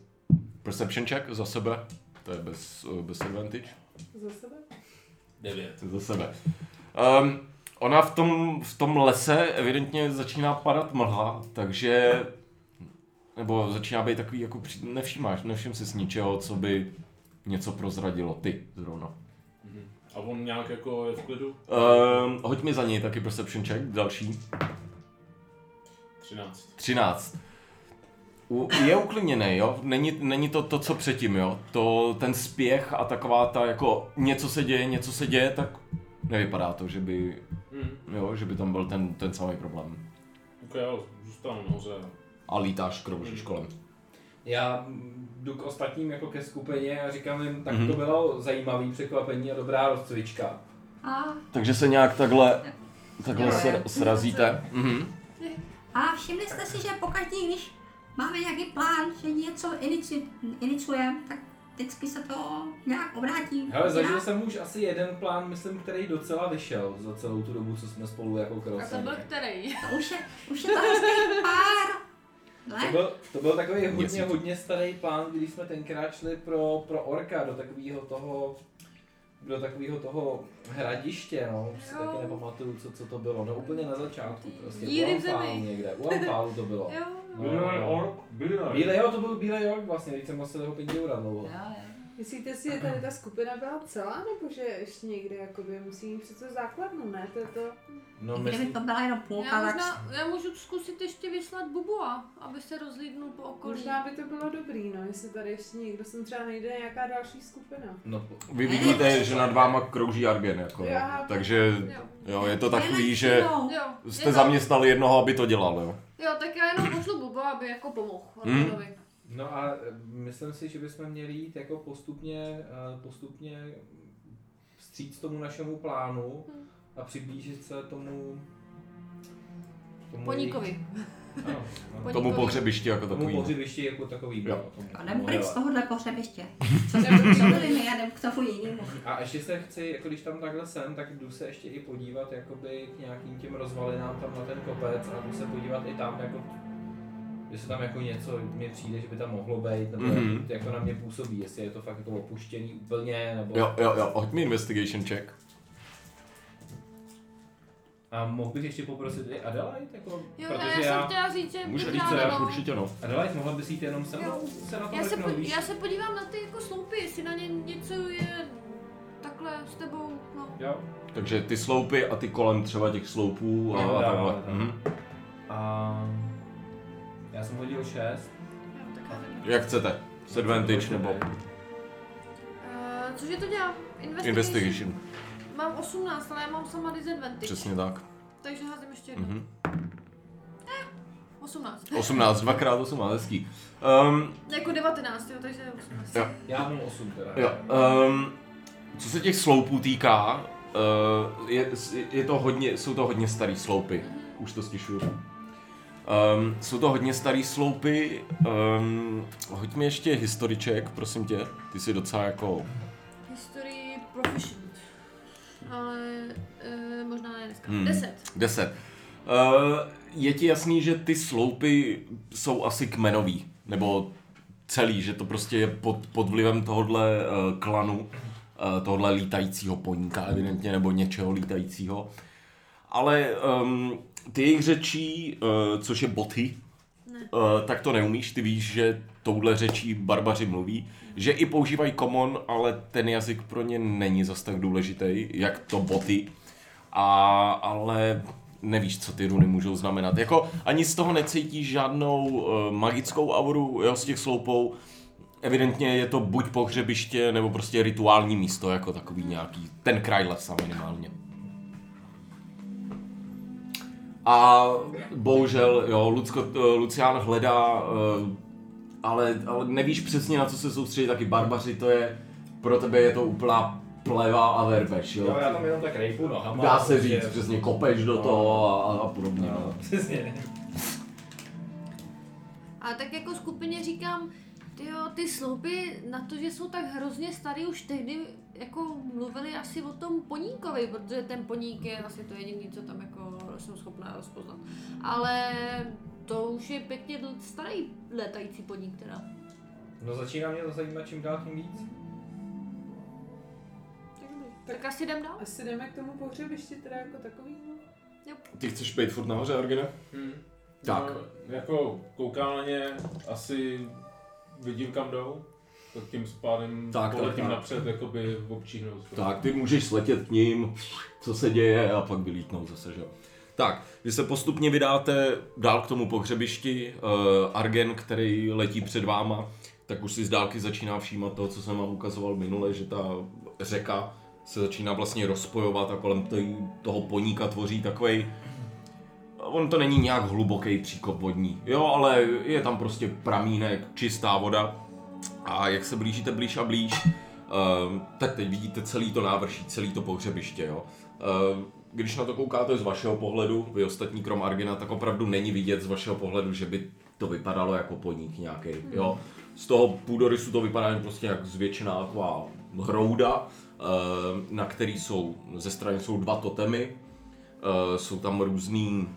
Speaker 1: perception check za sebe. To je bez, eh, bez advantage.
Speaker 9: Za sebe?
Speaker 2: 9.
Speaker 1: Za sebe. Um, ona v tom, v tom lese evidentně začíná padat mlha, takže... Nebo začíná být takový, jako při, nevšímáš, nevšim si z ničeho, co by něco prozradilo. Ty zrovna.
Speaker 2: A on nějak jako je v klidu?
Speaker 1: Um, hoď mi za něj taky perception check, další.
Speaker 2: 13.
Speaker 1: 13. U, je uklidněný, jo? Není, není to to, co předtím, jo? To, ten spěch a taková ta, jako, něco se děje, něco se děje, tak nevypadá to, že by,
Speaker 2: Hmm.
Speaker 1: jo, že by tam byl ten, ten samý problém.
Speaker 2: Ok, já zůstanu nahoře.
Speaker 1: A lítáš kroužíš kolem.
Speaker 4: Já jdu k ostatním jako ke skupině a říkám jim, tak
Speaker 1: Mhm.
Speaker 4: to bylo zajímavý překvapení a dobrá rozcvička.
Speaker 6: A,
Speaker 1: Takže se nějak takhle, takhle se, srazíte. Mhm.
Speaker 6: a všimli jste si, že pokaždý, když máme nějaký plán, že něco inici, iniciujeme, tak vždycky se to nějak obrátí.
Speaker 4: Hele, zažil
Speaker 6: Já-
Speaker 4: jsem už asi jeden plán, myslím, který docela vyšel za celou tu dobu, co jsme spolu jako
Speaker 5: A to
Speaker 4: kroseni.
Speaker 5: byl který?
Speaker 6: To už je, už je to hezkých pár
Speaker 4: To
Speaker 6: let.
Speaker 4: byl, to byl takový hodně,
Speaker 1: Měsíc.
Speaker 4: hodně starý plán, když jsme tenkrát šli pro, pro Orka do takového toho do takového toho hradiště, no, už si
Speaker 5: Jo.
Speaker 4: taky nepamatuju, co, co to bylo, no úplně na začátku, prostě
Speaker 5: Díry v
Speaker 4: u Ampálu
Speaker 5: zemi.
Speaker 4: někde, u Ampálu to bylo.
Speaker 5: Jo,
Speaker 4: No,
Speaker 2: Eh,
Speaker 4: no. Bílej, jo, to byl Bílej York vlastně, teď jsem nosil jeho 5 eura dlouho.
Speaker 6: Jo, jo.
Speaker 9: Myslíte si, že tady ta skupina byla celá, nebo že ještě někde jakoby musí mít přece základnu, ne? To je to...
Speaker 4: No,
Speaker 6: I kdyby
Speaker 4: myslím,
Speaker 6: to byla jenom
Speaker 5: já,
Speaker 6: půlka, tak s-
Speaker 5: možná, já můžu zkusit ještě vyslat Bubua, aby se rozlídnul po okolí.
Speaker 9: Možná by to bylo dobrý, no, jestli tady ještě někdo sem třeba nejde nějaká další skupina.
Speaker 4: no,
Speaker 1: Vy vidíte, že nad váma krouží Argen, jako, no.
Speaker 9: Já-
Speaker 1: takže
Speaker 5: Jo.
Speaker 1: jo, je to
Speaker 6: Jen
Speaker 1: takový,
Speaker 6: na
Speaker 1: že
Speaker 6: chvíli.
Speaker 5: Jo,
Speaker 1: jste
Speaker 5: no. je to-
Speaker 1: zaměstnali jednoho, aby to dělal, jo.
Speaker 5: Jo, tak já jenom pošlu Buba, aby jako pomohl
Speaker 1: Hmm.
Speaker 5: Arnovi.
Speaker 4: no a eh, myslím si, že bychom měli jít jako postupně, eh, postupně vstříc tomu našemu plánu
Speaker 5: Hmm.
Speaker 4: a přiblížit se tomu... tomu
Speaker 5: Poníkovi.
Speaker 4: jejich- Ano, ano.
Speaker 1: Tomu
Speaker 5: Poníkovi.
Speaker 1: pohřebišti jako
Speaker 4: Tomu
Speaker 1: takový.
Speaker 4: pohřebiště jako takový.
Speaker 1: Jo.
Speaker 4: no, tomu-
Speaker 6: A jdem
Speaker 4: tomu
Speaker 6: pryč
Speaker 4: hele.
Speaker 6: z tohohle pohřebiště. Co jsme byli my, já jdem k tomu jinému.
Speaker 4: A ještě se chci, jako když tam takhle jsem, tak jdu se ještě i podívat jakoby k nějakým těm rozvalinám tam na ten kopec a jdu se podívat i tam, jako jestli tam jako něco mi přijde, že by tam mohlo být, nebo
Speaker 1: Mhm.
Speaker 4: mm-hmm. jako na mě působí, jestli je to fakt jako opuštěný úplně, nebo...
Speaker 1: Jo, jo, jo, hoď mi investigation check.
Speaker 4: A mohl bych ještě poprosit i Adelaide, jako,
Speaker 5: Jo, a já
Speaker 4: protože
Speaker 5: jsem
Speaker 4: já...
Speaker 5: chtěla říct, že
Speaker 1: Můžeš
Speaker 5: bych
Speaker 1: říct,
Speaker 5: dala
Speaker 1: co já
Speaker 5: novou-
Speaker 1: určitě no.
Speaker 4: Adelaide, mohla bys jít jenom sem,
Speaker 5: Jo.
Speaker 4: se na to
Speaker 5: já se,
Speaker 4: mrknout,
Speaker 5: po,
Speaker 4: víš?
Speaker 5: já se podívám na ty jako sloupy, jestli na ně něco je takhle s tebou, no.
Speaker 4: Jo.
Speaker 1: Takže ty sloupy a ty kolem třeba těch sloupů a,
Speaker 4: Jo,
Speaker 1: a
Speaker 4: dává,
Speaker 1: takhle.
Speaker 4: dává.
Speaker 1: Mhm.
Speaker 4: A... Já jsem hodil 6.
Speaker 5: Jo, tak já jdu.
Speaker 1: Jak chcete? S advantage nebo
Speaker 5: Eh, Cože to dělá? Investigation.
Speaker 1: investigation.
Speaker 5: Mám 18, ale já mám sama disadvantage.
Speaker 1: Přesně tak.
Speaker 5: Takže házím ještě jednou.
Speaker 1: Mhm.
Speaker 5: 18.
Speaker 1: 18, dvakrát 18, hezký. Um,
Speaker 5: Jako 19, jo, takže 18.
Speaker 1: Jo.
Speaker 4: Já mám 8 teda.
Speaker 1: Jo, um, co se těch sloupů týká, uh, je, je to hodně, jsou to hodně starý sloupy. Už to stišuju. Um, jsou to hodně starý sloupy. Um, hoď mi ještě historiček, prosím tě. Ty jsi docela jako...
Speaker 5: History proficient. Ale e, možná ne dneska.
Speaker 1: Hmm.
Speaker 5: 10.
Speaker 1: 10. Uh, je ti jasný, že ty sloupy jsou asi kmenový, nebo celý, že to prostě je pod, pod vlivem tohohle uh, klanu, uh, tohohle lítajícího poníka evidentně, nebo něčeho lítajícího. Ale um, ty jejich řečí, uh, což je boty,
Speaker 5: Ne.
Speaker 1: Uh, tak to neumíš, ty víš, že touhle řečí barbaři mluví, že i používají common, ale ten jazyk pro ně není zas tak důležitý, jak to boty. A, ale nevíš, co ty runy můžou znamenat. Jako ani z toho necítíš žádnou uh, magickou auru jo, z těch sloupou. Evidentně je to buď pohřebiště, nebo prostě rituální místo, jako takový nějaký, ten kraj lesa minimálně. A bohužel, jo, Lucko, eh, Lucián hledá, eh, ale, ale nevíš přesně, na co se soustředí, taky barbaři, to je, pro tebe je to úplná pleva a verbež, jo.
Speaker 4: já tam jenom tak rejpu nohama.
Speaker 1: Dá se
Speaker 4: protože-
Speaker 1: říct, přesně kopeš do toho a, a- a podobně. No.
Speaker 4: Přesně.
Speaker 5: A tak jako skupině říkám, tyjo, ty sloupy na to, že jsou tak hrozně starý, už tehdy jako mluvili asi o tom poníkovi, protože ten poník je asi to jediný, co tam jako jsem schopná rozpoznat. Ale to už je pěkně dl- starý letající poník teda.
Speaker 4: No začíná mě to zajímat čím dál tím víc.
Speaker 5: Tak, dobrý. tak asi jdem dál.
Speaker 9: Asi jdeme k tomu pohřebišti teda jako takový, no.
Speaker 1: Ty chceš být furt nahoře, Argene?
Speaker 2: Hmm.
Speaker 1: Tak.
Speaker 2: No, jako koukám na ně, asi vidím kam jdou, tak tím spádem
Speaker 1: Tak,
Speaker 2: tak,
Speaker 1: tak,
Speaker 2: poletím
Speaker 1: tak.
Speaker 2: napřed, jakoby občíhnout.
Speaker 1: Tak, ty můžeš sletět k ním, co se děje a pak vylítnou zase, že jo. Tak, vy se postupně vydáte dál k tomu pohřebišti. Eh, Argen, který letí před váma, tak už si z dálky začíná všímat toho, co jsem vám ukazoval minule, že ta řeka se začíná vlastně rozpojovat a kolem tej- toho poníka tvoří takovej On to není nějak hluboký příkop vodní, jo, ale je tam prostě pramínek, čistá voda. A jak se blížíte blíž a blíž, ehm, tak teď vidíte celý to návrší, celý to pohřebiště, jo. Ehm, Když na to koukáte z vašeho pohledu, vy ostatní krom Argina, tak opravdu není vidět z vašeho pohledu, že by to vypadalo jako podnik nějaký, jo. Z toho půdorysu to vypadá jen prostě jak zvětšená taková hrouda, ehm, na který jsou, ze strany jsou dva totemy, Eh, jsou tam různý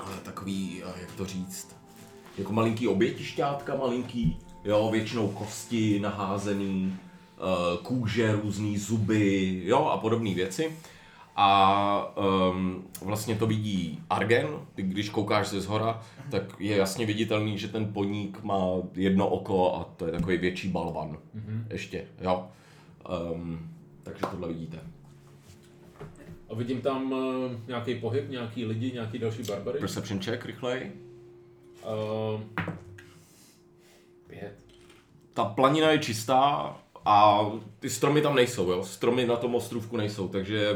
Speaker 1: eh, takový, eh, jak to říct, jako malinký obětišťátka, malinký, jo, většinou kosti naházený, eh, kůže, různé zuby jo, a podobné věci. A um, vlastně to vidí Argen, ty když koukáš ze zhora, tak je jasně viditelný, že ten poník má jedno oko a to je takový větší balvan. Mm-hmm. Ještě, jo. Um, takže tohle vidíte.
Speaker 2: A vidím tam uh, nějaký pohyb, nějaký lidi, nějaký další barbary.
Speaker 1: Perception check, rychlej.
Speaker 2: Uh, pět.
Speaker 1: Ta planina je čistá a ty stromy tam nejsou, jo? Stromy na tom ostrůvku nejsou, takže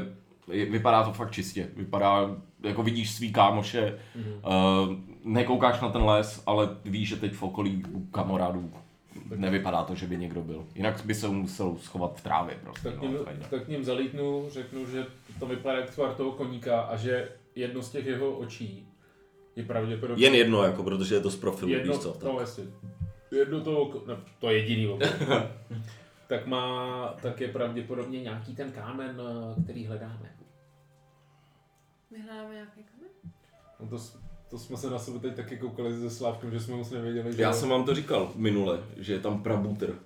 Speaker 1: je- vypadá to fakt čistě. Vypadá, jako vidíš svý kámoše,
Speaker 2: Mhm.
Speaker 1: mm. uh, nekoukáš na ten les, ale víš, že teď v okolí u kamarádů nevypadá to, že by někdo byl. Jinak by se musel schovat v trávě prostě.
Speaker 2: Tak k,
Speaker 1: no,
Speaker 2: ním,
Speaker 1: tak nějak.
Speaker 2: tak k ním zalítnu, řeknu, že to vypadá jak tvar toho koníka a že jedno z těch jeho očí je pravděpodobně...
Speaker 1: Jen jedno, jako, protože je to z profilu,
Speaker 2: jedno,
Speaker 1: víš co. Tak.
Speaker 2: no jasně, jedno to oko, ne, to jediný oko, tak má, tak je pravděpodobně nějaký ten kámen, eh, který hledáme.
Speaker 5: My hledáme nějaký kamen?
Speaker 2: No to, s- to jsme se na sebe teď taky koukali se Slávkem, že jsme moc nevěděli, že...
Speaker 1: Já jsem vám to říkal minule, že je tam prabutr.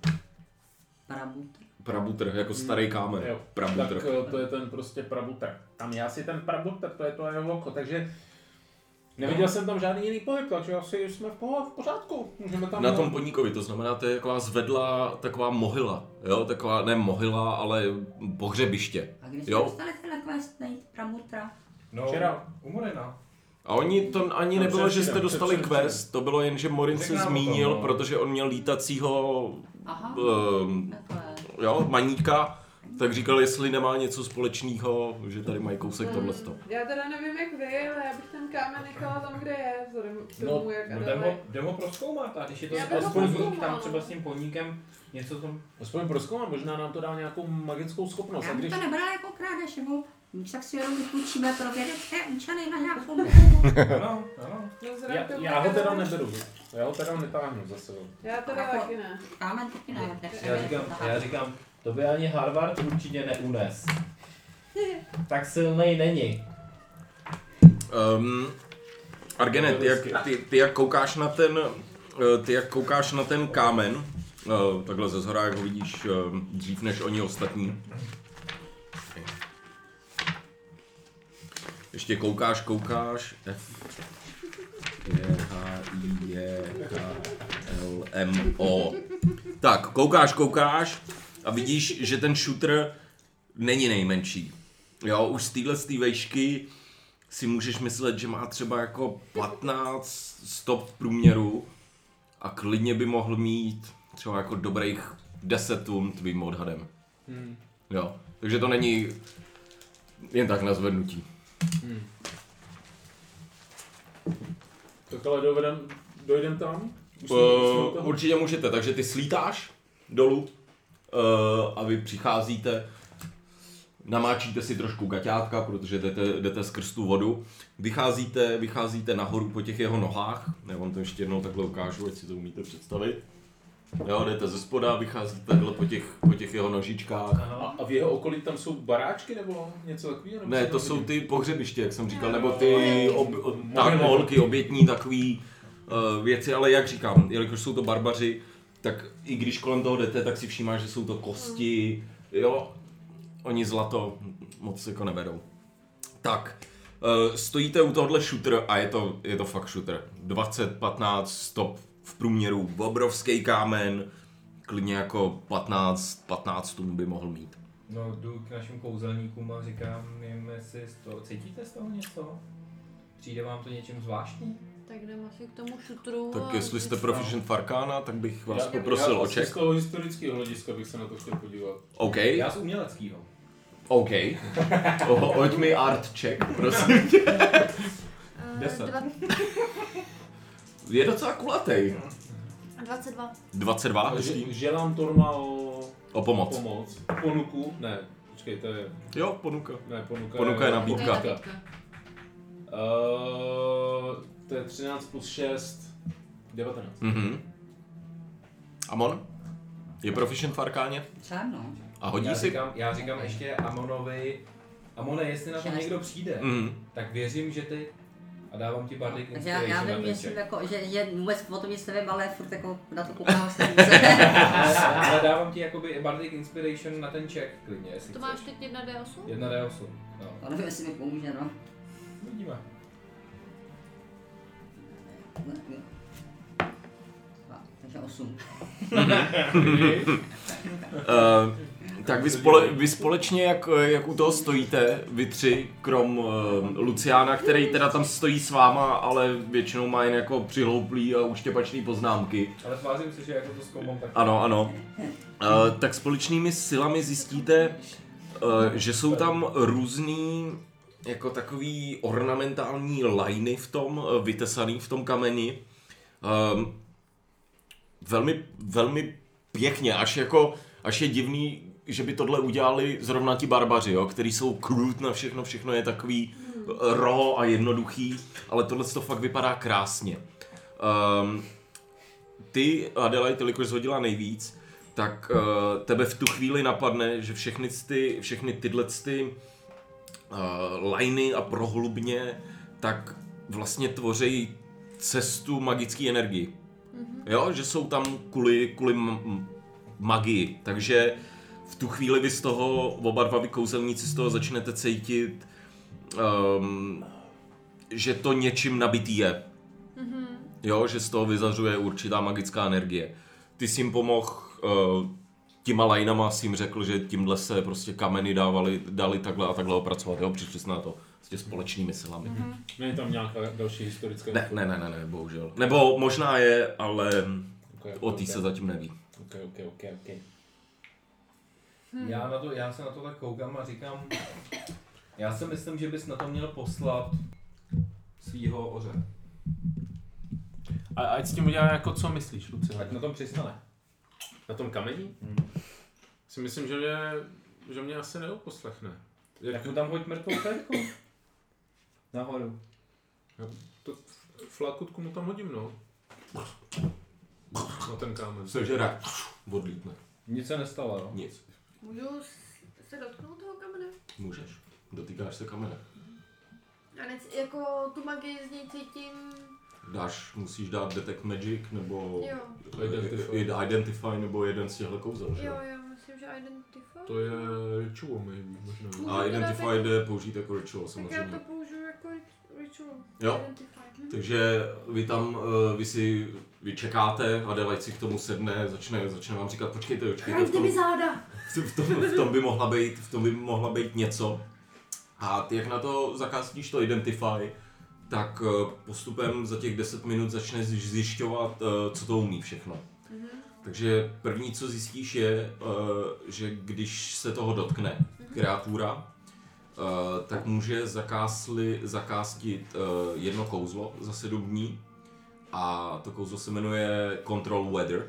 Speaker 6: Prabutr.
Speaker 1: Prabutr, jako starý kámen.
Speaker 2: Mhm. Jo,
Speaker 1: Prabutr.
Speaker 2: Tak eh, to je ten prostě prabutr. Tam je asi ten prabutr, to je to jeho oko, takže neviděl
Speaker 1: No.
Speaker 2: jsem tam žádný jiný pohyb, takže asi jsme v, poho- v pořádku. Můžeme tam
Speaker 1: Na tom poníkovi, to znamená, to je taková zvedlá taková mohyla, jo, taková, ne mohyla, ale pohřebiště.
Speaker 6: A když jsme
Speaker 1: Jo.
Speaker 6: dostali tenhle quest najít Pramutra,
Speaker 3: No,
Speaker 2: Včera.
Speaker 3: u Morena.
Speaker 1: A oni to ani
Speaker 2: No,
Speaker 1: nebylo, že
Speaker 2: především,
Speaker 1: jste dostali
Speaker 2: především.
Speaker 1: quest, to bylo jen, že Morin se
Speaker 3: Řekl nám o tom,
Speaker 1: zmínil,
Speaker 3: no.
Speaker 1: protože on měl lítacího
Speaker 6: aha,
Speaker 1: um,
Speaker 6: takhle.
Speaker 1: jo, maníka, tak říkal, jestli nemá něco společného, že tady mají kousek tohleto.
Speaker 9: Já teda nevím jak vy, ale já bych ten kámen nechala tam, kde je, vzhledem k tomu,
Speaker 3: No,
Speaker 9: jak
Speaker 3: jdem
Speaker 9: Adele.
Speaker 3: ho, jdem ho proskoumat a když je to
Speaker 5: Já bych ho no.
Speaker 3: aspoň poník,
Speaker 5: proskoumala.
Speaker 3: tam třeba s tím poníkem něco tam...
Speaker 2: Aspoň proskoumám, možná nám to dá nějakou magickou
Speaker 3: No,
Speaker 2: schopnost.
Speaker 6: Já
Speaker 2: A
Speaker 6: bych
Speaker 2: když...
Speaker 6: to nebrala jako krádež, nebo tak si jenom vypůjčíme pro vědecké účely na nějakou dobu.
Speaker 3: Ano, ano.
Speaker 9: No, vzhledem k
Speaker 2: Já,
Speaker 9: tomu,
Speaker 2: já
Speaker 9: jak
Speaker 2: ho teda
Speaker 9: Adele-
Speaker 2: neberu, já ho teda netáhnu za sebou.
Speaker 9: Já teda
Speaker 6: Jako-
Speaker 9: taky ne.
Speaker 6: Kámen taky ne, tak
Speaker 3: Já říkám, já říkám, to by ani Harvard určitě neunes. Tak silnej není.
Speaker 1: Um, Argene, ty jak, ty, ty jak koukáš na ten, eh, ty jak koukáš na ten kámen, eh, takhle ze zhora, jak ho vidíš eh, dřív než oni ostatní. Ještě koukáš, koukáš, F, E, H, I, J, K, L, M, O. Tak, koukáš, koukáš a vidíš, že ten shooter není nejmenší. Jo, už z téhle z té vejšky si můžeš myslet, že má třeba jako 15 stop v průměru a klidně by mohl mít třeba jako dobrých 10 tun tvým odhadem.
Speaker 2: Hmm.
Speaker 1: Jo, takže to není jen tak na zvednutí.
Speaker 2: Tak ale dovedem, dojdem tam? Už jsme- už jsme u
Speaker 1: Uh,
Speaker 2: toho?
Speaker 1: určitě můžete, takže ty slítáš dolů uh, a vy přicházíte, namáčíte si trošku gaťátka, protože jdete, jdete skrz tu vodu, vycházíte, vycházíte nahoru po těch jeho nohách, já vám to ještě jednou takhle ukážu, ať si to umíte představit. Jo, jdete ze spoda, vycházíte takhle po těch, po těch jeho nožičkách.
Speaker 2: A, a v jeho okolí tam jsou baráčky nebo něco takového? nebo
Speaker 1: Ne,
Speaker 2: co
Speaker 1: to
Speaker 2: tam
Speaker 1: jsou
Speaker 2: vidím?
Speaker 1: ty pohřebiště, jak jsem říkal, nebo ty ob, ob, tak,
Speaker 2: Mohylky.
Speaker 1: holky obětní takový uh, věci, ale jak říkám, jelikož jsou to barbaři, tak i když kolem toho jdete, tak si všímáš, že jsou to kosti, jo, oni zlato moc jako nevedou. Tak, uh, stojíte u tohohle shooter a je to, je to fakt shooter. 20, 15, stop v průměru, obrovský kámen, klidně jako 15, 15 tun by mohl mít.
Speaker 3: No, jdu k našim kouzelníkům a říkám jim, jestli z toho, cítíte z toho něco? Přijde vám to něčím zvláštní?
Speaker 5: Tak jdem asi k tomu šutru.
Speaker 1: Tak
Speaker 5: a-
Speaker 1: jestli jste proficient Farkána, tak bych vás
Speaker 2: Já-
Speaker 1: poprosil
Speaker 2: já
Speaker 1: o
Speaker 2: prostě
Speaker 1: check.
Speaker 2: Z toho historického hlediska bych se na to chtěl podívat.
Speaker 1: OK,
Speaker 3: Já z uměleckýho.
Speaker 1: OK. O, hoď mi art check, prosím tě.
Speaker 5: Eh,
Speaker 3: Deset.
Speaker 5: dva-
Speaker 1: Je docela kulatý.
Speaker 5: 22.
Speaker 1: 22,
Speaker 2: Že,
Speaker 1: tuším.
Speaker 2: želám Torma o
Speaker 1: O pomoc.
Speaker 2: pomoc. Ponuku? Ne, počkej, to je...
Speaker 1: Jo, ponuka.
Speaker 2: Ne, ponuka,
Speaker 1: Ponuka je nabídka.
Speaker 5: To je nabídka.
Speaker 2: Uh, to je 13 plus 6, 19.
Speaker 1: Mhm. Amon? Je proficient Farkáně?
Speaker 6: Třeba no.
Speaker 1: A hodí
Speaker 3: Já
Speaker 1: si?
Speaker 3: říkám, já říkám ještě Amonovi, Amone, jestli na to
Speaker 6: Šest.
Speaker 3: někdo přijde,
Speaker 1: Mhm.
Speaker 3: tak věřím, že ty
Speaker 4: A dávám ti bardic
Speaker 6: Takže já, já
Speaker 4: inspiration
Speaker 6: vím,
Speaker 4: na ten
Speaker 6: jestli
Speaker 4: check.
Speaker 6: jako, že, že vůbec o tom nic nevím, ale furt jako na to koukám se
Speaker 4: Ale, ale dávám ti jakoby bardic inspiration na ten check klidně, jestli
Speaker 5: To máš
Speaker 4: chceš.
Speaker 5: teď 1 D8?
Speaker 4: 1 D8, no.
Speaker 6: Ale nevím, jestli mi pomůže, no.
Speaker 4: Uvidíme.
Speaker 6: Dva, Takže osm.
Speaker 1: Eh, tak vy, spole, vy společně, jak, eh, jak u toho stojíte, vy tři, krom uh, Luciána, který teda tam stojí s váma, ale většinou má jen jako přihlouplý a uštěpačný poznámky.
Speaker 4: Ale tvářím se, že jako to zkoumám tak.
Speaker 1: Ano, ano. Eh, tak společnými silami zjistíte, eh, že jsou tam různý jako takový ornamentální lajny v tom, eh, vytesaný v tom kameni. Ehm, velmi, velmi pěkně, až jako, až je divný, že by tohle udělali zrovna ti barbaři, jo, který jsou krut na všechno, všechno je takový eh, raw a jednoduchý, ale tohle to fakt vypadá krásně. Um, ty, Adelaide, jelikož zhodila nejvíc, tak uh, tebe v tu chvíli napadne, že všechny, ty, všechny tyhle ty uh, liney a prohlubně, tak vlastně tvoří cestu magické energii. Mm-hmm. Jo, že jsou tam kvůli, kvůli m- m- magii, takže v tu chvíli vy z toho, oba dva vy kouzelníci z toho začnete cítit, um, že to něčím nabitý je. Jo, že z toho vyzařuje určitá magická energie. Ty jsi jim pomohl uh, těma lajnama, jsi jim řekl, že tímhle se prostě kameny dávali, dali takhle a takhle opracovat, jo, přišli jsme na to s tě společnými silami.
Speaker 5: Mhm.
Speaker 1: Mm-hmm.
Speaker 2: Není tam nějaká další historická
Speaker 1: Ne, ne, ne, ne, ne, bohužel. Nebo možná je, ale
Speaker 4: Jako
Speaker 2: Okay,
Speaker 1: o té se
Speaker 2: okay,
Speaker 1: zatím neví.
Speaker 2: okay, okay, okay, okay.
Speaker 4: Hmm. Já, na to, já se na to tak koukám a říkám, já si myslím, že bys na to měl poslat svýho oře.
Speaker 2: A ať s tím udělá jako co myslíš, Luci?
Speaker 4: Ať na tom přistane.
Speaker 2: Na tom kameni?
Speaker 4: Hmm.
Speaker 2: Si myslím, že mě, že mě asi neuposlechne. Jak
Speaker 4: Tak mu tam hoď mrtvou férku. Nahoru.
Speaker 2: to flakutku mu tam hodím, no. Na ten kámen.
Speaker 1: Sežera. Odlítne.
Speaker 4: Nic se nestalo, no.
Speaker 1: Nic.
Speaker 5: Můžu s- se dotknout toho kamene?
Speaker 1: Můžeš. Dotýkáš se kamene.
Speaker 5: Já nec, jako tu magii z něj cítím,
Speaker 1: Dáš, musíš dát Detect Magic nebo
Speaker 5: jo,
Speaker 2: Identify.
Speaker 1: Identify, identify nebo jeden z těchto kouzel, že?
Speaker 5: jo,
Speaker 1: jo?
Speaker 5: jo, myslím, že identify.
Speaker 2: To je ritual, maybe, možná.
Speaker 5: Můžu
Speaker 1: A
Speaker 5: to dát
Speaker 1: Identify
Speaker 5: jako-
Speaker 1: jde použít jako ritual
Speaker 5: Tak já to
Speaker 1: samozřejmě.
Speaker 5: použiju jako rit- ritual.
Speaker 1: Jo.
Speaker 5: Identify. Hm.
Speaker 1: Takže vy tam, eh, vy si vy čekáte a Delight si k tomu sedne, začne, začne vám říkat, počkejte, počkejte, v
Speaker 5: Chraňte
Speaker 1: tom,
Speaker 5: mi záda!
Speaker 1: v tom, v tom, by mohla být, v tom by mohla být něco. A ty, jak na to zakázníš to Identify, tak eh, postupem za těch 10 minut začneš zjišťovat, eh, co to umí všechno. Takže první, co zjistíš, je, eh, že když se toho dotkne kreatura, eh, tak může zakásli, zakástit eh, jedno kouzlo za sedm dní. A to kouzlo se jmenuje Control Weather.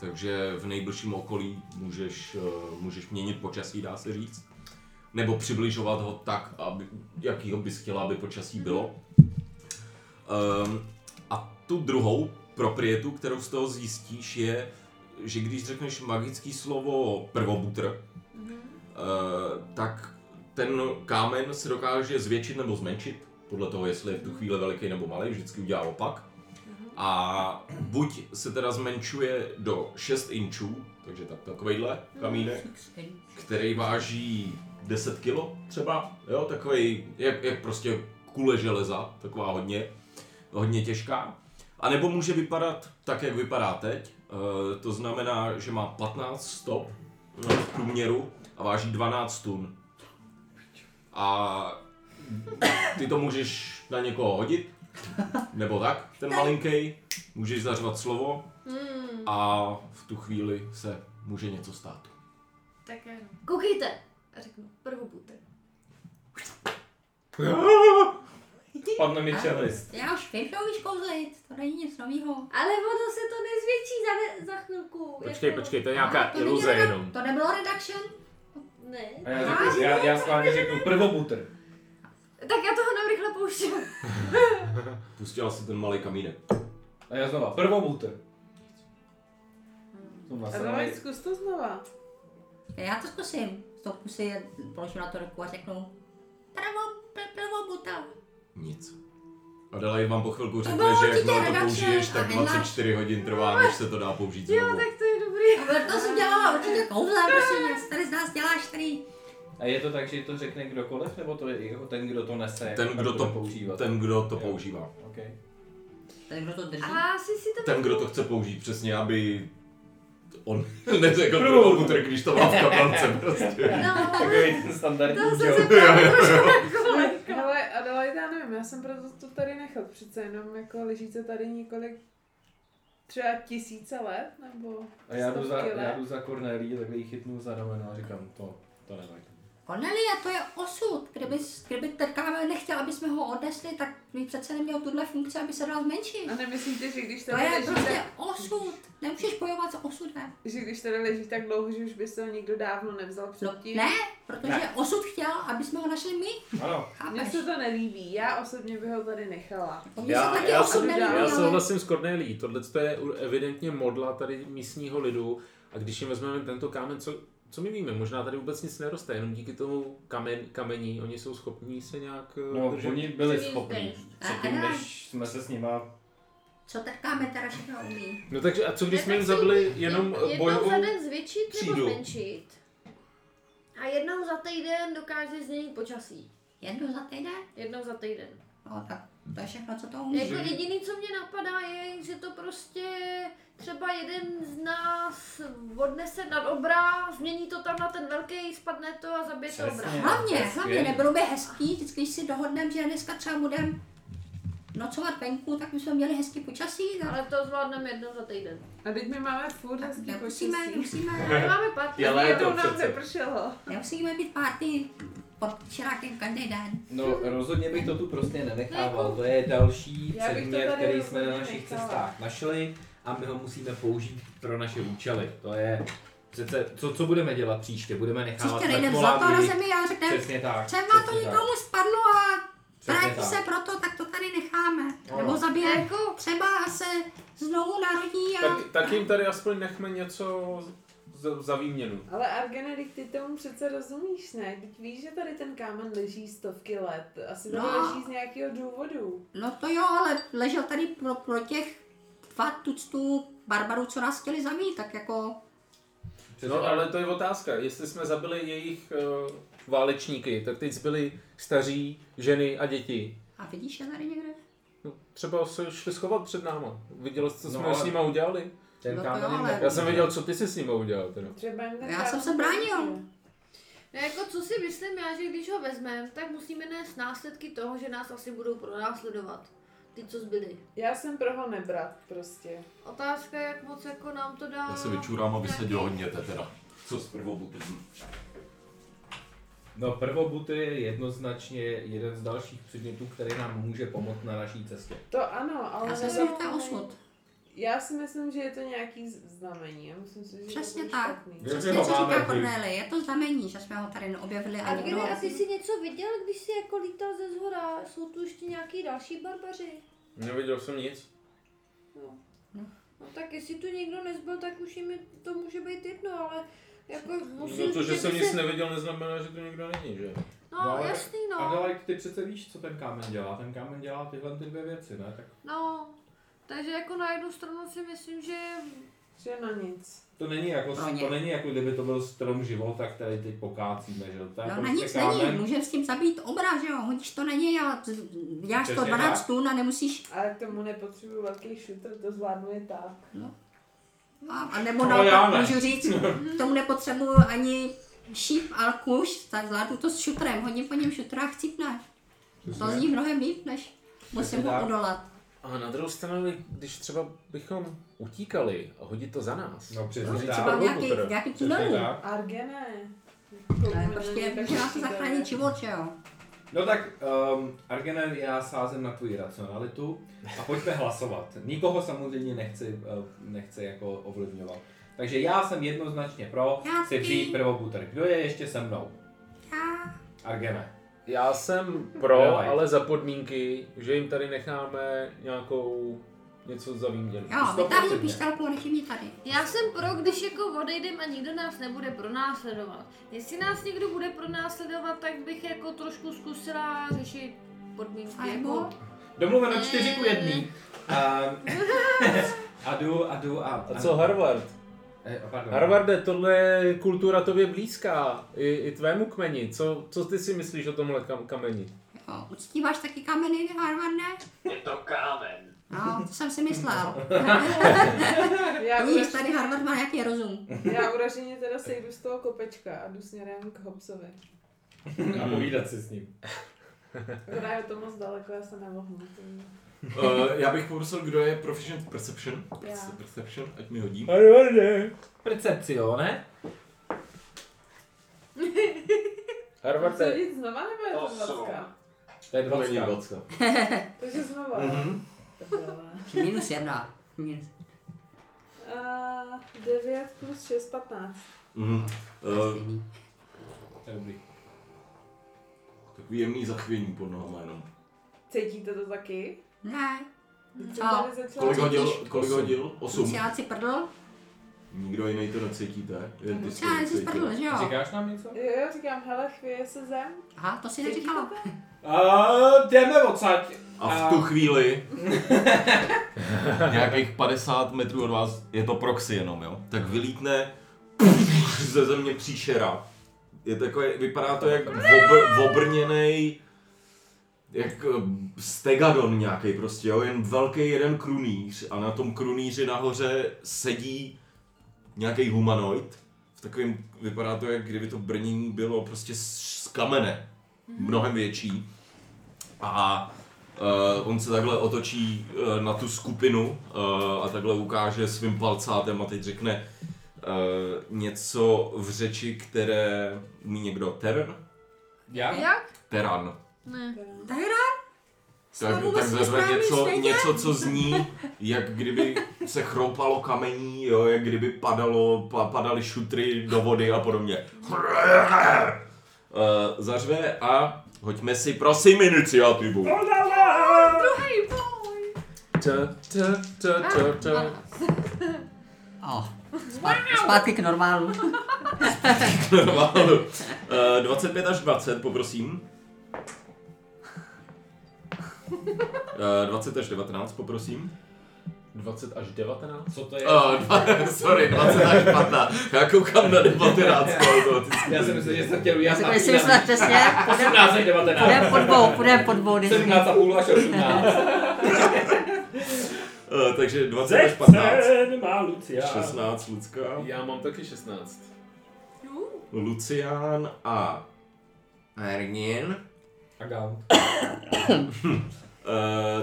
Speaker 1: Takže v nejbližším okolí můžeš, eh, můžeš měnit počasí, dá se říct. Nebo přibližovat ho tak, aby, jakýho bys chtěla, aby počasí bylo. Um, a tu druhou proprietu, kterou z toho zjistíš, je, že když řekneš magické slovo prvobutr, eh, tak ten kámen se dokáže zvětšit nebo zmenšit, podle toho, jestli je v tu chvíli veliký nebo malý, vždycky udělá opak. A buď se teda zmenšuje do 6 inčů, takže tak, takovejhle kamínek, který váží 10 kg třeba, jo, takový, jak, jak prostě kule železa, taková hodně, hodně těžká. A nebo může vypadat tak, jak vypadá teď, Eh, to znamená, že má 15 stop eh, v průměru a váží 12 tun. A ty to můžeš na někoho hodit, nebo tak, ten malinký, můžeš zařvat slovo
Speaker 5: Hmm,
Speaker 1: a v tu chvíli se může něco stát.
Speaker 5: tak já jenom. Koukejte! A řeknu, prvobutr.
Speaker 4: Padne mi čelist.
Speaker 6: Já už vím, že umíš kouzlit, to není nic novýho.
Speaker 5: Ale ono se to nezvětší za, za chvilku.
Speaker 2: Počkej,
Speaker 5: jako-
Speaker 2: počkej, to je nějaká
Speaker 6: to není
Speaker 2: iluze
Speaker 6: redu-
Speaker 2: jenom.
Speaker 6: To nebylo reduction?
Speaker 5: Ne.
Speaker 4: A já, řeknu, já, já schválně řeknu prvobutr.
Speaker 5: Tak já toho jenom rychle pouštím.
Speaker 1: Pustil si ten malý kamínek.
Speaker 4: A já znova prvobutr. Jsem
Speaker 9: Adelaide,
Speaker 4: nasranej.
Speaker 9: zkus to znova.
Speaker 6: Já to zkusím. Z toho pusy je- položím na to ruku a řeknu. Pravo, pravo buta.
Speaker 1: Nic. Adelaide vám po chvilku řekne,
Speaker 5: bylo
Speaker 1: že
Speaker 5: určitě
Speaker 1: jakmile to
Speaker 5: redakce
Speaker 1: použiješ, tak
Speaker 6: a nenáš-
Speaker 1: 24 hodin trvá, než se to dá použít znovu.
Speaker 5: tak to je dobrý.
Speaker 6: To jsem dělala určitě kouzla, prosím, jak tady z nás děláš tady.
Speaker 4: A je to tak, že to řekne kdokoliv, nebo to je jako ten, kdo to nese?
Speaker 1: Ten,
Speaker 4: jak
Speaker 1: kdo
Speaker 4: bude
Speaker 1: to-
Speaker 4: používat.
Speaker 1: Ten, kdo to používá.
Speaker 4: Okay.
Speaker 6: Ten, kdo to drží.
Speaker 5: A asi si to
Speaker 1: Ten, kdo to chce použít, přesně, aby on neřekl pro komputer, když to má v kabelce prostě.
Speaker 5: No,
Speaker 4: Takový ten standardní
Speaker 5: to jsem
Speaker 4: joke.
Speaker 5: si právě trošku nakolej.
Speaker 9: Hele, Adelaide, já nevím, já jsem proto to tady nechal. Přece jenom jako ležíte tady několik třeba tisíce let, nebo
Speaker 2: A já jdu, za,
Speaker 9: stovky
Speaker 2: já
Speaker 9: let.
Speaker 2: jdu za Cornelí, takhle ji chytnu za rameno a říkám, to, to nevadí.
Speaker 6: Cornelia, to je osud. Kdyby, kdyby ten kámen nechtěl, aby jsme ho odnesli, tak by přece neměl tuhle funkci, aby se dal zmenšit.
Speaker 9: A nemyslíte, že když
Speaker 6: To
Speaker 9: tady
Speaker 6: je
Speaker 9: leží,
Speaker 6: prostě
Speaker 9: tak,
Speaker 6: osud. Nemůžeš bojovat s osudem.
Speaker 9: že když tady leží tak dlouho, že už by se ho nikdo dávno nevzal
Speaker 6: No,
Speaker 9: předtím?
Speaker 6: ne, protože osud chtěl, aby jsme ho našli my.
Speaker 2: Ano,
Speaker 9: Mně
Speaker 6: Chápeš?
Speaker 9: se to nelíbí, já osobně bych ho tady nechala.
Speaker 6: To mě
Speaker 2: já,
Speaker 6: se taky
Speaker 2: já,
Speaker 6: osud
Speaker 2: jsem,
Speaker 6: nelíbí,
Speaker 2: já
Speaker 6: ale-
Speaker 2: souhlasím s Cornelí, tohle to je u- evidentně modla tady místního lidu a když jim vezmeme tento kámen, co, co my víme, možná tady vůbec nic neroste, jenom díky tomu kamen, kamení, oni jsou schopní se nějak eh,
Speaker 4: No,
Speaker 2: držet.
Speaker 4: oni byli
Speaker 5: Přemýšlej.
Speaker 4: schopní. Předtím, než jsme se s nima...
Speaker 6: Co ten kámen teda všechno umí?
Speaker 2: No takže a co když
Speaker 5: Ne,
Speaker 2: jsme
Speaker 5: tak
Speaker 2: jim
Speaker 5: jsou
Speaker 2: zabili jenom eh,
Speaker 5: jednou
Speaker 2: bojovou?
Speaker 5: za den zvětšit
Speaker 1: třídu.
Speaker 5: nebo zmenšit. A jednou za týden dokáže změnit počasí.
Speaker 6: Jednu za týden?
Speaker 5: Jednou za týden.
Speaker 6: No tak to je všechno, co to
Speaker 5: Jako
Speaker 6: umí.
Speaker 5: jediný, co mě napadá, je, že to prostě třeba jeden z nás odnese nad obra, změní to tam na ten velký, spadne to a zabije to obra.
Speaker 4: Přesně.
Speaker 6: Hlavně,
Speaker 4: To je
Speaker 6: hlavně
Speaker 4: skvělý.
Speaker 6: nebylo by hezký, vždycky, když si dohodneme, že dneska třeba budeme nocovat venku, tak bychom měli hezký počasí. Ale
Speaker 5: Ale to zvládneme jednou za týden.
Speaker 9: A teď my máme furt hezký
Speaker 6: nemusíme,
Speaker 9: počasí.
Speaker 6: nemusíme,
Speaker 5: Ale máme party.
Speaker 4: Je léto
Speaker 9: Jednou nám
Speaker 4: přece.
Speaker 9: nepršelo.
Speaker 6: nemusíme být party pod širákem každý den.
Speaker 4: No rozhodně bych to tu prostě nenechával, to je další
Speaker 9: Já bych to
Speaker 4: předmět,
Speaker 9: tady
Speaker 4: který jsme na
Speaker 9: rozhodně
Speaker 4: našich
Speaker 9: nechala.
Speaker 4: cestách našli a my ho musíme použít pro naše účely. To je přece, co, co budeme dělat příště? Budeme nechávat
Speaker 6: Příště nejdem zlato
Speaker 4: mrtvoláky?
Speaker 6: na zemi a řekneme,
Speaker 4: Přesně tak.
Speaker 6: třeba to
Speaker 4: přesně tak,
Speaker 6: někomu spadlo a
Speaker 4: přesně
Speaker 6: vrátí
Speaker 4: tak.
Speaker 6: se proto, tak to tady necháme.
Speaker 4: Ano.
Speaker 6: Nebo zabijeme,
Speaker 9: Jako-
Speaker 6: třeba se znovu narodí a...
Speaker 2: Tak, tak jim tady aspoň nechme něco za, za výměnu.
Speaker 9: Ale Argenedik, ty tomu přece rozumíš, ne? Teď víš, že tady ten kámen leží stovky let. Asi to
Speaker 6: No.
Speaker 9: leží z nějakého důvodu.
Speaker 6: No to jo, ale ležel tady pro, pro těch dva tuctů barbarů, co nás chtěli zabít, tak jako...
Speaker 2: No ale to je otázka, jestli jsme zabili jejich uh, válečníky, tak teď zbyli staří, ženy a děti.
Speaker 6: A vidíš je tady někde?
Speaker 2: No, třeba se šli schovat před náma. Viděla jsi, co
Speaker 4: No,
Speaker 2: jsme
Speaker 4: ale- Mhm.
Speaker 2: s nima udělali?
Speaker 4: Ten
Speaker 6: No to
Speaker 4: kámen
Speaker 6: jo,
Speaker 4: jim
Speaker 6: ale-
Speaker 2: Já jsem viděl, co ty jsi s nima udělal teda.
Speaker 9: Třeba jim ten
Speaker 6: Já
Speaker 9: kámen
Speaker 6: jsem se bránil.
Speaker 5: No jako co si myslím já, že když ho vezmeme, tak musíme nést následky toho, že nás asi budou pronásledovat. Ty, co zbyli.
Speaker 9: Já jsem pro ho nebrat prostě.
Speaker 5: Otázka je, jak moc jako nám to dá...
Speaker 1: Já se vyčurám, aby se dělo hodně teda. Co s prvobutem?
Speaker 4: No prvobuty je jednoznačně jeden z dalších předmětů, který nám může pomoct na naší cestě.
Speaker 9: To ano, ale...
Speaker 6: Já jsem si
Speaker 9: nevím,
Speaker 6: že to je osud.
Speaker 9: Já si myslím, že je to nějaký z- znamení. Já myslím si, že
Speaker 6: Přesně
Speaker 9: to je
Speaker 6: tak.
Speaker 9: špatný.
Speaker 2: Že-
Speaker 6: Přesně,
Speaker 2: ho
Speaker 6: co
Speaker 2: máme
Speaker 6: říká
Speaker 2: tady?
Speaker 6: Corneli, je to znamení, že jsme ho tady neobjevili a
Speaker 5: A
Speaker 6: nikdo
Speaker 5: kdy,
Speaker 6: ho
Speaker 5: a ty
Speaker 6: nezná.
Speaker 5: jsi něco viděl, když jsi jako lítal ze zhora? Jsou tu ještě nějaký další barbaři?
Speaker 2: Neviděl jsem nic.
Speaker 5: No. no tak jestli tu někdo nezbyl, tak už jim je- to může být jedno, ale jako musím...
Speaker 2: No to, že
Speaker 5: kdyby
Speaker 2: jsem
Speaker 5: se-
Speaker 2: nic neviděl, neznamená, že to nikdo není, že?
Speaker 5: No,
Speaker 4: No, ale-
Speaker 5: jasný, no.
Speaker 4: Adelaide, ty přece víš, co ten kámen dělá. Ten kámen dělá tyhle ty dvě věci, ne? Tak
Speaker 5: No, takže jako na jednu stranu si myslím, že
Speaker 9: Že no nic.
Speaker 4: to není jako,
Speaker 6: Pro ně.
Speaker 4: to není jako kdyby to byl strom života, který teď pokácíme, že? jo? To je
Speaker 6: No na
Speaker 4: prostě
Speaker 6: nic není, můžeš s tím zabít obraz, že jo, hodíš to na něj a z- děláš to
Speaker 4: Přesně
Speaker 6: 12
Speaker 4: tak.
Speaker 6: tun a nemusíš,
Speaker 9: Ale k tomu nepotřebuju velký šutr, to zvládnu je tak.
Speaker 6: a, a nebo
Speaker 4: No,
Speaker 6: naopak
Speaker 4: já ne.
Speaker 6: můžu říct, k tomu nepotřebuju ani šíp, ale kuš, tak zvládnu to s šutrem, hodím po něm šutra a chcípne. To zní mnohem líp, než musím ho
Speaker 4: tak.
Speaker 6: odolat.
Speaker 2: A na druhou stranu, když třeba bychom utíkali a hodit to za nás.
Speaker 4: No
Speaker 6: No,
Speaker 4: přesně
Speaker 6: třeba
Speaker 4: tak.
Speaker 6: v nějaký, v nějaký tunelu.
Speaker 4: Přesně tak.
Speaker 9: Argene.
Speaker 6: Ale prostě může nás to zachránit život, že jo.
Speaker 4: No tak, um, Argene, já sázím na tvoji racionalitu a pojďme hlasovat. Nikoho samozřejmě nechci, uh, nechci jako ovlivňovat. Takže já jsem jednoznačně pro
Speaker 6: Já
Speaker 4: si
Speaker 6: taky.
Speaker 4: vzít prvobutr. Kdo je ještě se mnou?
Speaker 6: Já,
Speaker 4: Argene.
Speaker 2: Já jsem pro,
Speaker 4: Dawaj.
Speaker 2: ale za podmínky, že jim tady necháme nějakou něco za výměnu.
Speaker 6: jo, vytáhni
Speaker 4: 100%
Speaker 6: pištelku a nechci mě tady.
Speaker 5: Já jsem pro, když jako odejdem a nikdo nás nebude pronásledovat. Jestli nás někdo bude pronásledovat, tak bych jako trošku zkusila řešit podmínky.
Speaker 6: A
Speaker 5: Jako...
Speaker 6: nebo?
Speaker 4: Domluveno 4 ku 1. A, a jdu, a jdu, a...
Speaker 2: A co Harvard?
Speaker 4: Eh, pardon.
Speaker 2: Harvarde, tohle je kultura tobě blízká, i, i tvému kmeni. Co, co ty si myslíš o tomhle kam, kameni?
Speaker 6: Jo, uctíváš taky kameny, Harvarde?
Speaker 8: Je to kámen.
Speaker 6: No, to jsem si myslel.
Speaker 9: Já,
Speaker 6: Vidíš,
Speaker 9: uraž,
Speaker 6: tady Harvard má nějaký rozum.
Speaker 9: já uraženě teda sejdu z toho kopečka a jdu směrem k Hobsovi.
Speaker 4: A povídat si s ním.
Speaker 9: Akorát je to moc daleko, já se nemohu.
Speaker 1: Uh, já bych poprosil, kdo je proficient v perception.
Speaker 9: Já.
Speaker 1: Perception, ať mi hodí.
Speaker 2: Harvarde!
Speaker 4: Percepci, jo, ne?
Speaker 9: Chci
Speaker 2: Harvarde,
Speaker 9: jít znova nebo je to
Speaker 8: Osm.
Speaker 9: dvacka?
Speaker 4: To je
Speaker 1: To není
Speaker 4: dvacka.
Speaker 1: dvacka.
Speaker 9: Takže znova.
Speaker 1: Mhm.
Speaker 6: Minus jedna. Minus.
Speaker 9: Uh, 9 plus 6, 15.
Speaker 1: Mhm. Uh,
Speaker 6: Stejný.
Speaker 4: To je dobrý.
Speaker 1: takový jemný zachvění pod nohama jenom.
Speaker 9: Cítíte to taky?
Speaker 6: Ne,
Speaker 9: Vždyť
Speaker 6: A
Speaker 9: jsem tady začala-
Speaker 1: Kolik hodil? Kolik hodil? Osm.
Speaker 6: Lucián si prdl.
Speaker 1: Nikdo jiný to necítíte. Jen ty jsi to
Speaker 6: Lucián si
Speaker 1: necítil.
Speaker 6: prdl, že jo?
Speaker 4: Říkáš nám něco?
Speaker 9: Jo, jo, říkám, hele, chvěje se zem.
Speaker 6: Aha, to si neříkala.
Speaker 4: A No, jdeme odsaď.
Speaker 1: A v tu chvíli, nějakých 50 metrů od vás, je to proxy jenom, jo? Tak vylítne ze země příšera. Je takové, vypadá to jak obr, obrněný jak eh, stegadon nějaký prostě, jo? Jen velký jeden krunýř a na tom krunýři nahoře sedí nějaký humanoid. V takovém, vypadá to, jak kdyby to brnění bylo prostě z, z kamene. Mnohem větší. A Uh, on se takhle otočí uh, na tu skupinu uh, a takhle ukáže svým palcátem a teď řekne uh, něco v řeči, které umí někdo. Tern?
Speaker 4: Já?
Speaker 5: Jak?
Speaker 1: Teran.
Speaker 5: Ne.
Speaker 6: Tahira?
Speaker 1: Tak, tak zařve něco, něco, co zní, jak kdyby se chroupalo kamení, jo, jak kdyby padalo, pa, padaly šutry do vody a podobně. Uh, zařve a hoďme si prosím iniciativu.
Speaker 5: Druhý boj!
Speaker 2: Ta, ta, ta, ta, ta.
Speaker 6: O, zpátky, zpátky k normálu.
Speaker 1: Válu. Eh, 25 až 20, poprosím. Eh, 20 až 19, poprosím.
Speaker 2: 20 až 19?
Speaker 4: Co to je?
Speaker 1: Eh, dva, sorry, 20 až 15. Já koukám na 19 automaticky.
Speaker 4: Já jsem myslel, že jsem chtěl udělat
Speaker 6: Takový si myslel přesně. Půjdeme
Speaker 4: 18 až 19.
Speaker 6: půjdem pod dvou, půjdeme pod dvou. když-
Speaker 4: 17 a půl až 18.
Speaker 1: Eh, Takže 20 až 15.
Speaker 4: má Lucia.
Speaker 1: 16 Lucka,
Speaker 2: Já mám taky 16.
Speaker 5: Jů.
Speaker 1: Lucián a Ernin.
Speaker 4: A gaunt.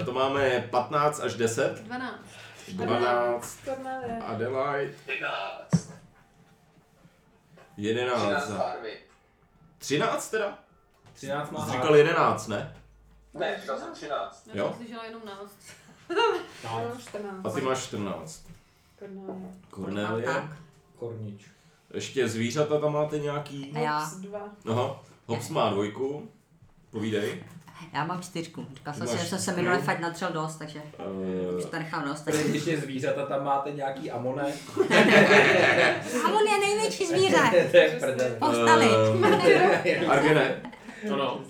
Speaker 1: Eh, To máme 15 až 10.
Speaker 5: 12.
Speaker 1: 12
Speaker 9: Kornelie.
Speaker 1: Adelaide.
Speaker 8: 11.
Speaker 1: 11.
Speaker 8: 13 barvy.
Speaker 1: 13 teda?
Speaker 4: 13 má
Speaker 1: Jsi říkal 11, ne?
Speaker 8: Ne, říkal jsem 13.
Speaker 5: Já
Speaker 1: Jo.
Speaker 5: jsem slyšela jenom nás.
Speaker 9: Já
Speaker 4: No,
Speaker 9: mám 14.
Speaker 1: A ty máš 14.
Speaker 9: Kornelie.
Speaker 1: Cornelie.
Speaker 6: Tak.
Speaker 4: kornič.
Speaker 1: Ještě zvířata tam máte nějaký?
Speaker 6: A já,
Speaker 9: Hops, dva.
Speaker 1: Aha, Hops má dvojku. Povídej.
Speaker 6: já mám čtyřku. Říkal jsem si,
Speaker 1: Máš
Speaker 6: že jsem se
Speaker 1: čtyřku.
Speaker 6: minule fakt natřel dost, takže už
Speaker 1: Eh,
Speaker 6: to nechám dost.
Speaker 4: Tady
Speaker 6: takže-
Speaker 4: když je zvířata, tam máte nějaký amone.
Speaker 6: A on je největší zvíře.
Speaker 4: to je prdele.
Speaker 6: Povstali.
Speaker 1: eh, Argene,
Speaker 2: Ano.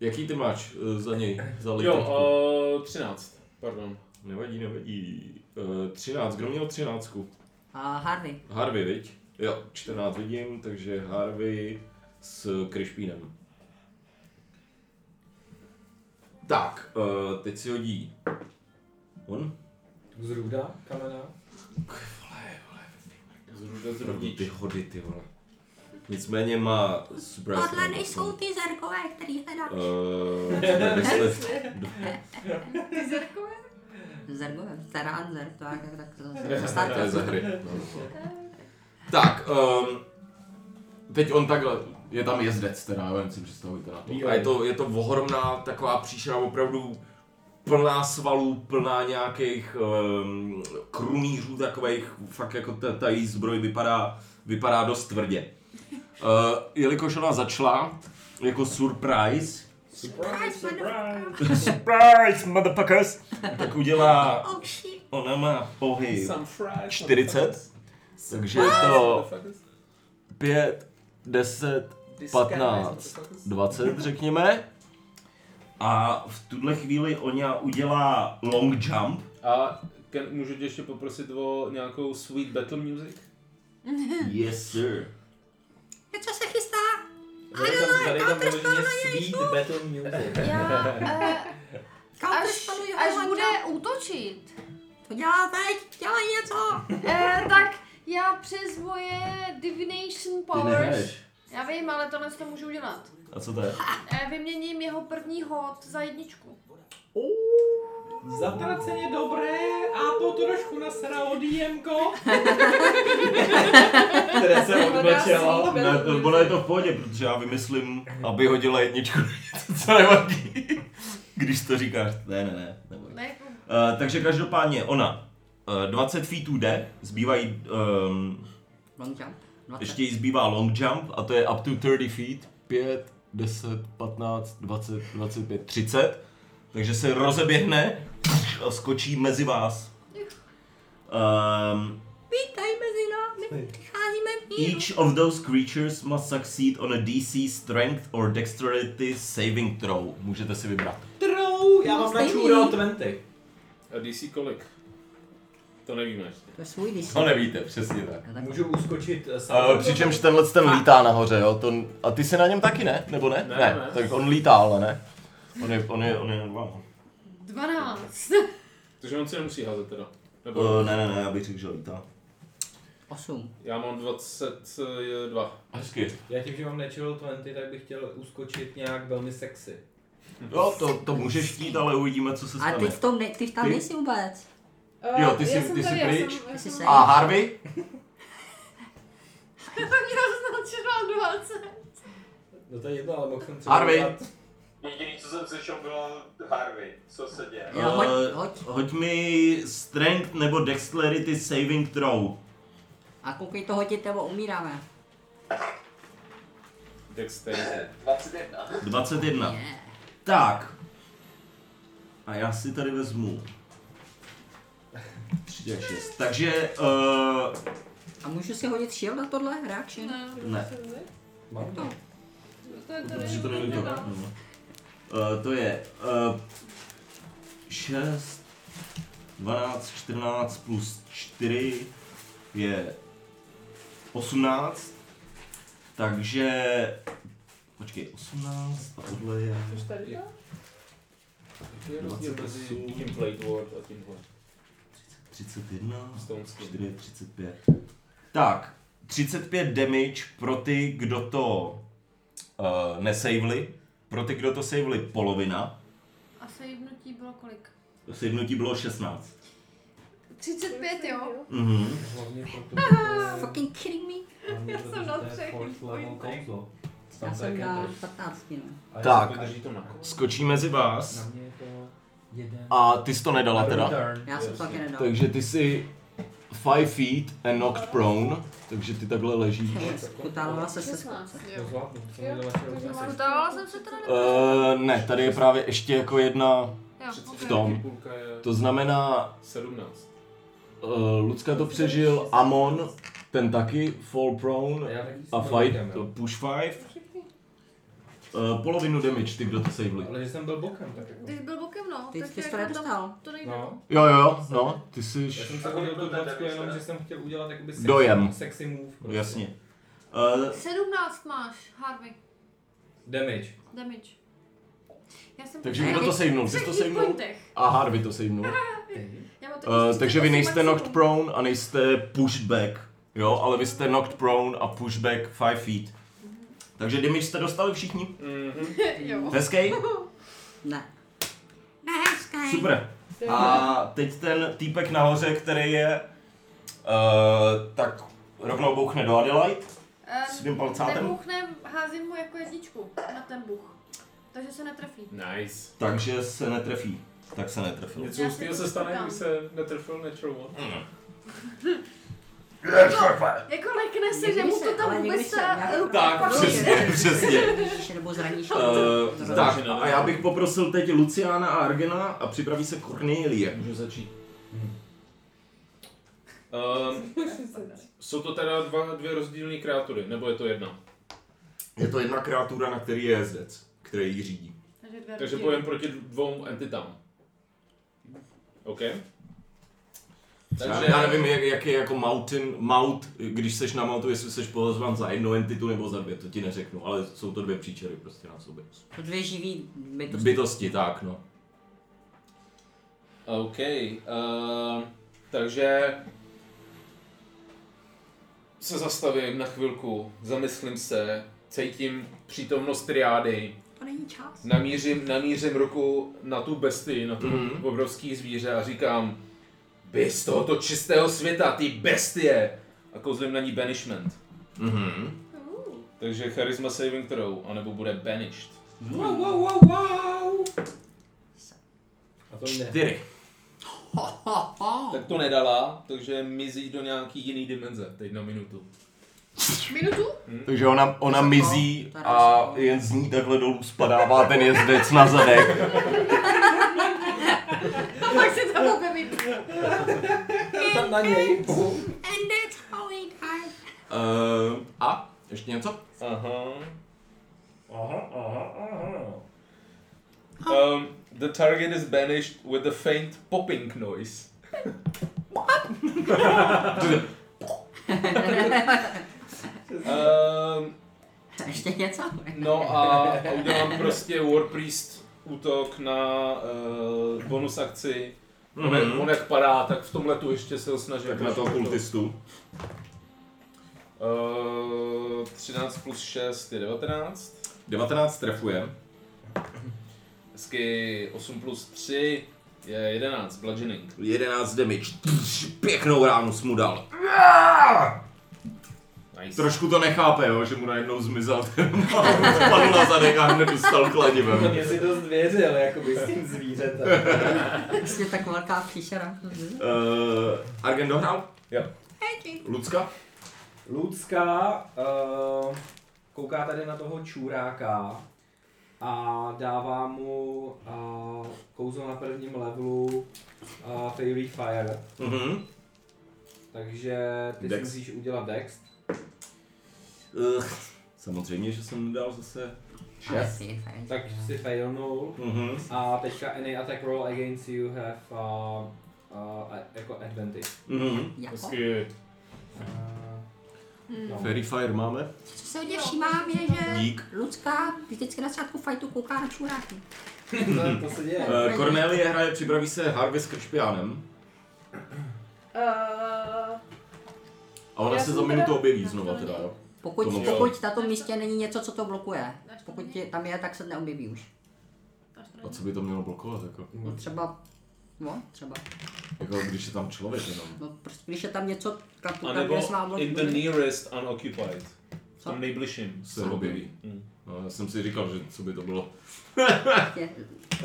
Speaker 1: jaký ty máš eh, za něj? Za jo,
Speaker 2: No,
Speaker 1: eh,
Speaker 2: Jo, uh, 13. Pardon.
Speaker 1: Nevadí, nevadí. Eh, 13, kdo měl 13?
Speaker 6: A Harvey.
Speaker 1: Harvey, viď? Jo, 14 vidím, takže Harvey s Krišpínem. Tak, eh, teď si hodí on.
Speaker 4: Zruda kamena.
Speaker 2: Zruda
Speaker 1: Ty hody, ty vole. Nicméně má surprise.
Speaker 6: Tohle
Speaker 1: round,
Speaker 6: nejsou ty zerkové, který hledám.
Speaker 1: Eh, deset.
Speaker 5: Ty zrkové?
Speaker 6: Zergové, terán, zerk, to je jak tak to
Speaker 1: To je
Speaker 6: stát.
Speaker 1: ze hry. Tak, um, teď on takhle, je tam jezdec teda, já si představujte na to. A je to, je to ohromná taková příšera, opravdu plná svalů, plná nějakých um, krunýřů takových, fakt jako ta, ta její zbroj vypadá, vypadá dost tvrdě. Uh, jelikož ona začala jako surprise,
Speaker 6: Surprise, motherfucker.
Speaker 1: surprise motherfuckers, tak udělá,
Speaker 6: Oh shit.
Speaker 1: ona má pohyb
Speaker 2: Some fries.
Speaker 1: 40, takže je to 5, 10, 15, 20, řekněme. A v tuhle chvíli Oňa udělá long jump.
Speaker 2: A can, můžu tě ještě poprosit o nějakou sweet battle music?
Speaker 1: Yes, sir.
Speaker 6: Co se chystá?
Speaker 4: Tady tam, tady tam vyloženě sweet battle music.
Speaker 5: Já, eh,
Speaker 6: Counter
Speaker 5: až,
Speaker 6: spellu jeho
Speaker 5: až
Speaker 6: handa.
Speaker 5: bude útočit,
Speaker 6: To dělá teď, dělej něco!
Speaker 5: eh, tak já přes moje divination
Speaker 1: Ty
Speaker 5: powers,
Speaker 1: nehraješ.
Speaker 5: já vím, ale tohle to můžu udělat,
Speaker 1: A co to je?
Speaker 5: eh, vyměním jeho první hod za jedničku.
Speaker 4: Zatraceně dobré a to trošku nasralo DMko. Které se odmlčelo.
Speaker 1: Ne, to- ono je to v pohodě, protože já vymyslím, aby hodila jedničku, co nevadí. Když to říkáš, ne, ne, ne. neboj.
Speaker 5: Ne, jako,
Speaker 1: Eh, takže každopádně ona eh, 20 feetů jde, zbývají, um,
Speaker 6: Long jump. 20.
Speaker 1: ještě jí zbývá long jump a to je up to 30 feet, 5, 10, 15, 20, 25, 30. Takže se rozeběhne a skočí mezi vás. Um,
Speaker 6: Vítej mezi námi, přicházíme míru.
Speaker 1: Each of those creatures must succeed on a DC strength or dexterity saving throw. Můžete si vybrat.
Speaker 4: Trou, já mám na
Speaker 6: Stejný.
Speaker 4: čůro 20.
Speaker 2: A DC kolik? To nevíme ještě.
Speaker 6: To je svůj disc.
Speaker 1: nevíte, přesně tak.
Speaker 4: Můžu uskočit eh,
Speaker 1: Uh,
Speaker 4: sám.
Speaker 1: přičemž tenhle ten lítá nahoře, jo? To, a ty jsi na něm taky, ne? Nebo ne?
Speaker 2: Ne, ne.
Speaker 1: Tak on lítá, ale ne. On je, on je, on je, wow.
Speaker 5: 12.
Speaker 2: Takže on si nemusí házet teda. Nebo
Speaker 1: uh, ne, ne, ne, já bych řekl, že lítá.
Speaker 6: 8.
Speaker 2: já mám 22.
Speaker 1: Hezky.
Speaker 4: Já tím, že mám natural 20, tak bych chtěl uskočit nějak velmi sexy.
Speaker 1: Jo, to, to můžeš chtít, ale uvidíme, co se
Speaker 6: A
Speaker 1: stane.
Speaker 6: ty v tom, ne, ty v tam
Speaker 1: Ty?
Speaker 6: nejsi vůbec.
Speaker 9: Eh,
Speaker 1: Jo, ty
Speaker 9: já
Speaker 1: jsi-
Speaker 9: jsem
Speaker 1: ty jsi
Speaker 9: tady, já
Speaker 1: pryč.
Speaker 9: jsem- já
Speaker 6: Jsi
Speaker 9: jsem-
Speaker 6: sej.
Speaker 1: A Harvey?
Speaker 5: Já to měla značená 20.
Speaker 4: No to je jedno, ale mohl jsem třeba
Speaker 1: Harvey.
Speaker 4: dát-
Speaker 7: Jediný, co jsem slyšel, bylo Harvey. Co se děje?
Speaker 6: Jo, hoď,
Speaker 1: Eh,
Speaker 6: hoď.
Speaker 1: Hoď mi strength nebo dexterity saving throw.
Speaker 6: A koukej to hodit, nebo umíráme.
Speaker 2: Dexterity.
Speaker 8: 21.
Speaker 1: 21.
Speaker 6: Je.
Speaker 1: Tak. A já si tady vezmu. 3 a 6. Takže, uh,
Speaker 6: A můžu si hodit shield na tohle? Reaction?
Speaker 5: Ne,
Speaker 1: ne,
Speaker 4: Mám to.
Speaker 5: to je tady.
Speaker 1: protože to není to.
Speaker 5: nedělá.
Speaker 1: Uh, to je uh, 6, 12, 14 plus 4 je 18. Takže, počkej, 18 a tohle je...
Speaker 9: Už tady to?
Speaker 2: Jaký je rozdíl mezi
Speaker 1: 28.
Speaker 2: tím Plate Ward a tímhle?
Speaker 1: 31,
Speaker 2: Stone
Speaker 1: 4 je 35. Tak, 35 damage pro ty, kdo to uh, nesavely. Pro ty, kdo to savely, polovina.
Speaker 5: A sejbnutí bylo kolik?
Speaker 1: Savnutí bylo 16.
Speaker 5: 35, jo?
Speaker 1: Mhm.
Speaker 4: Hlavně proto, že to je-
Speaker 6: Fucking kidding me?
Speaker 4: hlavně
Speaker 5: Já
Speaker 4: proto,
Speaker 5: jsem
Speaker 4: že
Speaker 5: na
Speaker 4: to je
Speaker 5: třech
Speaker 4: fourth level
Speaker 5: pointech.
Speaker 4: kouzlo.
Speaker 6: Já
Speaker 4: Tam
Speaker 6: jsem
Speaker 4: také
Speaker 6: na
Speaker 4: drž.
Speaker 6: 15, no.
Speaker 4: A
Speaker 1: Tak.
Speaker 4: jestli podrží to na kolo,
Speaker 1: Skočí mezi
Speaker 4: na
Speaker 1: vás.
Speaker 4: mě je to jeden.
Speaker 1: A ty jsi to nedala teda.
Speaker 4: Turn.
Speaker 6: Já jsem to taky nedal.
Speaker 1: Takže ty jsi 5 feet and knocked prone. Takže ty takhle ležíš.
Speaker 6: Utáhla se se
Speaker 9: 16,
Speaker 4: To
Speaker 9: jo.
Speaker 4: zvládnu, jsem
Speaker 9: Jo,
Speaker 4: nedala
Speaker 9: takže
Speaker 4: čeho
Speaker 9: máš-
Speaker 5: Utávala jsem se teda nebo?
Speaker 1: Uh, ne, tady je právě ještě jako jedna.
Speaker 5: Jo,
Speaker 1: v
Speaker 5: okay.
Speaker 1: tom.
Speaker 2: Půlka je
Speaker 1: To znamená,
Speaker 2: 17.
Speaker 1: uh, Lucka to přežil, Amon, ten taky, fall prone,
Speaker 4: já taky s
Speaker 1: A
Speaker 4: tím bokem,
Speaker 1: fight,
Speaker 4: jo.
Speaker 1: to push five. Uh, polovinu damage, ty, kdo to savely.
Speaker 4: Ale že jsem byl bokem, tak jako.
Speaker 5: Když byl bokem, no,
Speaker 6: Ty
Speaker 5: takže
Speaker 6: jsi to
Speaker 5: jako tam
Speaker 6: nedostal.
Speaker 5: to nejde.
Speaker 4: No,
Speaker 1: Jo, jo, no, ty jsi...
Speaker 4: já jsem se hodil tu dvacku jenom, že jsem chtěl udělat jakoby sexy,
Speaker 1: Dojem.
Speaker 4: sexy move. Prostě.
Speaker 1: Jasně. Uh,
Speaker 5: 17 máš, Harvey,
Speaker 4: Damage.
Speaker 5: damage. Já jsem
Speaker 1: takže
Speaker 6: Ne,
Speaker 1: kdo to savnul? Ty jsi to
Speaker 5: třech hit
Speaker 1: savnul?
Speaker 5: pointech.
Speaker 1: A Harvey to savnul.
Speaker 5: Já mám taky
Speaker 1: Uh, takže vy
Speaker 5: 38
Speaker 1: nejste
Speaker 5: maximum.
Speaker 1: knocked prone a nejste pushed back. Jo, ale vy jste knocked prone a pushed back 5 feet. Takže damage jste dostali všichni.
Speaker 2: Mhm.
Speaker 5: jo.
Speaker 1: Hezkej?
Speaker 6: Ne. Ne, hezký.
Speaker 1: Super. A teď ten týpek nahoře, který je, uh, tak rovnou bouchne do Adelaide svým palcátem.
Speaker 5: Nebuchnem, Eh, házím mu jako jedničku na ten buch. Takže se netrefí.
Speaker 2: Nice.
Speaker 1: Takže se netrefí. Tak se netrefil.
Speaker 2: Něco
Speaker 5: Já si
Speaker 2: úspěl
Speaker 5: to
Speaker 2: se stane,
Speaker 5: počkám.
Speaker 2: když se netrefil natural one.
Speaker 5: Jako lekne se,
Speaker 6: Někdy
Speaker 5: že mu
Speaker 6: se-
Speaker 5: to
Speaker 6: ale
Speaker 5: tam
Speaker 6: někdy
Speaker 5: vůbec
Speaker 6: se-
Speaker 5: ta
Speaker 6: já-
Speaker 5: ruka
Speaker 1: Tak,
Speaker 5: fakt
Speaker 1: přesně,
Speaker 5: nejde.
Speaker 1: přesně.
Speaker 6: Ještě nebo zraníš.
Speaker 1: Uh, tak,
Speaker 2: Záleží na
Speaker 1: a já bych poprosil teď Luciana a Argena a připraví se Cornelie.
Speaker 2: Můžu začít. Um, jsou to teda dva, dvě rozdílné kreatury, nebo je to jedna?
Speaker 1: Je to jedna kreatura, na který je jezdec, který ji řídí.
Speaker 5: Takže dvě
Speaker 2: Takže
Speaker 5: rozdíly.
Speaker 2: bojujeme proti dvou entitám. OK.
Speaker 1: Já,
Speaker 2: Takže
Speaker 1: já nevím, jak, jak je jako mountain, mount, když seš na mountu, jestli seš považován za jednu entitu nebo za dvě, to ti neřeknu, ale jsou to dvě příčery prostě na sobě.
Speaker 6: To dvě živý bytosti.
Speaker 1: Bytosti, tak no.
Speaker 2: OK. Uh, takže se zastavím na chvilku, zamyslím se, cítím přítomnost triády.
Speaker 6: To není čas.
Speaker 2: namířím, namířím ruku na tu bestii, na tu
Speaker 1: Mhm.
Speaker 2: mm-hmm. obrovský zvíře a říkám Vy z tohoto čistého světa, ty bestie! A kouzlím na ní banishment.
Speaker 1: Mhm.
Speaker 2: Takže charisma saving throw, anebo bude banished.
Speaker 6: Wow, wow, wow, wow.
Speaker 4: A to ne.
Speaker 1: Čtyři.
Speaker 2: Tak to nedala, takže mizí do nějaký jiný dimenze, teď na minutu.
Speaker 5: Minutu?
Speaker 1: Takže ona, ona
Speaker 6: Vysoko,
Speaker 1: mizí
Speaker 6: tady
Speaker 1: a
Speaker 6: vysoko.
Speaker 1: jen z ní takhle dolů spadává ten jezdec na zadek.
Speaker 5: A pak se to pobaví.
Speaker 4: Tam na něj.
Speaker 6: And that's how it has.
Speaker 1: Uh, a? Ještě něco?
Speaker 2: Aha.
Speaker 4: Aha, aha, aha.
Speaker 2: Um, the target is banished with a faint popping noise. Um,
Speaker 6: Ještě něco?
Speaker 2: No a a udělám prostě Warpriest útok na uh, bonus akci. On,
Speaker 4: Mhm.
Speaker 2: mm-hmm. on jak padá, tak v tom letu ještě se ho snažím.
Speaker 1: Tak na toho kultistu.
Speaker 2: Uh, 13 plus 6 je 19.
Speaker 1: 19 trefuje.
Speaker 2: Hezky 8 plus 3 je 11, bludgeoning.
Speaker 1: 11 damage. Pš, Pěknou ránu jsi mu dal.
Speaker 2: Nice.
Speaker 1: Trošku to nechápe, jo, že mu najednou zmizel ten mal, spadl na zadek a hned dostal Eh, kladivem.
Speaker 4: Mě si dost věřil, jakoby s tím zvířetem.
Speaker 6: Vlastně tak velká příšera. Mhm.
Speaker 1: Uh, Argen dohrál?
Speaker 2: Jo.
Speaker 1: Lucka?
Speaker 4: Lucka uh, kouká tady na toho čůráka a dává mu uh, kouzlo na prvním levelu uh, Fairy Fire.
Speaker 1: Mhm.
Speaker 4: Takže ty
Speaker 1: Dex.
Speaker 4: Dex. si musíš udělat Dex.
Speaker 1: Uh, samozřejmě, že jsem dal zase...
Speaker 6: Asi, fajn.
Speaker 4: Tak si failnul.
Speaker 1: Mhm.
Speaker 4: A teďka any attack roll against you have uh, uh, a- jako advantage.
Speaker 1: Mhm.
Speaker 6: Jako?
Speaker 2: Hezky.
Speaker 4: Uh, no.
Speaker 1: Fairy Fire máme.
Speaker 6: Co se hodně všímám je, že
Speaker 1: Dík.
Speaker 6: Lucka vždycky na začátku fajtu kouká na čůráky.
Speaker 4: To, to se děje.
Speaker 1: Uh, Cornelie hraje, připraví se Harvey s Kršpiánem.
Speaker 9: Uh,
Speaker 1: A ona
Speaker 9: Já
Speaker 1: se
Speaker 9: jsem
Speaker 1: za
Speaker 9: teda-
Speaker 1: minutu objeví znova teda, jo. To
Speaker 6: Pokud,
Speaker 1: moc jo.
Speaker 6: pokud na tom místě není něco, co to blokuje.
Speaker 5: Dáš to
Speaker 6: Pokud
Speaker 5: mě?
Speaker 6: je, tam je, tak se neobjeví už.
Speaker 1: A co by to mělo blokovat, jako?
Speaker 9: Mm.
Speaker 6: No třeba, no třeba.
Speaker 1: Jako když je tam člověk jenom.
Speaker 6: No prostě, když je tam něco, tak
Speaker 2: A
Speaker 6: tam
Speaker 2: nebo
Speaker 6: je s vámi.
Speaker 2: in the nearest unoccupied. V
Speaker 6: Co?
Speaker 2: tom nejbližším.
Speaker 1: Se objeví.
Speaker 2: Mm.
Speaker 1: No, já jsem si říkal, že co by to bylo.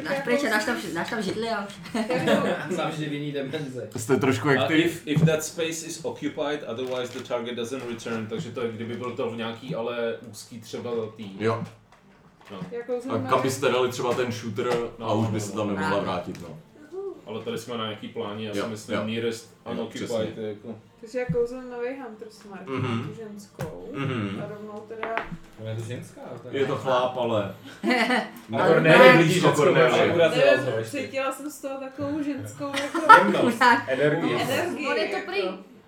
Speaker 6: Dáš pryč, a dáš tam, dáš tam židli a už.
Speaker 9: Eh,
Speaker 4: Zavždy v jiný dimenzi.
Speaker 1: Jste trošku jak
Speaker 2: A
Speaker 1: ty.
Speaker 2: if, if that space is occupied, otherwise the target doesn't return, takže to je kdyby byl to v nějaký, ale úzký třeba tý.
Speaker 1: Jo,
Speaker 9: jakou
Speaker 1: a kam byste dali třeba ten shooter a už by se tam nemohla vrátit, no.
Speaker 2: Ale tady jsme na nějaký pláně, já si
Speaker 1: Jo,
Speaker 2: myslím,
Speaker 1: jo.
Speaker 2: nearest unoccupied
Speaker 1: přesně.
Speaker 2: je jako...
Speaker 9: Takže já kouzlím nový Hunter Smart,
Speaker 1: Mhm.
Speaker 9: mm-hmm. tu ženskou.
Speaker 1: Mhm.
Speaker 9: A rovnou teda...
Speaker 4: Ona No, je to ženská. to
Speaker 1: Je to chláp, ale...
Speaker 4: Ale
Speaker 1: Ne,
Speaker 4: Cornelie
Speaker 1: ne,
Speaker 4: vidí,
Speaker 1: blíž
Speaker 4: že
Speaker 1: to
Speaker 4: co
Speaker 1: Cornelie.
Speaker 4: bude. Urazila
Speaker 9: Nevím,
Speaker 4: ho ještě.
Speaker 9: Cítila jsem z toho takovou ženskou jako
Speaker 2: No.
Speaker 6: Chudák,
Speaker 4: Energie.
Speaker 9: energii.
Speaker 5: On je to
Speaker 9: jako.
Speaker 5: prý.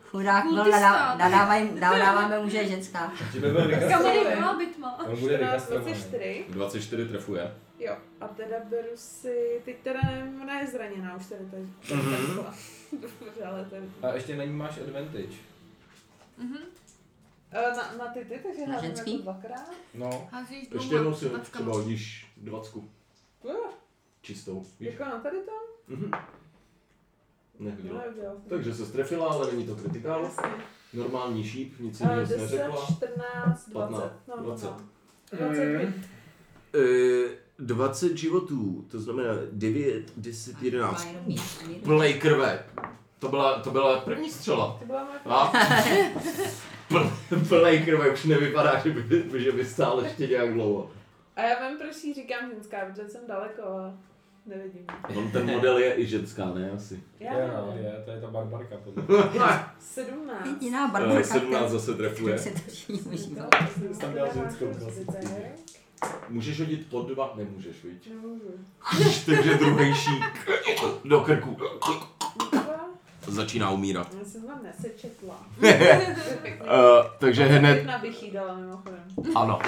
Speaker 6: chudák, no,
Speaker 5: Kultista.
Speaker 6: nadá- nadávaj, nadáváme mu, že je ženská.
Speaker 4: Že by byl vykas-
Speaker 5: Kamady byla bitma.
Speaker 4: On bude
Speaker 9: 14,
Speaker 4: vykastrovaný.
Speaker 9: 24.
Speaker 1: 24 trefuje.
Speaker 9: Jo, a teda beru si, teď teda nevím, ona je zraněná už tady tady.
Speaker 1: Mhm.
Speaker 9: Dobře, ale to je...
Speaker 4: A ještě na ní máš advantage.
Speaker 9: Eh, Na, na ty ty, takže
Speaker 6: Na
Speaker 9: házím
Speaker 6: ženský?
Speaker 9: jako dvakrát.
Speaker 4: No.
Speaker 5: Házíš
Speaker 1: Ještě jednou si
Speaker 5: dvackama.
Speaker 1: třeba hodíš dvacku.
Speaker 9: Jo,
Speaker 1: Čistou. Víš?
Speaker 9: Jako na tady to?
Speaker 1: Nehodila.
Speaker 9: Neudělal jsem.
Speaker 1: Takže se strefila, ale není to kritikál.
Speaker 9: Jasně.
Speaker 1: Normální šíp, nic
Speaker 9: Eh,
Speaker 1: jiného jsi
Speaker 9: 10,
Speaker 1: neřekla.
Speaker 9: 14,
Speaker 1: 15,
Speaker 9: 20. No,
Speaker 1: 20.
Speaker 9: 20. 20.
Speaker 1: 20 Eh, životů, to znamená 9, 10,
Speaker 6: Má jenom mít, ani jeden.
Speaker 1: Plnej krve. To byla, to byla první střela.
Speaker 9: To byla moje
Speaker 1: A No. Pl- plnej krve už nevypadá, že by, že by stál ještě nějak dlouho.
Speaker 9: A já vám proč jí říkám ženská, protože jsem daleko a nevidím.
Speaker 1: On ten model je i ženská, ne asi.
Speaker 9: Já
Speaker 2: Jo, no,
Speaker 9: nevím.
Speaker 2: je, to je ta barbarka. podle mě.
Speaker 9: Sedmnáct.
Speaker 6: Jediná
Speaker 1: Eh,
Speaker 6: barbarka,
Speaker 1: 17
Speaker 6: která
Speaker 1: zase trefuje.
Speaker 6: se to všichni užívá.
Speaker 9: Jsem tam dal ženskou
Speaker 1: Můžeš hodit pod dva? Nemůžeš, víš?
Speaker 9: Nemůžu.
Speaker 1: Takže druhý šík do krku.
Speaker 9: Dva.
Speaker 1: Začíná umírat.
Speaker 9: Já jsem vám nesečetla.
Speaker 1: Uh, takže hned,
Speaker 9: Jedna bych jí dala mimochodem.
Speaker 1: ano.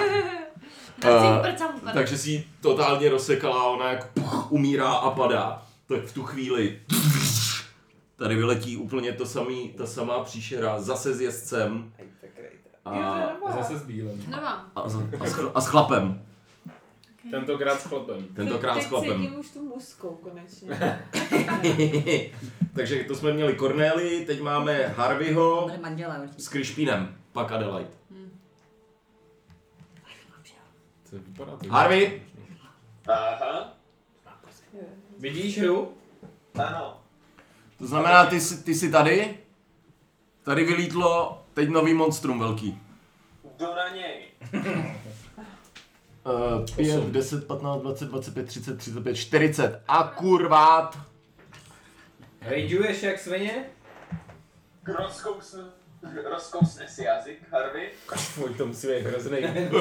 Speaker 5: Tak si
Speaker 1: Eh,
Speaker 5: prcám upadl.
Speaker 1: Takže si ji totálně rozsekala, ona jak puch, umírá a padá. Tak v tu chvíli tady vyletí úplně to samý, ta samá příšera, zase s jezdcem
Speaker 9: Ej, tak rejte.
Speaker 1: a,
Speaker 9: Jo, to je
Speaker 2: A
Speaker 9: dobrá.
Speaker 2: zase s bílem.
Speaker 5: No mám.
Speaker 1: a, s- a, s, chl- a s chlapem.
Speaker 2: Tentokrát s chlapem.
Speaker 1: Tentokrát s
Speaker 9: Teď
Speaker 1: chlapem.
Speaker 9: cítím už tu mužskou konečně.
Speaker 1: Takže to jsme měli Corneli, teď máme Harveyho
Speaker 6: Tady manžela určitě.
Speaker 1: s Krišpínem, pak Adelaide.
Speaker 2: To vypadá to.
Speaker 1: Harvey,
Speaker 7: Aha,
Speaker 9: Jo.
Speaker 4: Vidíš hru?
Speaker 7: ano.
Speaker 1: to znamená, ty, jsi- ty jsi tady? Tady vylítlo teď nový monstrum velký.
Speaker 7: Jdu na něj.
Speaker 1: 5, 10, 15, 20, 25, 30, 35, 40. Akurvát!
Speaker 4: Rageuješ jak svině?
Speaker 7: Rozkousnu, rozkousne si jazyk, Harvey.
Speaker 2: Tvoj to musí být hrozný.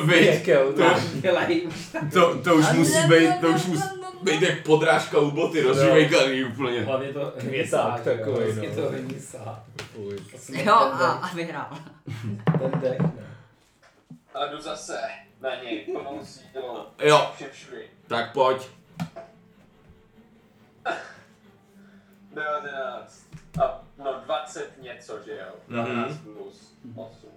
Speaker 1: Vy,
Speaker 4: Pěkel,
Speaker 1: to-
Speaker 4: dělají už tak.
Speaker 1: to, to už musí být, to už musí být jak podrážka u boty, rozžvejkaný úplně.
Speaker 4: Hlavně to
Speaker 2: Květák
Speaker 4: že jo,
Speaker 2: takovej,
Speaker 4: Vždycky
Speaker 2: no.
Speaker 4: Prostě to hnisá.
Speaker 2: Fuj.
Speaker 6: Jo, a, a vyhrál.
Speaker 4: Ten dech, ne.
Speaker 7: A jdu zase na něj, plnou sílou.
Speaker 1: Jo,
Speaker 7: Všem všudy.
Speaker 1: tak pojď.
Speaker 7: 19. A no 20 něco, že jo? 12
Speaker 1: Mhm.
Speaker 7: plus 8.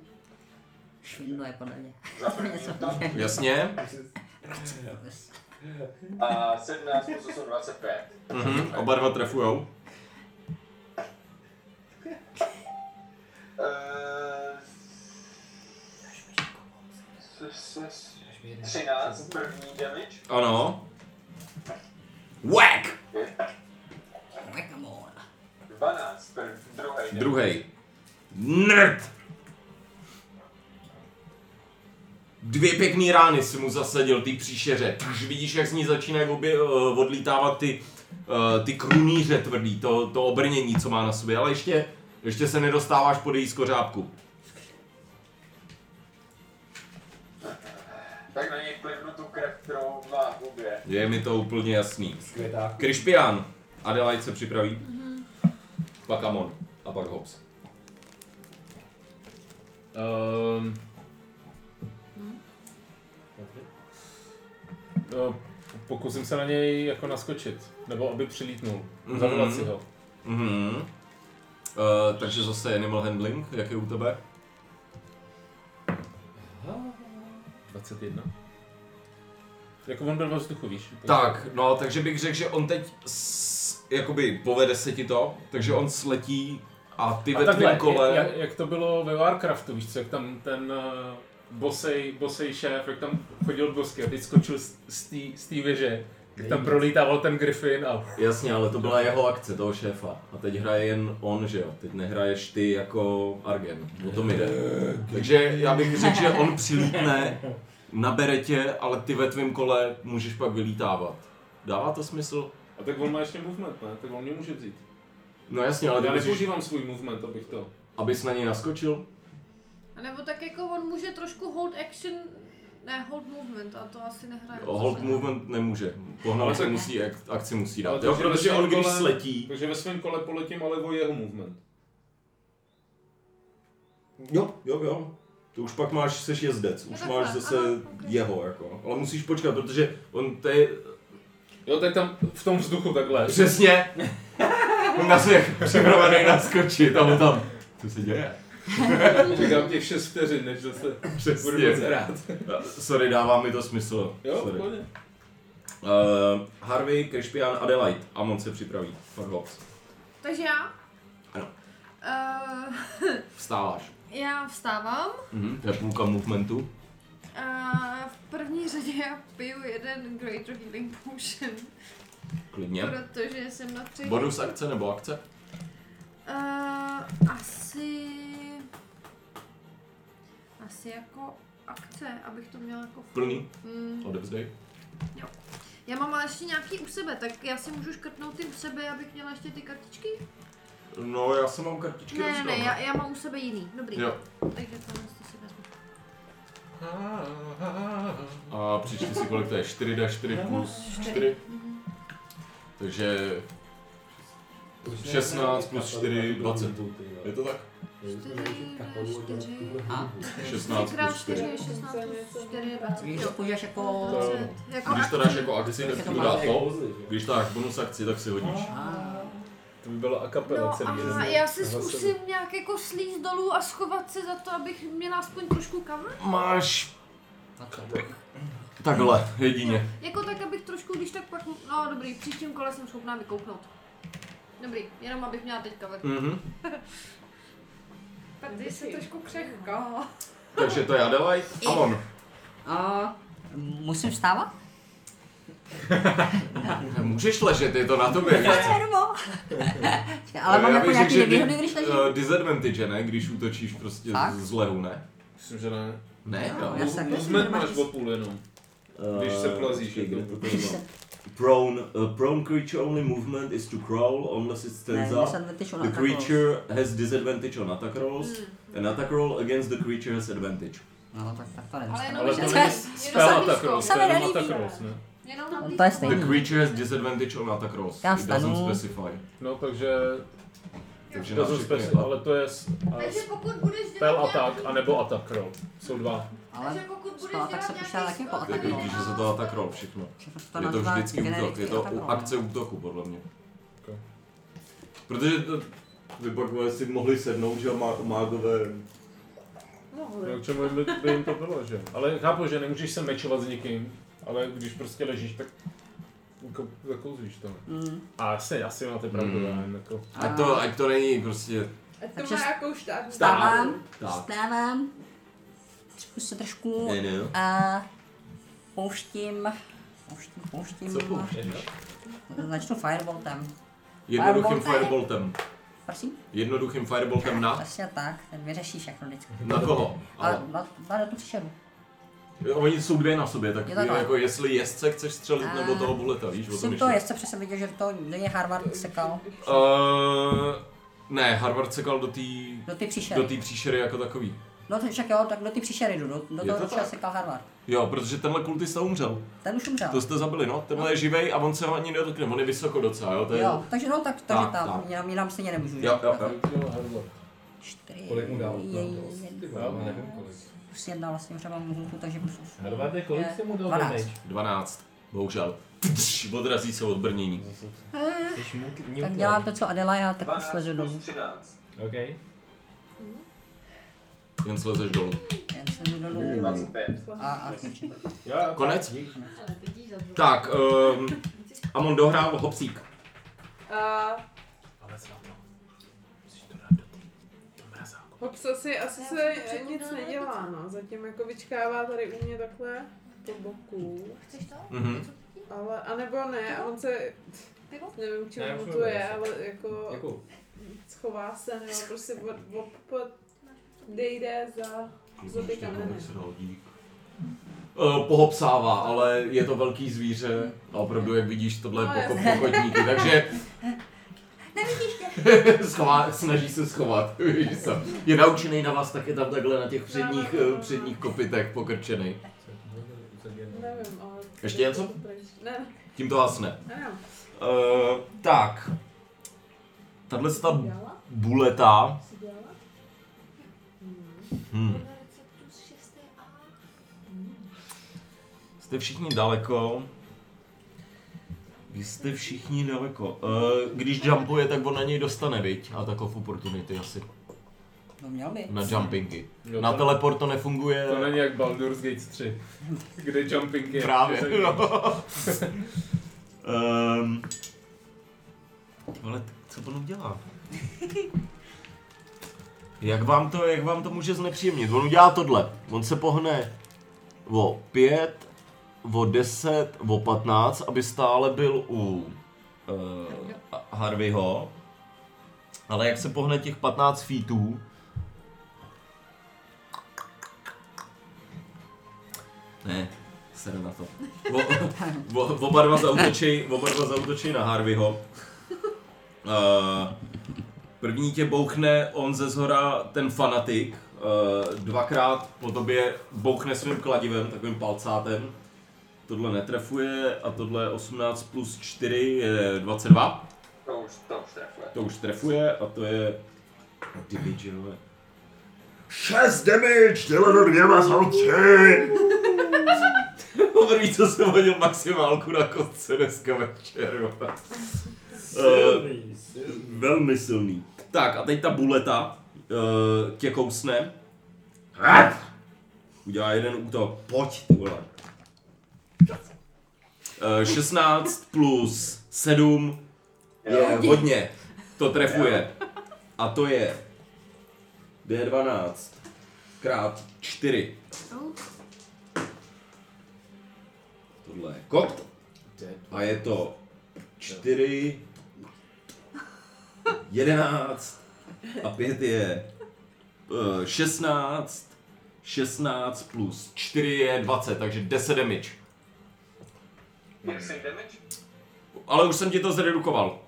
Speaker 6: Švindlo je podle mě.
Speaker 7: Za první útok.
Speaker 1: Jasně.
Speaker 7: A 17 plus 8, 25.
Speaker 1: Mhm, oba dva trefujou.
Speaker 7: Eh, s- s- s- 13, první damage.
Speaker 1: Ano. Whack!
Speaker 7: 12, první, druhý damage.
Speaker 1: Druhý. Nerd! Dvě pěkný rány si mu zasadil, ty příšeře. Už vidíš, jak z ní začínají obě, uh, odlítávat ty, uh, ty kruníře tvrdý, to, to obrnění, co má na sobě. Ale ještě, ještě se nedostáváš pod její skořápku.
Speaker 7: Tak na něj plivnu tu krev, kterou má v hubě.
Speaker 1: Je mi to úplně jasný.
Speaker 4: Květák.
Speaker 1: Krišpián. Adelaide se připraví. Pak Amon. A pak Hobbs.
Speaker 2: Um, no, pokusím se na něj jako naskočit, nebo aby přilítnul,
Speaker 1: Mhm.
Speaker 2: zavolat si ho.
Speaker 1: Mhm. Uh, takže zase Animal Handling, jak je u tebe?
Speaker 2: 21. Jako on byl ve vzduchu, víš?
Speaker 1: Tak, no, takže bych řekl, že on teď s, jakoby povede se ti to, takže on sletí a ty
Speaker 2: A
Speaker 1: ve
Speaker 2: takhle,
Speaker 1: tvém kole...
Speaker 2: Jak, jak to bylo ve Warcraftu, víš co, jak tam ten eh, bosej, bosej šéf, jak tam chodil bosky a teď skočil z- z té- z té věže, jak tam prolítával ten Griffin a...
Speaker 1: Jasně, ale to byla jeho akce, toho šéfa. A teď hraje jen on, že jo? Teď nehraješ ty jako Argen. O tom jde. Takže já bych řekl, že on přilítne, nabere tě, ale ty ve tvém kole můžeš pak vylítávat. Dává to smysl?
Speaker 2: A tak on má ještě movement, ne? Tak on mě může vzít.
Speaker 1: No jasně, ale ty
Speaker 2: Já
Speaker 1: musíš,
Speaker 2: nepoužívám svůj movement, abych to...
Speaker 1: abys na něj naskočil?
Speaker 5: A nebo tak jako on může trošku hold action, ne hold movement, a to asi nehraje.
Speaker 1: Hold movement nemůže. Pohnal
Speaker 2: Ale
Speaker 1: se
Speaker 2: tak-
Speaker 1: musí, ak- akci musí
Speaker 2: Ale
Speaker 1: dát.
Speaker 2: to,
Speaker 1: Jo,
Speaker 2: že
Speaker 1: protože
Speaker 2: vlastně
Speaker 1: on když
Speaker 2: kole-
Speaker 1: sletí,
Speaker 2: Takže ve svém kole poletím ale o jeho movement.
Speaker 1: Jo, jo, jo. To už pak máš, seš jezdec,
Speaker 5: Jo,
Speaker 1: už
Speaker 5: takhle,
Speaker 1: máš zase
Speaker 5: ano, ok.
Speaker 1: jeho, jako. Ale musíš počkat, protože on to je...
Speaker 2: Jo, tak tam v tom vzduchu takhle.
Speaker 1: Přesně! On na se připravený naskočit, ale tam... Co se děje?
Speaker 2: Čekám těch 6 vteřin, než zase budu moc
Speaker 1: Přesně. No,
Speaker 2: hrát.
Speaker 1: Sorry, dává mi to smysl.
Speaker 2: Jo,
Speaker 1: Sorry.
Speaker 2: pohodě.
Speaker 1: Uh, Harvey, Krišpian, Adelaide. Amon se připraví. Pak Hobbs.
Speaker 5: Takže já?
Speaker 1: Ano.
Speaker 5: Uh,
Speaker 1: Vstáváš.
Speaker 5: já vstávám.
Speaker 1: Mhm, to je půlka movementu.
Speaker 5: Uh, v první řadě já piju jeden Greater Healing Potion,
Speaker 1: Klidně.
Speaker 5: protože jsem na třech.
Speaker 1: Bonus akce nebo akce?
Speaker 5: Uh, asi... Asi jako akce, abych to měla jako... full.
Speaker 1: Plný.
Speaker 5: Mm.
Speaker 1: Odevzdej.
Speaker 5: Já mám ale ještě nějaký u sebe, tak já si můžu škrtnout ty u sebe, abych měla ještě ty kartičky?
Speaker 1: No, já jsem mám kartičky
Speaker 5: Ne, ne, ne,
Speaker 1: rozdám.
Speaker 5: já, já mám u sebe jiný. Dobrý.
Speaker 1: Jo.
Speaker 5: Takže tohle to si vezmu.
Speaker 2: Ah, ah, ah,
Speaker 1: A přičti si, kolik to je. 4D4 plus 4.
Speaker 5: Mhm.
Speaker 1: Takže 16 plus 4, 20. Je to tak?
Speaker 5: 4,
Speaker 6: A
Speaker 1: 16 plus
Speaker 5: 4
Speaker 1: 4.
Speaker 5: je 16 plus 4 je
Speaker 6: když
Speaker 5: 20.
Speaker 6: to
Speaker 5: Jo.
Speaker 6: používáš jako...
Speaker 5: Jako
Speaker 1: Když to dáš jako akci, tak to dá to.
Speaker 2: Když
Speaker 1: Když to dáš bonus akci, tak si hodíš.
Speaker 2: to by bylo a kapela
Speaker 5: No
Speaker 2: celý.
Speaker 5: a já se zkusím nějak jako slíz dolů a schovat se za to, abych měla aspoň trošku cover.
Speaker 1: Máš takhle, jedině.
Speaker 5: Jako tak, abych trošku, když tak pak, no dobrý, příštím kole jsem schopná vykouknout. Dobrý, jenom abych měla teď cover.
Speaker 1: Mhm.
Speaker 5: Tady se trošku křehká.
Speaker 1: Takže to je Adelaide. A on.
Speaker 6: A musím vstávat?
Speaker 1: Můžeš ležet, je to na tobě. víš co?
Speaker 6: Nervo. Ale mám
Speaker 1: Eh, Já
Speaker 6: jako
Speaker 1: bych
Speaker 6: nějaký
Speaker 1: řekl, že
Speaker 6: nevýhody, když
Speaker 1: di-
Speaker 6: ležím?
Speaker 1: eh, disadvantage, ne? Když útočíš prostě
Speaker 6: Tak? No,
Speaker 1: z lehu, ne?
Speaker 2: Myslím, že ne.
Speaker 1: Ne, no. jo.
Speaker 6: já se-
Speaker 2: Movement máš o půl jenom. Když se plazíš,
Speaker 11: Eh, počkej,
Speaker 2: jako.
Speaker 11: kde to bylo? Prone, uh, prone creature only movement is to crawl unless it
Speaker 6: Ne,
Speaker 11: stands up.
Speaker 6: disadvantage on
Speaker 11: The
Speaker 6: attack rolls.
Speaker 11: creature has disadvantage on attack rolls.
Speaker 6: Hmm.
Speaker 11: An attack roll against the creature has advantage.
Speaker 6: No, tak, tak to
Speaker 5: Ale
Speaker 6: nedostanu.
Speaker 5: jenom,
Speaker 2: Ale
Speaker 5: že
Speaker 2: to
Speaker 6: je
Speaker 5: jenom-
Speaker 2: Spell
Speaker 5: jenom
Speaker 2: attack
Speaker 5: blízko.
Speaker 1: no.
Speaker 2: rolls,
Speaker 6: se
Speaker 2: to
Speaker 6: mi
Speaker 2: je jenom attack
Speaker 6: nelíbí.
Speaker 2: rolls, ne?
Speaker 5: Jenom na
Speaker 6: No, je
Speaker 5: blízko.
Speaker 6: stejný.
Speaker 1: The creature has disadvantage on attack rolls.
Speaker 6: Já
Speaker 1: It doesn't
Speaker 6: vstanu.
Speaker 1: specify.
Speaker 2: No, takže...
Speaker 1: Takže na
Speaker 2: Doesn't
Speaker 1: všechny.
Speaker 2: specify, ale to je... s- a
Speaker 5: Takže pokud budeš
Speaker 2: Spell
Speaker 5: dělat
Speaker 2: attack,
Speaker 5: nějaký-
Speaker 2: anebo attack roll. Jsou dva.
Speaker 6: Ale
Speaker 5: Takže pokud budeš
Speaker 6: spell attack
Speaker 5: dělat
Speaker 6: se počítá taky
Speaker 5: nějaký
Speaker 6: jako
Speaker 5: skok,
Speaker 6: attack
Speaker 1: Tak
Speaker 5: nebo
Speaker 6: roll.
Speaker 1: vidíš, že se to attack roll všechno.
Speaker 6: všechno se to
Speaker 1: Je to
Speaker 6: nazývá
Speaker 1: vždycky útok,
Speaker 6: genericky
Speaker 1: je to
Speaker 6: attack
Speaker 1: u-
Speaker 6: roll.
Speaker 1: akce útoku, podle mě.
Speaker 2: Ok.
Speaker 11: Protože to, by pak vole, si mohli sednout, že jo, má, mágové.
Speaker 2: No, k čemu by, by jim to bylo, že? jo? Ale chápu, že nemůžeš se mečovat s nikým, ale když prostě ležíš, tak jako zakouzlíš to.
Speaker 6: Mm.
Speaker 2: A asi, asi máte pravdu,
Speaker 1: Mm.
Speaker 2: já nevím, jako...
Speaker 1: Ať to, ať to není prostě
Speaker 9: Ať to
Speaker 6: Takže
Speaker 9: má jako jakou štátní.
Speaker 6: Vstávám,
Speaker 11: Tak.
Speaker 6: vstávám, trošku se trošku
Speaker 11: Ne, ne.
Speaker 6: a pouštím, pouštím, pouštím.
Speaker 1: Co pouštíš?
Speaker 6: Začnu fireboltem.
Speaker 1: Jednoduchým
Speaker 6: Fireboltem.
Speaker 1: fireboltem.
Speaker 6: Prosím?
Speaker 1: Jednoduchým fireboltem na?
Speaker 6: Vlastně tak, ten vyřeší všechno vždycky.
Speaker 1: Na koho?
Speaker 6: Ale
Speaker 1: Mhm. Ale
Speaker 6: má- má na tu příšeru.
Speaker 1: oni jsou dvě na sobě, tak
Speaker 6: Je to
Speaker 1: jo,
Speaker 6: tak.
Speaker 1: jako jestli jezdce chceš střelit
Speaker 6: A-
Speaker 1: nebo toho buleta, víš, o tom
Speaker 6: Jsem to jezdce přece viděl, že to do něj Harvard sekal.
Speaker 1: Uh, ne, Harvard sekal do té
Speaker 6: Do ty
Speaker 1: do
Speaker 6: příšery.
Speaker 1: té příšery jako takový.
Speaker 6: No to však jo, tak do ty příšery jdu, do, do
Speaker 1: Je to
Speaker 6: toho určitě
Speaker 1: tak.
Speaker 6: sekal Harvard.
Speaker 1: Jo, protože tenhle kultista umřel.
Speaker 6: Ten už umřel.
Speaker 1: To jste zabili, no. Tenhle je živej a on se ho ani nedotkne, on je vysoko docela, jo. To je...
Speaker 6: Jo, takže no, tak, takže
Speaker 1: Tak,
Speaker 6: tam,
Speaker 1: tak.
Speaker 6: jinam, jinam stejně nemůžu. že?
Speaker 1: jo, jo. jo.
Speaker 6: Tak Čtyři,
Speaker 4: Kolik mu dal?
Speaker 6: je-
Speaker 4: No, dost.
Speaker 6: je-
Speaker 4: Já nevím kolik.
Speaker 6: plus jedna vlastně, protože mám hluku, takže plus osm.
Speaker 4: Harvarde, kolik jsi mu dal
Speaker 6: Dvanáct.
Speaker 4: damage?
Speaker 1: 12. Bohužel. Ptš, odrazí se od brnění.
Speaker 4: Jsi mu
Speaker 6: Tak dělám to, co Adela, já tak
Speaker 7: 12
Speaker 6: slezu dolů.
Speaker 7: plus 13.
Speaker 4: OK.
Speaker 1: Jen slezeš dolů.
Speaker 6: Jen slezu dolů
Speaker 7: 25.
Speaker 6: a, a končím.
Speaker 1: Konec? Tak, um, Amon dohrál hopsík.
Speaker 9: A
Speaker 2: Ale zvládnu. Musíš to dát do té... do mraza.
Speaker 9: Hopsa si asi
Speaker 5: Já
Speaker 9: se
Speaker 5: jsem předtím
Speaker 9: eh, nic
Speaker 5: dala
Speaker 9: nedělá,
Speaker 5: dotazy.
Speaker 9: no. Zatím jako vyčkává tady u mě takhle po boku.
Speaker 5: Chceš to?
Speaker 1: Mhm.
Speaker 5: Co ti?
Speaker 9: Ale, anebo ne, a on se,
Speaker 5: Pivo?
Speaker 9: nevím,
Speaker 4: Ne,
Speaker 9: čemu
Speaker 4: už
Speaker 9: to
Speaker 4: nebude.
Speaker 9: je, ale jako
Speaker 4: Děkuju.
Speaker 9: schová se, nebo prostě od, od, pod, kde jde za zuby kamene.
Speaker 1: Uh, pohopsává, ale je to velký zvíře a opravdu, jak vidíš, tohle je
Speaker 9: No,
Speaker 1: poko- pokotníky, takže
Speaker 6: Nevidíš tě?
Speaker 1: schová, snaží se schovat. Víš co? Je naučený na vás, tak je tam takhle na těch předních, eh, předních kopitech pokrčený.
Speaker 9: Nevím, ale...
Speaker 1: Ještě něco?
Speaker 9: Ne, ne,
Speaker 1: Tím to vás ne.
Speaker 9: ne, ne.
Speaker 1: Uh, tak. Tahle ta
Speaker 9: Dělala?
Speaker 1: buleta.
Speaker 9: Jsi dělala?
Speaker 1: Hmm. Jste všichni daleko. Vy jste všichni daleko. Eh, Když jumpuje, tak on na něj dostane, viď? A takov opportunity asi.
Speaker 6: No měl by.
Speaker 1: Na jumpingy.
Speaker 2: Jo,
Speaker 1: Na
Speaker 2: to-
Speaker 1: teleport to nefunguje.
Speaker 2: To není jak Baldur's Gate 3, kde jumping je.
Speaker 1: Právě. no.
Speaker 2: že-
Speaker 1: um, ale t- co on udělá? Jak vám, to, jak vám to může znepříjemnit? On udělá tohle. On se pohne o 5, o 10, o 15, aby stále byl u uh, Harveyho. Ale jak se pohne těch 15 feetů, ne, sere na to. O, o, o, oba, dva zautočí, oba dva zautočí na Harveyho. Eh, Uh, první tě bouchne on ze zhora, ten fanatik, eh, dvakrát po tobě bouchne svým kladivem, takovým palcátem. Tohle netrefuje a tohle je 18 plus 4 je 22.
Speaker 7: To už, to už trefuje.
Speaker 1: To už trefuje a to je... Damage, jo. 6 damage, děleno dvěma zrouci! Poprvé, co jsem hodil maximálku na kostce dneska večer. jo. Eh,
Speaker 2: Silný, silný.
Speaker 1: Velmi silný. Tak a teď ta buleta uh, tě kousne. Udělá jeden útok. Pojď, ty vole. Eh, 16 plus 7 je hodně. To trefuje. A to je D12 krát 4. Tohle je kot. A je to 4, 11 a 5 je eh, 16, 16 plus 4 je 20, takže 10 damage.
Speaker 7: Piercing damage?
Speaker 1: Ale už jsem ti to zredukoval.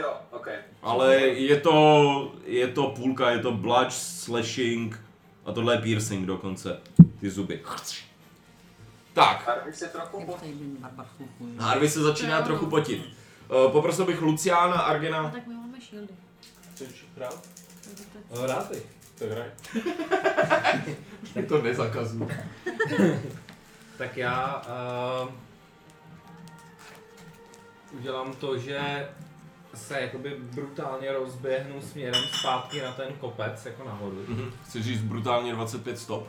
Speaker 7: Jo, ok.
Speaker 1: Ale je to, je to půlka, je to bludge, slashing a tohle je piercing dokonce. Ty zuby. Tak,
Speaker 7: Barvy se trochu
Speaker 6: Jako
Speaker 7: po...
Speaker 6: tady byl barbar
Speaker 1: Um,
Speaker 6: chlupu.
Speaker 1: Harvey se začíná trochu potit. Eh, Poprosil bych Luciana, Argena.
Speaker 5: Tak my máme shieldy.
Speaker 2: Chceš hrát?
Speaker 5: takže to je-
Speaker 4: No, rád bych.
Speaker 2: Tak hraj.
Speaker 11: To nezakazuju.
Speaker 4: Tak já uh, udělám to, že se jakoby brutálně rozběhnu směrem zpátky na ten kopec, jako nahoru.
Speaker 1: Mhm. Chci říct brutálně 25 stop.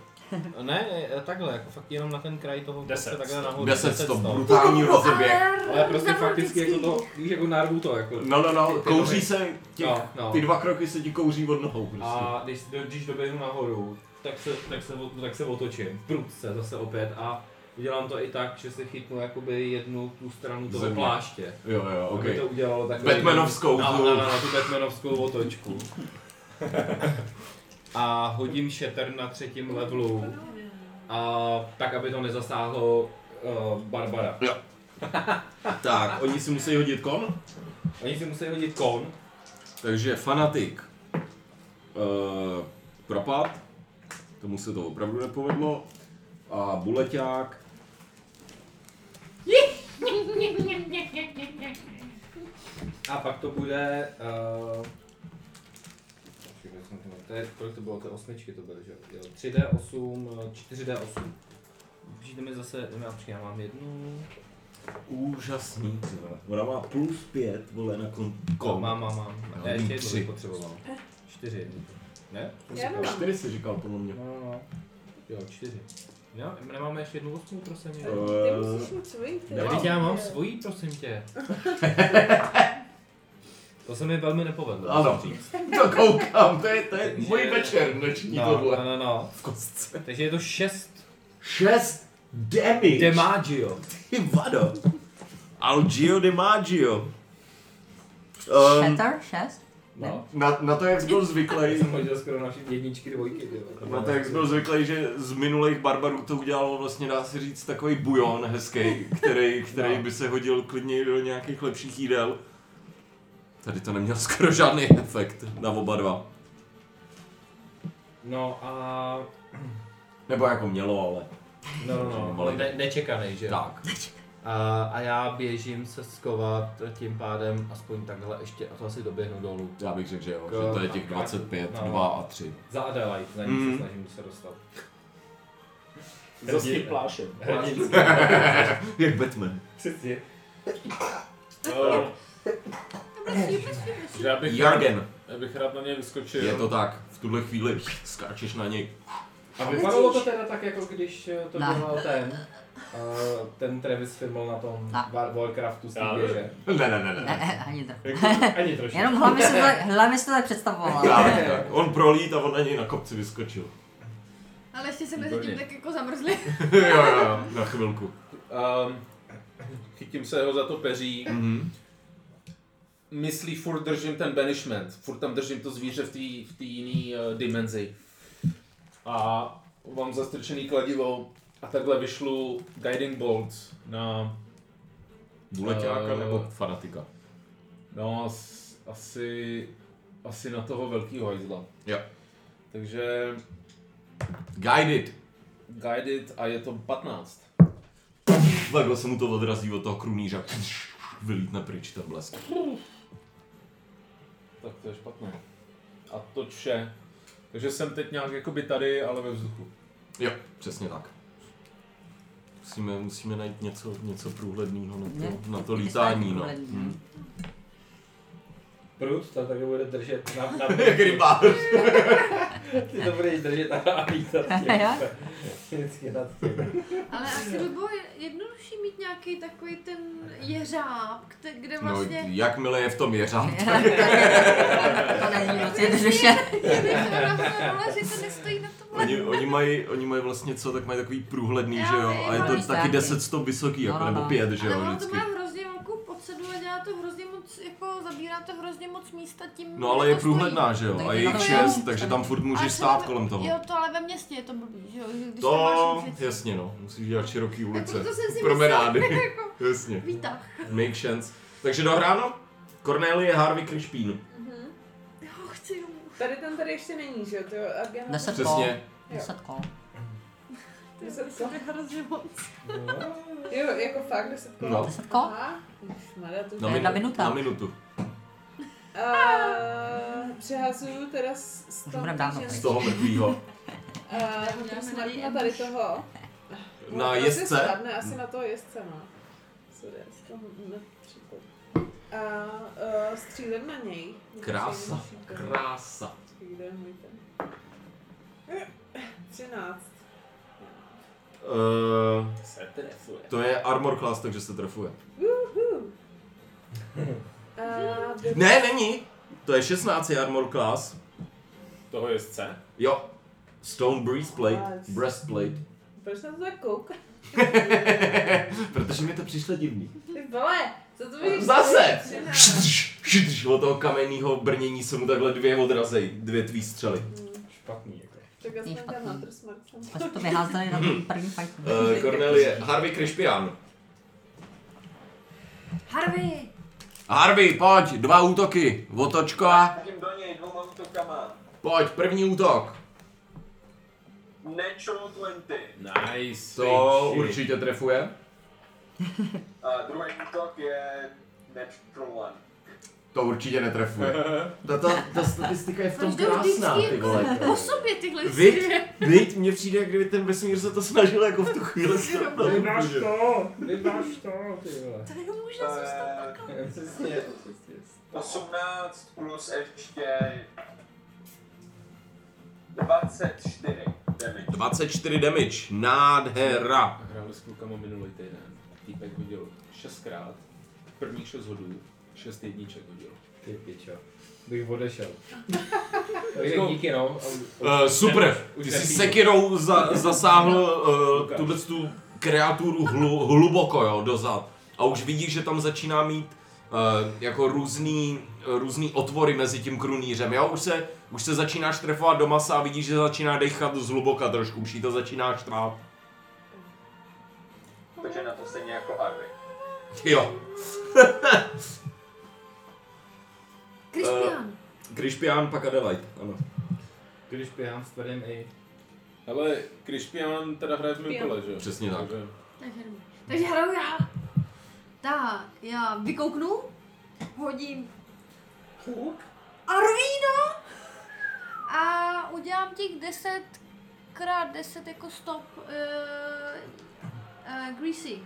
Speaker 4: Ne, ne, takhle, jako fakt jenom na ten kraj toho kopce,
Speaker 2: Deset
Speaker 4: takhle nahoru.
Speaker 1: 10 stop,
Speaker 4: No, stop. No,
Speaker 1: brutální rozběh.
Speaker 4: Ale prostě fakticky jako to, víš, jako narvu to, jako.
Speaker 1: No, no, no,
Speaker 4: Ty- ty
Speaker 1: kouří
Speaker 4: nohy.
Speaker 1: se těch,
Speaker 4: No, no.
Speaker 1: ty dva kroky se ti kouří od nohou prostě.
Speaker 4: A když, do- když doběhnu nahoru, tak se, tak se, o- tak se otočím, prudce zase opět a udělám to i tak, že se chytnu jakoby jednu tu stranu toho
Speaker 1: Země.
Speaker 4: pláště.
Speaker 1: Jo, jo, ok.
Speaker 4: Aby to udělalo takový...
Speaker 1: Batmanovskou.
Speaker 4: Na, na, na, na tu Batmanovskou otočku. A hodím šeter na třetím levelu. A tak, aby to nezasáhlo uh, Barbara.
Speaker 1: Tak, oni si musí hodit kon,
Speaker 4: Oni si musí hodit kon.
Speaker 1: takže fanatik uh, propad, tomu se to opravdu nepovedlo, a buleťák,
Speaker 4: A pak to bude... Uh, to je, kolik to bylo? To je osmičky to byly, že jo? jo? 3D8, eh, 4D8. Přijde mi zase, já, počkej, já mám jednu.
Speaker 1: úžasný, ty vole. ona má plus pět, vole, na kon, kon.
Speaker 4: Mám, mám, mám.
Speaker 1: Já
Speaker 4: Ne,
Speaker 1: mám
Speaker 4: ještě jednu
Speaker 1: tři.
Speaker 4: bych potřeboval. Čtyři. Ne?
Speaker 9: Já nemám.
Speaker 1: Čtyři si říkal podle mě.
Speaker 4: No, no, no. Jo, čtyři. Jo, nemáme ještě jednu osmu, prosím tě.
Speaker 9: Ty
Speaker 1: Eh,
Speaker 9: musíš mít svoji, ty.
Speaker 4: Vždyť já mám svojí, prosím tě. to se mi velmi nepovedlo. No,
Speaker 1: Ano,
Speaker 4: musím říct.
Speaker 1: to koukám, to je, to je můj večer dnešní
Speaker 4: No,
Speaker 1: tohle.
Speaker 4: no, no, no.
Speaker 1: V kostce.
Speaker 4: Takže je to šest
Speaker 1: Šest damage.
Speaker 4: Demagio.
Speaker 1: Ty vado. Algio de Maggio. Um,
Speaker 6: Shatter 6?
Speaker 4: No.
Speaker 1: na, na to, jak jsi byl
Speaker 4: Já
Speaker 1: zvyklý,
Speaker 4: jsem hodil skoro na všechny jedničky, dvojky. ty jo.
Speaker 1: na to, No, jak jsi byl zvyklý, že z minulých barbarů to udělalo vlastně, dá se říct, takový bujon hezký, který, který
Speaker 4: No.
Speaker 1: by se hodil klidně do nějakých lepších jídel. Tady to neměl skoro žádný efekt na oba dva.
Speaker 4: No a...
Speaker 1: Nebo jako mělo, ale
Speaker 4: No, no, no. Ne, nečekanej, že jo?
Speaker 1: tak.
Speaker 4: A, a já běžím se skovat tím pádem aspoň takhle ještě a to asi doběhnu dolů.
Speaker 1: Já bych řekl, že jo, že to je těch 25,
Speaker 4: No.
Speaker 1: 2 a 3.
Speaker 4: Za Adelaide, za ní
Speaker 1: Mm.
Speaker 4: se snažím se dostat.
Speaker 2: Za s tím plášem.
Speaker 4: Hrdinský.
Speaker 1: Jak Batman.
Speaker 4: Přesně.
Speaker 2: Eh, Já bych,
Speaker 1: Jargen,
Speaker 2: já bych rád na něj vyskočil.
Speaker 1: je to tak. V tuhle chvíli skáčeš na něj.
Speaker 4: A vypadalo to teda tak, jako když eh, to
Speaker 6: Ne.
Speaker 4: dělal ten, eh, ten Travis Fimmel na tom
Speaker 6: Ne.
Speaker 4: War- Warcraftu s
Speaker 2: Já
Speaker 4: tím běže.
Speaker 1: Ne, ne, ne, ne.
Speaker 6: Ne, ne, ani to.
Speaker 4: Ani trošku.
Speaker 6: Jenom v hlavě se to, tak- v hlavě se to tak představovala.
Speaker 1: Právě tak. On prolít a on na něj na kopci vyskočil.
Speaker 5: Ale ještě se mezi tím tak jako zamrzli.
Speaker 1: jo, jo, jo, na chvilku.
Speaker 2: Um, chytím se ho za to peří.
Speaker 1: Mhm.
Speaker 2: Myslí, furt držím ten banishment. Furt tam držím to zvíře v té v té jiné uh, dimenzi. A mám zastrčený kladivo a takhle vyšlu Guiding Bolt na,
Speaker 1: Buleťáka
Speaker 2: Eh.
Speaker 1: nebo fanatika?
Speaker 2: no, as, asi, asi na toho velkýho hajzla.
Speaker 1: Jo.
Speaker 2: Takže
Speaker 1: Guided.
Speaker 2: Guided a je to 15.
Speaker 1: Takhle se mu to odrazí od toho krunýře. Vylítne pryč ten blesk.
Speaker 2: Tak to je špatné. A to vše. Takže jsem teď nějak jakoby tady, ale ve vzduchu.
Speaker 1: Jo, přesně tak. Musíme, musíme najít něco, něco průhledného na
Speaker 6: Ne?
Speaker 1: to, na to lítání, no.
Speaker 6: Hm.
Speaker 4: Prut, ta taky bude držet na, na
Speaker 1: Jak rybář.
Speaker 4: Ty to budeš držet a lítat
Speaker 6: Jo?
Speaker 4: Vždycky nad tím.
Speaker 5: Ale asi by bylo jednodušší mít nějaký takový ten jeřáb, kde, kde
Speaker 1: No,
Speaker 5: vlastně...
Speaker 1: jakmile je v tom jeřáb,
Speaker 6: To není moc jednoduše.
Speaker 5: Důležité nestojí na tom
Speaker 1: Oni, oni, mají, oni mají vlastně co, tak mají takový průhledný,
Speaker 5: Já
Speaker 1: že jo?
Speaker 5: vím,
Speaker 1: A je
Speaker 5: ale
Speaker 1: to taky
Speaker 6: taky.
Speaker 1: 10 stop vysoký, jako,
Speaker 6: No, no,
Speaker 1: nebo
Speaker 6: no.
Speaker 1: 5, že
Speaker 5: Ale
Speaker 1: jo,
Speaker 5: ono to
Speaker 1: vždycky.
Speaker 5: má hrozně velkou podsedu a dělá to hrozně moc, jako zabírá to hrozně moc místa tím,
Speaker 1: No ale
Speaker 5: že
Speaker 1: je
Speaker 5: to stojí.
Speaker 1: průhledná, že jo?
Speaker 6: Tak
Speaker 1: A
Speaker 6: je
Speaker 1: je
Speaker 6: to
Speaker 1: jich
Speaker 5: takový-
Speaker 1: 6, takže tam furt
Speaker 5: Ale
Speaker 1: můžeš
Speaker 5: třeba
Speaker 1: stát
Speaker 5: ve-
Speaker 1: kolem toho.
Speaker 5: Jo, to ale ve městě je to blbý, že jo? že Když tam máš
Speaker 1: To,
Speaker 5: ulici.
Speaker 1: jasně no, musíš dělat široký
Speaker 5: Tak
Speaker 1: ulice,
Speaker 5: proto jsem si
Speaker 1: promenády,
Speaker 5: myslela, jako
Speaker 1: jasně,
Speaker 5: výtah.
Speaker 1: make sense. Takže dohráno? Cornelie, Harvey, Krišpín.
Speaker 5: Jo, chci jo.
Speaker 9: Tady ten tady ještě není, že jo? To je agent.
Speaker 6: Deset kol.
Speaker 1: Přesně.
Speaker 6: Deset kol.
Speaker 9: Deset
Speaker 5: To
Speaker 9: kol.
Speaker 5: je prostě hrozně moc.
Speaker 9: Jo, jako fakt deset kol.
Speaker 1: No.
Speaker 6: Deset kol?
Speaker 9: Aha. Ježišmarja, to
Speaker 1: Na,
Speaker 6: je
Speaker 1: minu-
Speaker 6: jedna minuta.
Speaker 1: na minutu.
Speaker 9: Eh, Přehazuju teda z z
Speaker 6: Už
Speaker 9: toho
Speaker 6: budem dávno
Speaker 9: žen-
Speaker 1: Z toho mrtvýho.
Speaker 9: Eh, hodím smrt na tady toho.
Speaker 1: Na
Speaker 9: No, asi
Speaker 1: jezdce? Hm.
Speaker 9: Spadne asi na toho jezdce, no. Sorry, z toho nepřipadne. A eh, střílem na něj.
Speaker 1: Krása, krása.
Speaker 9: Kde je můj ten? 13.
Speaker 1: Eh,
Speaker 2: Se trefuje.
Speaker 1: to je armor class, takže se trefuje.
Speaker 9: Uhu. A dvě-
Speaker 1: Ne, není. To je 16 je armor class.
Speaker 2: Toho je C.
Speaker 1: Jo. Stone breastplate.
Speaker 9: Nice.
Speaker 1: Breastplate.
Speaker 9: Proč na to tak koukáš?
Speaker 1: Protože mi to přišlo divný.
Speaker 9: Ty vole, co to vidíš?
Speaker 1: Zase!
Speaker 9: Třináct.
Speaker 1: Od toho kamenného brnění se mu takhle dvě odrazej. Dvě tvý střely.
Speaker 4: Špatný jako.
Speaker 9: Tak aspoň
Speaker 6: Není
Speaker 9: ten
Speaker 6: špatný.
Speaker 9: Hunter Smart jsem.
Speaker 6: Jsme si to vyházeli na tom první fajtu.
Speaker 1: Mhm. Eh, Cornelie, Harvey Krišpián.
Speaker 5: Harvey!
Speaker 1: Harvey, pojď, dva útoky. Otočka,
Speaker 7: Vidím do něj dvouma útokama.
Speaker 1: pojď, první útok.
Speaker 7: Natural 20.
Speaker 2: Nice.
Speaker 1: To
Speaker 2: Shit.
Speaker 1: určitě trefuje.
Speaker 7: A druhý útok je natural
Speaker 1: To určitě netrefuje. Ta, ta, ta statistika je v tom
Speaker 5: Proč jdou
Speaker 1: krásná,
Speaker 5: vždycky
Speaker 1: ty vole.
Speaker 5: jako po sobě tyhle
Speaker 1: Viď,
Speaker 5: věci?
Speaker 1: viď, mně přijde, jak kdyby ten vesmír se to snažil jako v tu chvíli stopnout.
Speaker 4: Vybráš to! Vybráš to, ty vole.
Speaker 5: To je může
Speaker 7: 1.
Speaker 5: zůstat
Speaker 7: Eh,
Speaker 5: takhle.
Speaker 4: Přesně, přesně.
Speaker 7: 18 plus ještě 24 damage.
Speaker 1: 24 damage, nádhera.
Speaker 2: Hráli s klukama minulý týden. Týpek hodil šestkrát. Prvních šest hodů. Šest jedniček hodil.
Speaker 4: Ty pičo. Bych odešel. Takže díky no.
Speaker 1: Uh, super, ty jsi sekirou za, zasáhl uh, tuhle tu kreaturu hlu, hluboko jo, dozad. A už vidíš, že tam začíná mít uh, jako různý, různý otvory mezi tím krunýřem, jo? Už se, už se začínáš trefovat do masa a vidíš, že začíná dechat zhluboka trošku, už jí to začíná štvát.
Speaker 7: Takže na to stejně jako Harvey.
Speaker 1: Jo,
Speaker 5: Kristian,
Speaker 1: Krišpián pak Adelaide, ano.
Speaker 4: Když pěhám s tvrdým i.
Speaker 2: Ale Krišpian teda hraje v mém
Speaker 9: Pian.
Speaker 2: kole, že jo?
Speaker 1: Přesně tak.
Speaker 2: Takže
Speaker 5: tak hraju. Takže hraju já. Tak, já vykouknu, hodím huk a rvíno a udělám těch 10 krát 10 jako stop uh, uh, greasy.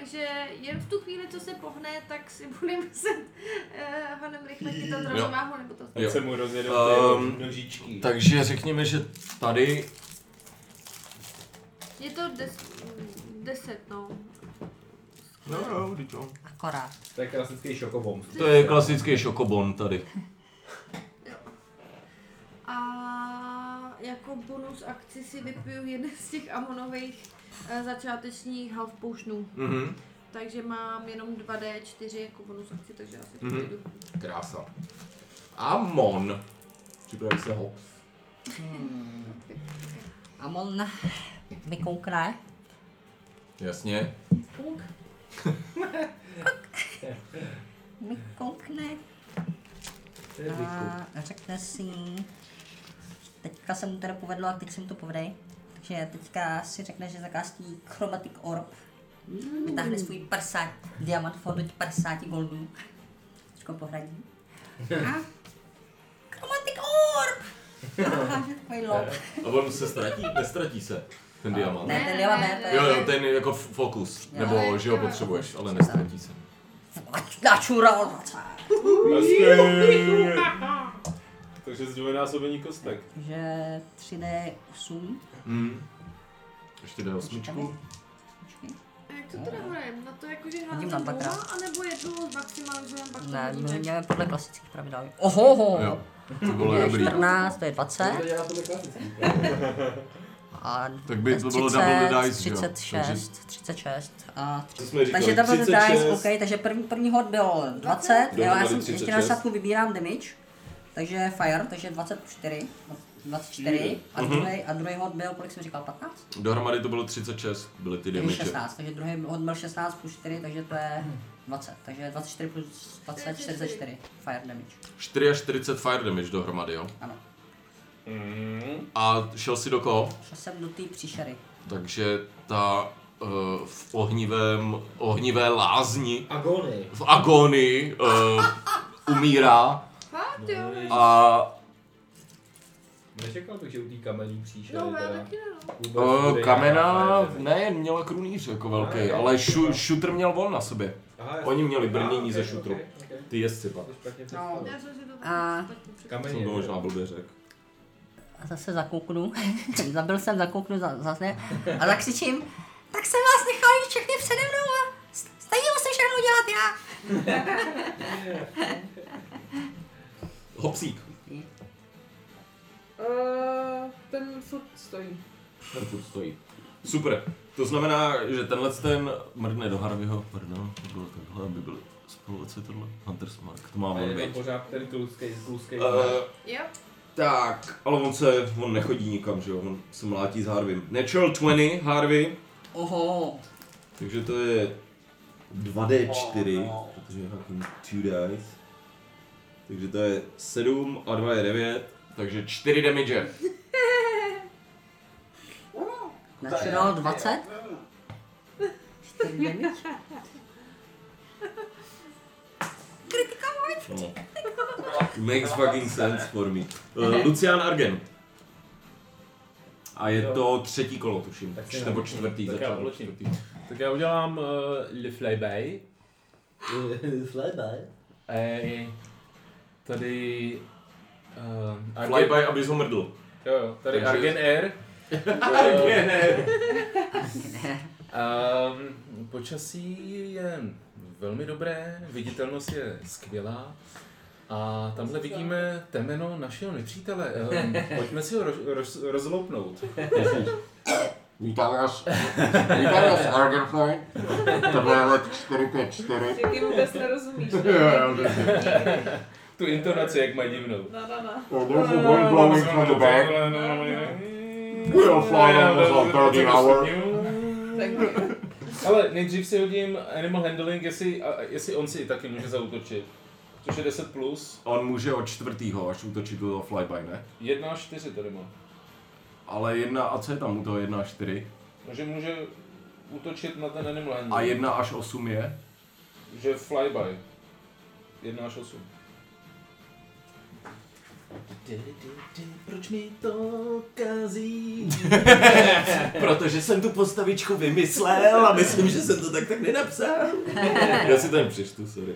Speaker 5: Takže jen v tu chvíli, co se pohne, tak si budu muset uh, honem rychle chytat rovnováhu nebo to.
Speaker 1: Jo.
Speaker 2: se mu rozjedou
Speaker 1: Ehm,
Speaker 2: ty nožičky.
Speaker 1: Takže řekněme, že tady
Speaker 5: Je to 10, no.
Speaker 1: No jo, vždyť jo.
Speaker 6: Akorát.
Speaker 4: To je klasický šokobomb.
Speaker 1: To je klasický šokobon tady.
Speaker 5: A jako bonus akci si vypiju jeden z těch amonových eh, začátečních half potionů.
Speaker 1: Mhm.
Speaker 5: Takže mám jenom 2D4 jako bonus akci, takže asi
Speaker 1: Mhm.
Speaker 5: mm-hmm.
Speaker 1: Krása. Amon. Připraví se ho.
Speaker 6: Amon vykoukne.
Speaker 1: Jasně.
Speaker 6: Vykoukne. A řekne si... Teďka se mu teda povedlo a teď se mu to povedej. takže teďka si řekne, že zakází Chromatic Orb. Vytáhne svůj 50 diamant v hodnotě 50 goldů. Teďko pohradí. A Chromatic Orb! Aha, že takový lob.
Speaker 1: A on se ztratí? Nestratí se ten diamant.
Speaker 6: Ne, ten diamant, ne, to
Speaker 1: Jo,
Speaker 6: je...
Speaker 1: jo, ten je jako f- fokus,
Speaker 6: Jo. jako-
Speaker 1: nebo že ho potřebuješ, ale nestratí se.
Speaker 6: Natural!
Speaker 2: Takže zdvojnásobení kostek.
Speaker 6: Takže 3D8.
Speaker 1: Hmm. Ještě jde osmičku.
Speaker 6: Počkej.
Speaker 5: A jak to teda hrajem? Na to jako, že
Speaker 6: Hodím
Speaker 5: házím
Speaker 6: tam
Speaker 5: dvouma,
Speaker 6: dvakrát.
Speaker 5: anebo jednou maximalizujeme, pak to
Speaker 6: Ne, my
Speaker 5: hodíme?
Speaker 6: měme podle klasických pravidel. Oho,
Speaker 1: Jo,
Speaker 6: ho.
Speaker 1: to bylo dobrý.
Speaker 6: 14, to je 20.
Speaker 2: dělá to klasický.
Speaker 6: A
Speaker 1: Tak by to bylo double dice, že jo?
Speaker 6: 36, 36 a...
Speaker 1: Co jsme říkali?
Speaker 6: Takže double
Speaker 1: 36.
Speaker 6: dice, OK, takže první, první hod byl 20, jo, já
Speaker 1: Dohromady
Speaker 6: jsem
Speaker 1: 36.
Speaker 6: ještě na začátku vybírám damage, takže fire, takže 24, 24 a
Speaker 1: Mhm.
Speaker 6: druhý, a druhý hod byl, kolik jsem říkal, 15?
Speaker 1: Dohromady to bylo 36, byly ty
Speaker 6: Takže
Speaker 1: damage.
Speaker 6: 16, takže druhý hod byl 16 plus 4, takže to je 20, takže 24 plus 20, 44 fire damage,
Speaker 1: 44 fire damage dohromady, jo?
Speaker 6: ano.
Speaker 1: A šel si do koho?
Speaker 6: Šel jsem do té příšery.
Speaker 1: Takže ta eh, v ohnivém, ohnivé lázni,
Speaker 4: Agony.
Speaker 1: v agónii eh, umírá
Speaker 5: Fakt jo?
Speaker 1: a
Speaker 4: Nečekal bych, že u té kamenný příšery
Speaker 5: No, já
Speaker 4: teda
Speaker 5: taky ne. no.
Speaker 4: vůbec
Speaker 1: eh,
Speaker 4: bude
Speaker 1: kamena,
Speaker 4: nějaká fajn.
Speaker 1: ne, měla krunýř jako
Speaker 4: Ne,
Speaker 1: velký,
Speaker 4: ne,
Speaker 1: ale
Speaker 4: ne,
Speaker 1: šu,
Speaker 4: ne.
Speaker 1: šutr měl vol na sobě.
Speaker 4: Aha, já-
Speaker 1: Oni měli
Speaker 4: Ah,
Speaker 1: brnění
Speaker 4: ok,
Speaker 1: ze
Speaker 4: ok,
Speaker 1: šutru.
Speaker 4: ok.
Speaker 1: Ty jezdci pak.
Speaker 4: To špatně
Speaker 6: No.
Speaker 4: představil.
Speaker 5: Já jsem si to taky
Speaker 6: A-
Speaker 5: špatně představila.
Speaker 1: Jsem
Speaker 4: Kamenně.
Speaker 1: to možná blbě řekl.
Speaker 6: A zase zakouknu. Zabil jsem, zakouknu, za, zase a zakřičím. Tak jsem vás nechal jít všechny přede mnou a s- stejně musím všechno udělat já.
Speaker 1: Hopsík.
Speaker 9: Uh, ten furt stojí.
Speaker 1: Ten furt stojí. Super. To znamená, že tenhle ten mrdne do Harveyho, pardon, to bylo takhle, aby byly spoluvaci tohle. Hunter's Mark, to má
Speaker 4: A
Speaker 1: on
Speaker 4: je
Speaker 1: být.
Speaker 4: tam pořád ten kluskej, kluskej.
Speaker 1: Eh,
Speaker 5: Jo,
Speaker 1: tak, ale on se, on nechodí nikam, že jo, on se mlátí s Harveym. Natural 20, Harvey,
Speaker 6: Oho.
Speaker 1: takže to je
Speaker 4: Oh,
Speaker 1: 2D4,
Speaker 4: no.
Speaker 1: protože je fucking 2 dice. Takže to je 7 a 2 je 9, takže 4 damage.
Speaker 6: Natural 20.
Speaker 1: No. Makes fucking sense for me. Uh, Lucian Argen. A je to třetí kolo, tuším.
Speaker 2: Tak si
Speaker 1: Čt-
Speaker 2: nám-
Speaker 1: nebo čtvrtý,
Speaker 2: tak já
Speaker 1: začátku
Speaker 2: odločím.
Speaker 1: čtvrtý.
Speaker 2: Tak já udělám uh, Le Flyby.
Speaker 4: Flyby.
Speaker 2: E, tady... Uh,
Speaker 1: Flyby, abys ho mrdl.
Speaker 2: Jo, jo, tady
Speaker 1: Takže-
Speaker 2: Argen Air. Eh,
Speaker 1: Argen Air.
Speaker 2: Um, počasí je velmi dobré, viditelnost je skvělá. A tamhle vidíme temeno našeho nepřítele. Um, pojďme si ho roz, roz, rozloupnout.
Speaker 1: Vítám vás. Vítám vás, Argenfly. Tohle je let 454.
Speaker 9: Ty mu vůbec nerozumíš. ne?
Speaker 2: Tu intonaci, jak mají divnou.
Speaker 9: Na, na, na.
Speaker 1: There's a wind blowing from the back. We'll fly almost on 13 hour.
Speaker 9: Tak
Speaker 2: Ale nejdřív si hodím Animal Handling, jestli, a, a jestli on si taky může zautočit. Což je 10 plus,
Speaker 1: On může od čtvrtýho, až útočí do toho flyby, ne?
Speaker 2: 1 až 4 tady má.
Speaker 1: Ale jedna, a co je tam u toho 1 až 4?
Speaker 2: Takže může útočit na ten Animal Handling.
Speaker 1: A 1 až 8 je?
Speaker 2: Že flyby. 1 až 8. Proč mi to kazí?
Speaker 1: Protože jsem tu postavičku vymyslel a myslím, že jsem to tak tak nenapsal. Já si tam přečtu, sorry.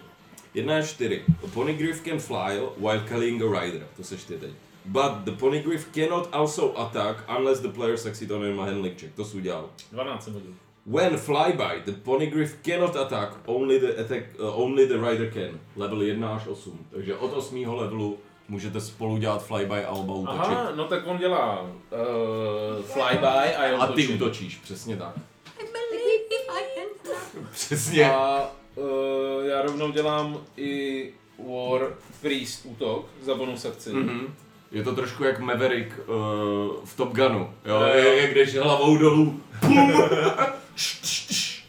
Speaker 1: 1 až 4. A ponygriff can fly while killing a rider. To seš ty teď. But the ponygriff cannot also attack unless the player succeed on a handling check. To jsi udělal.
Speaker 2: 12 jsem hodil.
Speaker 1: When flyby, the ponygriff cannot attack, only the, attack, uh, only the rider can. Level 1 až 8. Takže od 8. levelu můžete spolu dělat flyby a oba útočit.
Speaker 2: Aha, no tak on dělá uh, flyby a já
Speaker 1: A ty
Speaker 2: útočím.
Speaker 1: útočíš, přesně tak. Přesně.
Speaker 2: A uh, já rovnou dělám i War Priest útok za bonus akci.
Speaker 1: Mhm. Je to trošku jak Maverick uh, v Top Gunu, jo?
Speaker 2: Jo, jo.
Speaker 1: Je, je když hlavou dolů, pum! Š, š, š.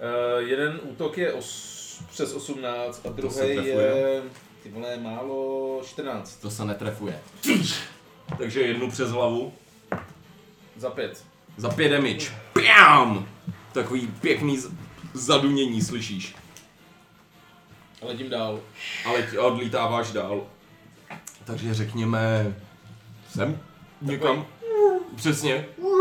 Speaker 2: Eh, jeden útok je os, přes 18 a
Speaker 1: se
Speaker 2: druhý
Speaker 1: trefuje.
Speaker 2: je... Ty vole, málo 14.
Speaker 1: to se netrefuje. Takže jednu přes hlavu
Speaker 2: Za pět.
Speaker 1: Za pět damage. Pjám! Takový pěkný z- zadunění slyšíš.
Speaker 2: A letím dál.
Speaker 1: Ale ti odlítáváš dál. Takže řekněme... Sem? Někam? Přesně.
Speaker 2: A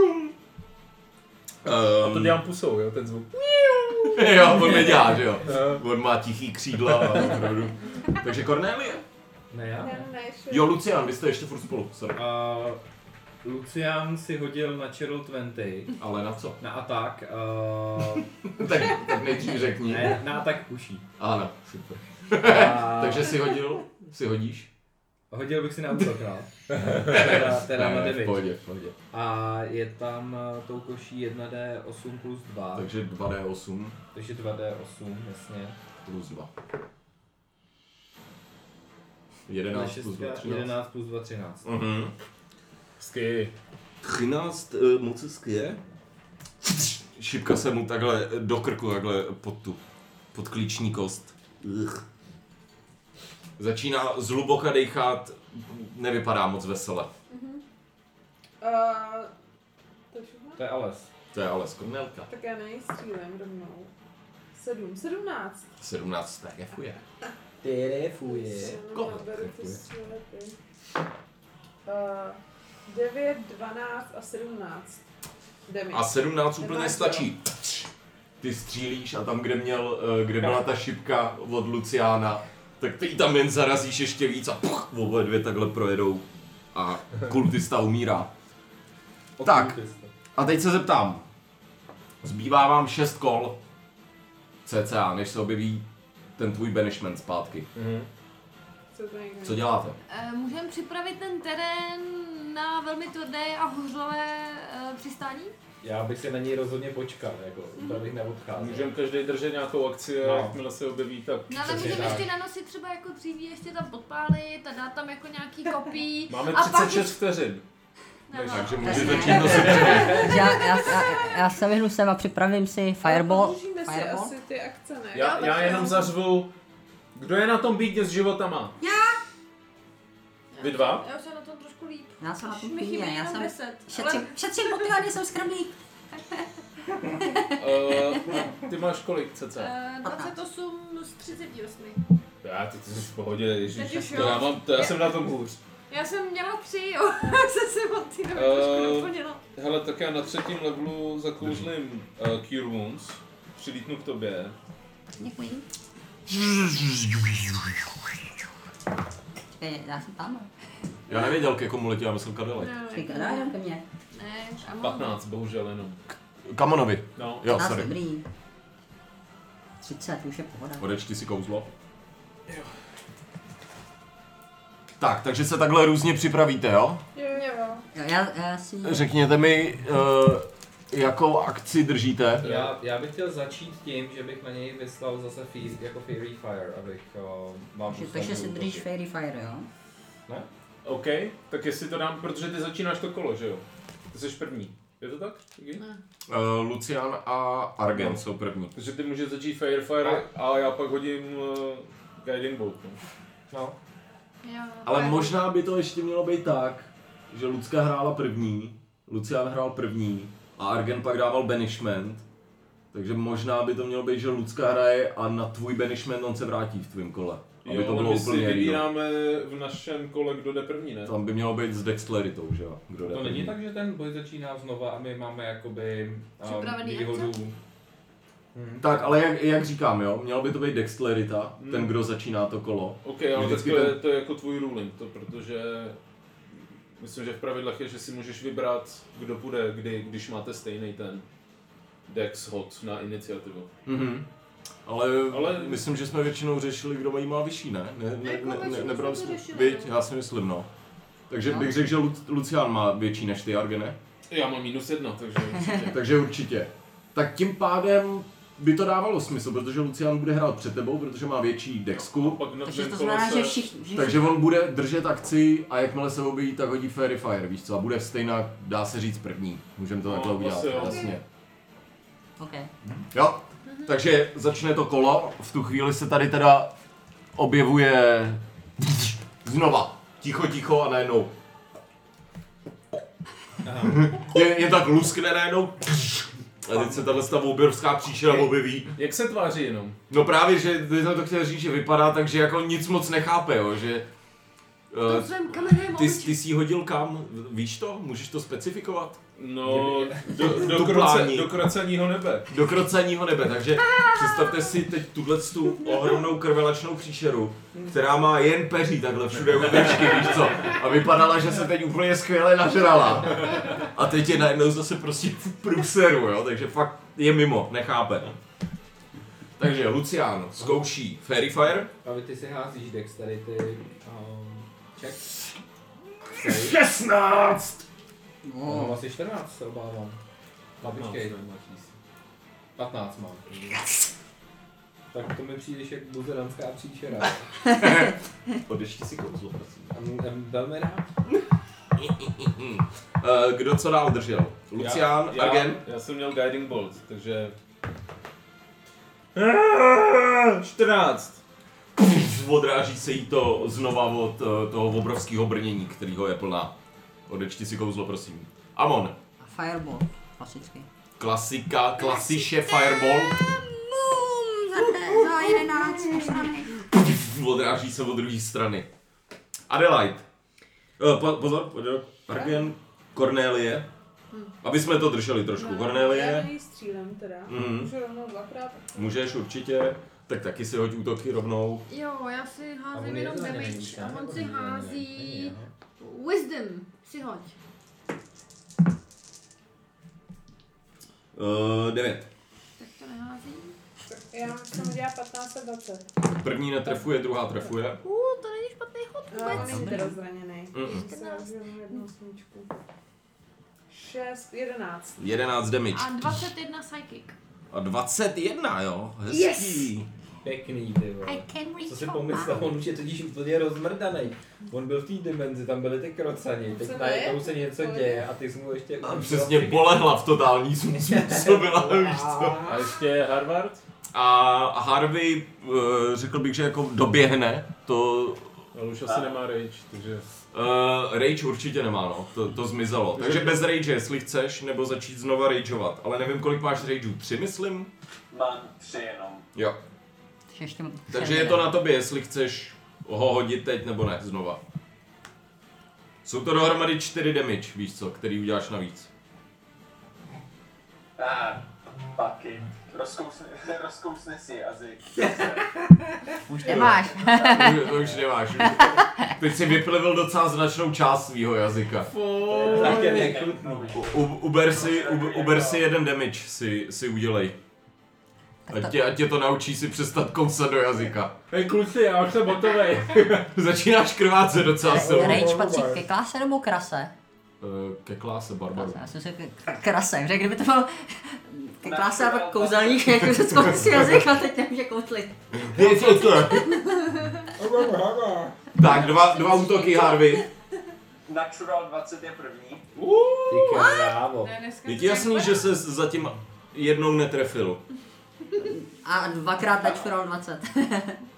Speaker 2: to
Speaker 1: Um,
Speaker 2: dělám pusou, jo, ten zvuk.
Speaker 1: jo, on nedělá, že jo.
Speaker 2: Eh.
Speaker 1: On má tichý křídla a opravdu. Takže Cornelie.
Speaker 4: Ne já?
Speaker 9: Ne, ne, ještě.
Speaker 1: Jo, Lucian, vy jste ještě furt spolu. Sorry.
Speaker 4: A Lucian si hodil na Cheryl 20,
Speaker 1: Ale na co?
Speaker 4: na atak, uh,
Speaker 1: tak, tak nejdřív řekni.
Speaker 4: ne, na atak kuší.
Speaker 1: Ano, super.
Speaker 4: A
Speaker 1: Takže si hodil, si hodíš?
Speaker 4: hodil bych si na útok, no. teda, teda na
Speaker 1: ne, v
Speaker 4: 9.
Speaker 1: pohodě, v pohodě.
Speaker 4: A je tam eh, tou koší 1D8 plus 2,
Speaker 1: Takže 2D8
Speaker 4: takže 2D8, jasně.
Speaker 1: plus 2.
Speaker 4: Na
Speaker 1: 11 plus 2,
Speaker 4: šestka,
Speaker 1: 13.
Speaker 4: 11 plus 2, 13.
Speaker 1: Mhm.
Speaker 2: Sky.
Speaker 1: 13 uh, moc je. Šipka se mu takhle eh, do krku, takhle pod tu, pod klíční kost. Ugh. Začíná zhluboka dejchat, nevypadá moc vesele.
Speaker 9: Uh, to je všechno?
Speaker 4: To je Ales.
Speaker 1: To je ale skornelka.
Speaker 9: Tak já na něj střílem rovnou. Sedm, sedmnáct.
Speaker 1: 17 trefuje.
Speaker 4: Terefuje.
Speaker 1: Koho?
Speaker 9: Koho? Eh, Devět, dvanáct a sedmnáct. Demi.
Speaker 1: A 17 úplně
Speaker 9: Nemáš,
Speaker 1: stačí. Ty střílíš a tam, kde, měl, eh, kde byla ta šipka od Luciána, tak ty tam jen zarazíš ještě víc a puch, oba dvě takhle projedou a kultista umírá. Tak, a teď se zeptám. Zbývá vám 6 kol cca, než se objeví ten tvůj banishment zpátky.
Speaker 9: Co to někde?
Speaker 1: Co děláte?
Speaker 5: Eh, Můžeme připravit ten terén na velmi tvrdé a hořlavé eh, přistání?
Speaker 4: Já bych se na něj rozhodně počkal, jako, to bych neodcházel.
Speaker 2: Můžeme každý držet nějakou akci a
Speaker 4: No.
Speaker 2: jakmile se objeví, tak
Speaker 5: No ale
Speaker 2: Přesně
Speaker 5: můžeme
Speaker 2: tak.
Speaker 5: ještě nanosit třeba jako dříví, ještě tam podpálit a dát tam jako nějaký kopí.
Speaker 2: Máme
Speaker 5: a pak
Speaker 2: 36 vteřin.
Speaker 5: No, no.
Speaker 1: Takže
Speaker 6: Takže
Speaker 1: můžete
Speaker 6: ne.
Speaker 1: čím to se
Speaker 6: já, já, já, já se vyhnu sem a připravím si fireball.
Speaker 9: Použijeme si
Speaker 6: Fireball?
Speaker 9: asi ty akce, ne?
Speaker 2: Já, já jenom zařvu, kdo je na tom bídně s životama? Já. Vy dva?
Speaker 5: Já už jsem na tom trošku líp.
Speaker 6: Já jsem na tom
Speaker 5: Mi chybí
Speaker 6: chvíli, já
Speaker 5: jenom
Speaker 6: jsem...
Speaker 5: 10. Ale
Speaker 6: Šetřím, šetřím potkány, jsem skromný.
Speaker 2: Uh, ty máš kolik cca?
Speaker 5: eh, 28 z 38.
Speaker 2: Já, ty, ty jsi v pohodě, ježíš.
Speaker 5: Ježiš,
Speaker 2: To
Speaker 5: jo.
Speaker 2: já, mám, to já jsem na tom hůř.
Speaker 5: Já jsem měla 3, jo. jsem se od té doby trošku
Speaker 2: Eh.
Speaker 5: doplnila.
Speaker 2: Hele, tak já na třetím levelu zakouzlím uh, Cure Wounds. Přilítnu k tobě.
Speaker 6: Děkuji. Čekaj, já jsem tam.
Speaker 1: Já nevěděl, ke komu letí, já myslel Kadele.
Speaker 5: Ne,
Speaker 6: Čekaj, dá jenom ke mně.
Speaker 5: ne, a mám-
Speaker 2: 15, bohužel jenom.
Speaker 1: Kamonovi.
Speaker 2: No,
Speaker 1: Jo,
Speaker 6: Nás
Speaker 1: sorry.
Speaker 6: dobrý. 30, už je pohoda.
Speaker 1: Odečti si kouzlo. Tak, takže se takhle různě připravíte, jo?
Speaker 9: Jo, jo.
Speaker 6: Jo, já, já si...
Speaker 1: Řekněte mi, uh, jakou akci držíte.
Speaker 4: Já, já bych chtěl začít tím, že bych na něj vyslal zase fí, jako Fairy Fire, abych uh, vám
Speaker 6: Takže,
Speaker 4: usnadnil
Speaker 6: takže si
Speaker 4: útoky.
Speaker 6: držíš Fairy Fire, jo?
Speaker 2: OK, tak jestli to dám, protože ty začínáš to kolo, že jo? Ty jsi první. Je to tak? Iggy?
Speaker 1: Uh, Lucian a Argen jsou první.
Speaker 2: Takže ty můžeš začít Firefire a já pak hodím uh, Guiding Bolt. No.
Speaker 4: No,
Speaker 5: Jo.
Speaker 1: Ale možná by to ještě mělo být tak, že Lucka hrála první, Lucian hrál první a Argen pak dával banishment. Takže možná by to mělo být, že Lucka hraje a na tvůj banishment on se vrátí v tvém kole. Aby
Speaker 2: Jo,
Speaker 1: to
Speaker 2: ale
Speaker 1: bylo
Speaker 2: my si
Speaker 1: úplně jedno.
Speaker 2: vybíráme v našem kole, kdo jde první, ne?
Speaker 1: Tam by mělo být s dexteritou, že jo? Kdo jde
Speaker 4: to není
Speaker 1: první.
Speaker 4: tak, že ten boj začíná znova a my máme jakoby um,
Speaker 5: Připravený
Speaker 4: výhodu.
Speaker 1: Tak, ale jak, jak říkám, jo, měl by to být Dexterita, hmm. ten, kdo začíná to kolo.
Speaker 2: OK, ale tak
Speaker 1: Vždycky
Speaker 2: to je,
Speaker 1: ten-
Speaker 2: to je jako tvůj ruling, to protože myslím, že v pravidlech je, že si můžeš vybrat, kdo půjde kdy, když máte stejný ten Dex hod na iniciativu.
Speaker 1: Mhm. Ale, ale
Speaker 2: Ale-
Speaker 1: myslím, že jsme většinou řešili, kdo mají má vyšší, ne? Ne, ne,
Speaker 5: Jako
Speaker 1: ne, ne
Speaker 5: většinou
Speaker 1: nebral
Speaker 5: jsme to
Speaker 1: jsme,
Speaker 5: řešili,
Speaker 1: viď,
Speaker 5: no.
Speaker 1: já si myslím, no. Takže
Speaker 6: No.
Speaker 1: bych řekl, že Lu, Lucian má větší než ty, Argene.
Speaker 2: Já mám minus jedna, takže určitě.
Speaker 1: Takže určitě. Tak tím pádem by to dávalo smysl, protože Lucian bude hrát před tebou, protože má větší dexku.
Speaker 2: Pak na
Speaker 6: Takže
Speaker 2: tvém
Speaker 6: to
Speaker 2: kole
Speaker 6: znamená,
Speaker 2: se-
Speaker 6: že všichni... Že
Speaker 1: Takže on bude držet akci a jakmile se objeví, tak hodí Fairy Fire, víš co? A bude stejná, dá se říct, první. Můžeme to
Speaker 2: No,
Speaker 1: takhle udělat,
Speaker 2: asi jo.
Speaker 1: jasně.
Speaker 6: OK.
Speaker 1: Jo, takže začne to kolo, v tu chvíli se tady teda objevuje znova, ticho, ticho a najednou. je, je tak luskne najednou. A teď se tahle obrovská příšera objeví.
Speaker 2: Jak se tváří jenom?
Speaker 1: No právě, že teď jsem to chtěl říct, že vypadá tak, že jako nic moc nechápe, jo, že...
Speaker 5: To
Speaker 1: eh,
Speaker 5: jsem kamenem
Speaker 1: Ty, ty jsi ji hodil kam? Víš to? Můžeš to specifikovat?
Speaker 2: No, do,
Speaker 1: Tuplání.
Speaker 2: do, kroce, do kroceního nebe.
Speaker 1: Do kroceního nebe, takže představte si teď tuhle tu ohromnou krvelačnou příšeru, která má jen peří takhle všude u držky, víš co? A vypadala, že se teď úplně skvěle nažrala. A teď je najednou zase prostě v průseru, jo? Takže fakt je mimo, nechápe. Takže Lucián zkouší Fairy Fire.
Speaker 4: Pavi, ty si házíš dexterity. Um, check.
Speaker 1: 16!
Speaker 4: No, mám asi 14 se obávám. Babičkej.
Speaker 2: No,
Speaker 4: 15 mám. Tak to mi přijdeš jak buzeranská příšera.
Speaker 1: Odeště si kouzlo, prosím.
Speaker 4: A m- m- velmi rád.
Speaker 1: Eh, Kdo co dál držel? Lucián,
Speaker 2: já,
Speaker 1: Argen?
Speaker 2: Já jsem měl Guiding Bolt, takže... 14.
Speaker 1: odráží se jí to znova od eh, toho obrovského brnění, kterýho je plná. Odečti si kouzlo, prosím. Amon,
Speaker 6: A Fireball, klasicky.
Speaker 1: klasika, klasiše Fireball,
Speaker 6: Bum, za, te- za 11 strany.
Speaker 1: odráží se od druhé strany. Adelaide. Eh, Po, pozor, pozor, Argen, Cornelie. Aby jsme to drželi trošku.
Speaker 9: Já na
Speaker 1: Cornelie,
Speaker 9: ní střílem teda.
Speaker 1: Mhm.
Speaker 9: Můžu rovnou dvakrát.
Speaker 1: můžeš určitě, tak taky si hoď útoky rovnou.
Speaker 5: Jo, já si házím
Speaker 4: on je
Speaker 5: jenom
Speaker 4: zraněný,
Speaker 5: damage a
Speaker 4: ne?
Speaker 5: on si
Speaker 4: Nebo není zraněný?
Speaker 5: hází
Speaker 4: Není, aha.
Speaker 5: wisdom. Si hoď.
Speaker 1: Uh, 9.
Speaker 5: Tak to nehází.
Speaker 9: Já jsem udělala 15 a 20.
Speaker 1: První netrefuje, druhá trefuje.
Speaker 5: U, to není špatný chod
Speaker 9: No, on
Speaker 5: vůbec.
Speaker 9: není teda zraněný.
Speaker 1: Mm.
Speaker 9: Já jsem jenom jednu smyčku. 6, 11.
Speaker 1: 11 damage.
Speaker 5: A 21 psychic.
Speaker 1: A 21, jo? Hezký. Yes.
Speaker 4: Pěkný, ty vole.
Speaker 6: I can reach
Speaker 4: Co si
Speaker 6: for
Speaker 4: pomyslel,
Speaker 6: mine.
Speaker 4: on už je totiž úplně rozmrdaný. On byl v té dimenzi, tam byly ty krocani,
Speaker 9: Co
Speaker 4: teď
Speaker 9: to
Speaker 4: najednou
Speaker 9: je?
Speaker 4: se něco
Speaker 9: Co to je?
Speaker 4: děje a ty jsi mu ještě...
Speaker 1: A přesně bolehla v totální způsobila, víš co.
Speaker 2: A ještě Harvard?
Speaker 1: A Harvey, eh, řekl bych, že jako doběhne, to
Speaker 2: Ale No, už asi nemá rage, takže...
Speaker 1: Uh, rage určitě nemá, no. To, to zmizelo. Takže bez rage, jestli chceš, nebo začít znova rageovat. Ale nevím, kolik máš rageů. Tři, myslím?
Speaker 7: Mám tři jenom.
Speaker 1: Jo.
Speaker 6: Takže ještě mám-
Speaker 1: Takže je to na tobě, jestli chceš ho hodit teď, nebo ne, znova. Jsou to dohromady čtyři damage, víš co, který uděláš navíc.
Speaker 7: Ah, fuck it. Rozkousne, rozkousne si jazyk.
Speaker 6: Už nemáš.
Speaker 1: To už- To už nemáš. už- Teď si vyplivil docela značnou část svého jazyka.
Speaker 4: Tak je nekrutný.
Speaker 1: U, uber, si, u, uber si jeden damage, si, si udělej. Ať tě, ať tě to naučí si přestat kousat do jazyka.
Speaker 2: Hej kluci, já už jsem hotovej.
Speaker 1: Začínáš krvácet docela
Speaker 6: Ale
Speaker 1: silně.
Speaker 6: Rage patří ke kláse nebo krase?
Speaker 1: Eh, Ke kláse Barbaru.
Speaker 6: Já jsem se k- k- krasem, že kdyby to bylo ke kláse a pak kouzelník, jako se skočil si jazyk a teď nemůže koutlit.
Speaker 1: Tak, dva, dva útoky Harvey.
Speaker 7: Natural 20 je první.
Speaker 4: Ty krávo.
Speaker 9: Ne, dneska
Speaker 1: Je ti jasný, že se zatím jednou netrefil.
Speaker 6: A dvakrát načural 20.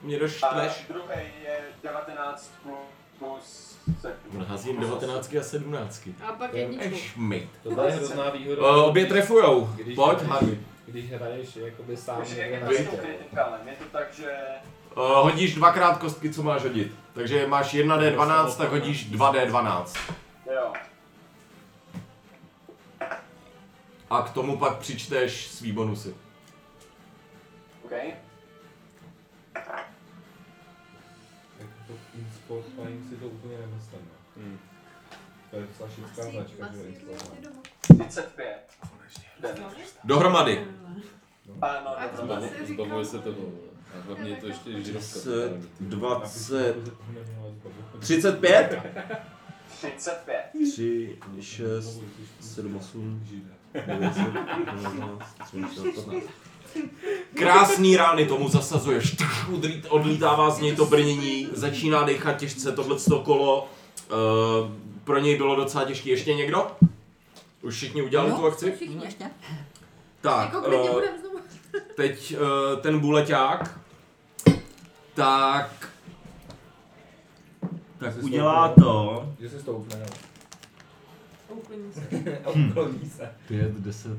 Speaker 1: Mě
Speaker 7: A
Speaker 1: doštveš.
Speaker 7: druhý je 19 plus- plus 7.
Speaker 1: Házím 19 a 17.
Speaker 9: A pak jedničku.
Speaker 1: Šmit.
Speaker 4: To je hrozná výhoda.
Speaker 1: Eh, Obě trefujou.
Speaker 4: Když-
Speaker 1: Pojď, Harvey.
Speaker 4: Když hraješ jakoby sám
Speaker 7: Už
Speaker 4: někde
Speaker 7: je
Speaker 4: na
Speaker 7: to s tím
Speaker 4: světě.
Speaker 7: kritikálem, je to tak, že...
Speaker 1: Uh, hodíš dvakrát kostky, co máš hodit. Takže máš 1D12, tak hodíš 2D12.
Speaker 7: Jo.
Speaker 1: A k tomu pak přičteš svý bonusy.
Speaker 7: OK.
Speaker 4: Jako to e-sport fajn si to úplně nemyslím. no.
Speaker 2: Hmm.
Speaker 4: To je slašická značka, že
Speaker 5: Masíruju
Speaker 4: e-sport.
Speaker 5: ty domů.
Speaker 7: 35. Den.
Speaker 1: Dohromady.
Speaker 7: Ano,
Speaker 5: A to
Speaker 7: dohromady.
Speaker 2: Zbavuje
Speaker 5: se říkalo.
Speaker 2: se toho. vole. A hlavně je to ještě židovka.
Speaker 1: 20,
Speaker 4: Tři.
Speaker 1: 35?
Speaker 7: 35.
Speaker 1: 3, 6, 7, 8, 9, 12, 13, 15. Krásný rány tomu zasazuješ, Tch, udrít- odlítává z něj to brnění, začíná dechat těžce tohleto kolo. Uh, pro něj bylo docela těžké. Ještě někdo? Už všichni udělali
Speaker 6: Jo.
Speaker 1: tu akci?
Speaker 6: Hm, Ještě?
Speaker 1: Tak,
Speaker 5: Jako klidně
Speaker 1: eh,
Speaker 5: budem znovu.
Speaker 1: teď eh, ten buleťák, tak... Tak
Speaker 4: Jsi
Speaker 1: udělá
Speaker 4: stoupil.
Speaker 1: to,
Speaker 4: Že se stoupne, no.
Speaker 9: Ukloní se.
Speaker 4: a ukloní se.
Speaker 11: 5, 10.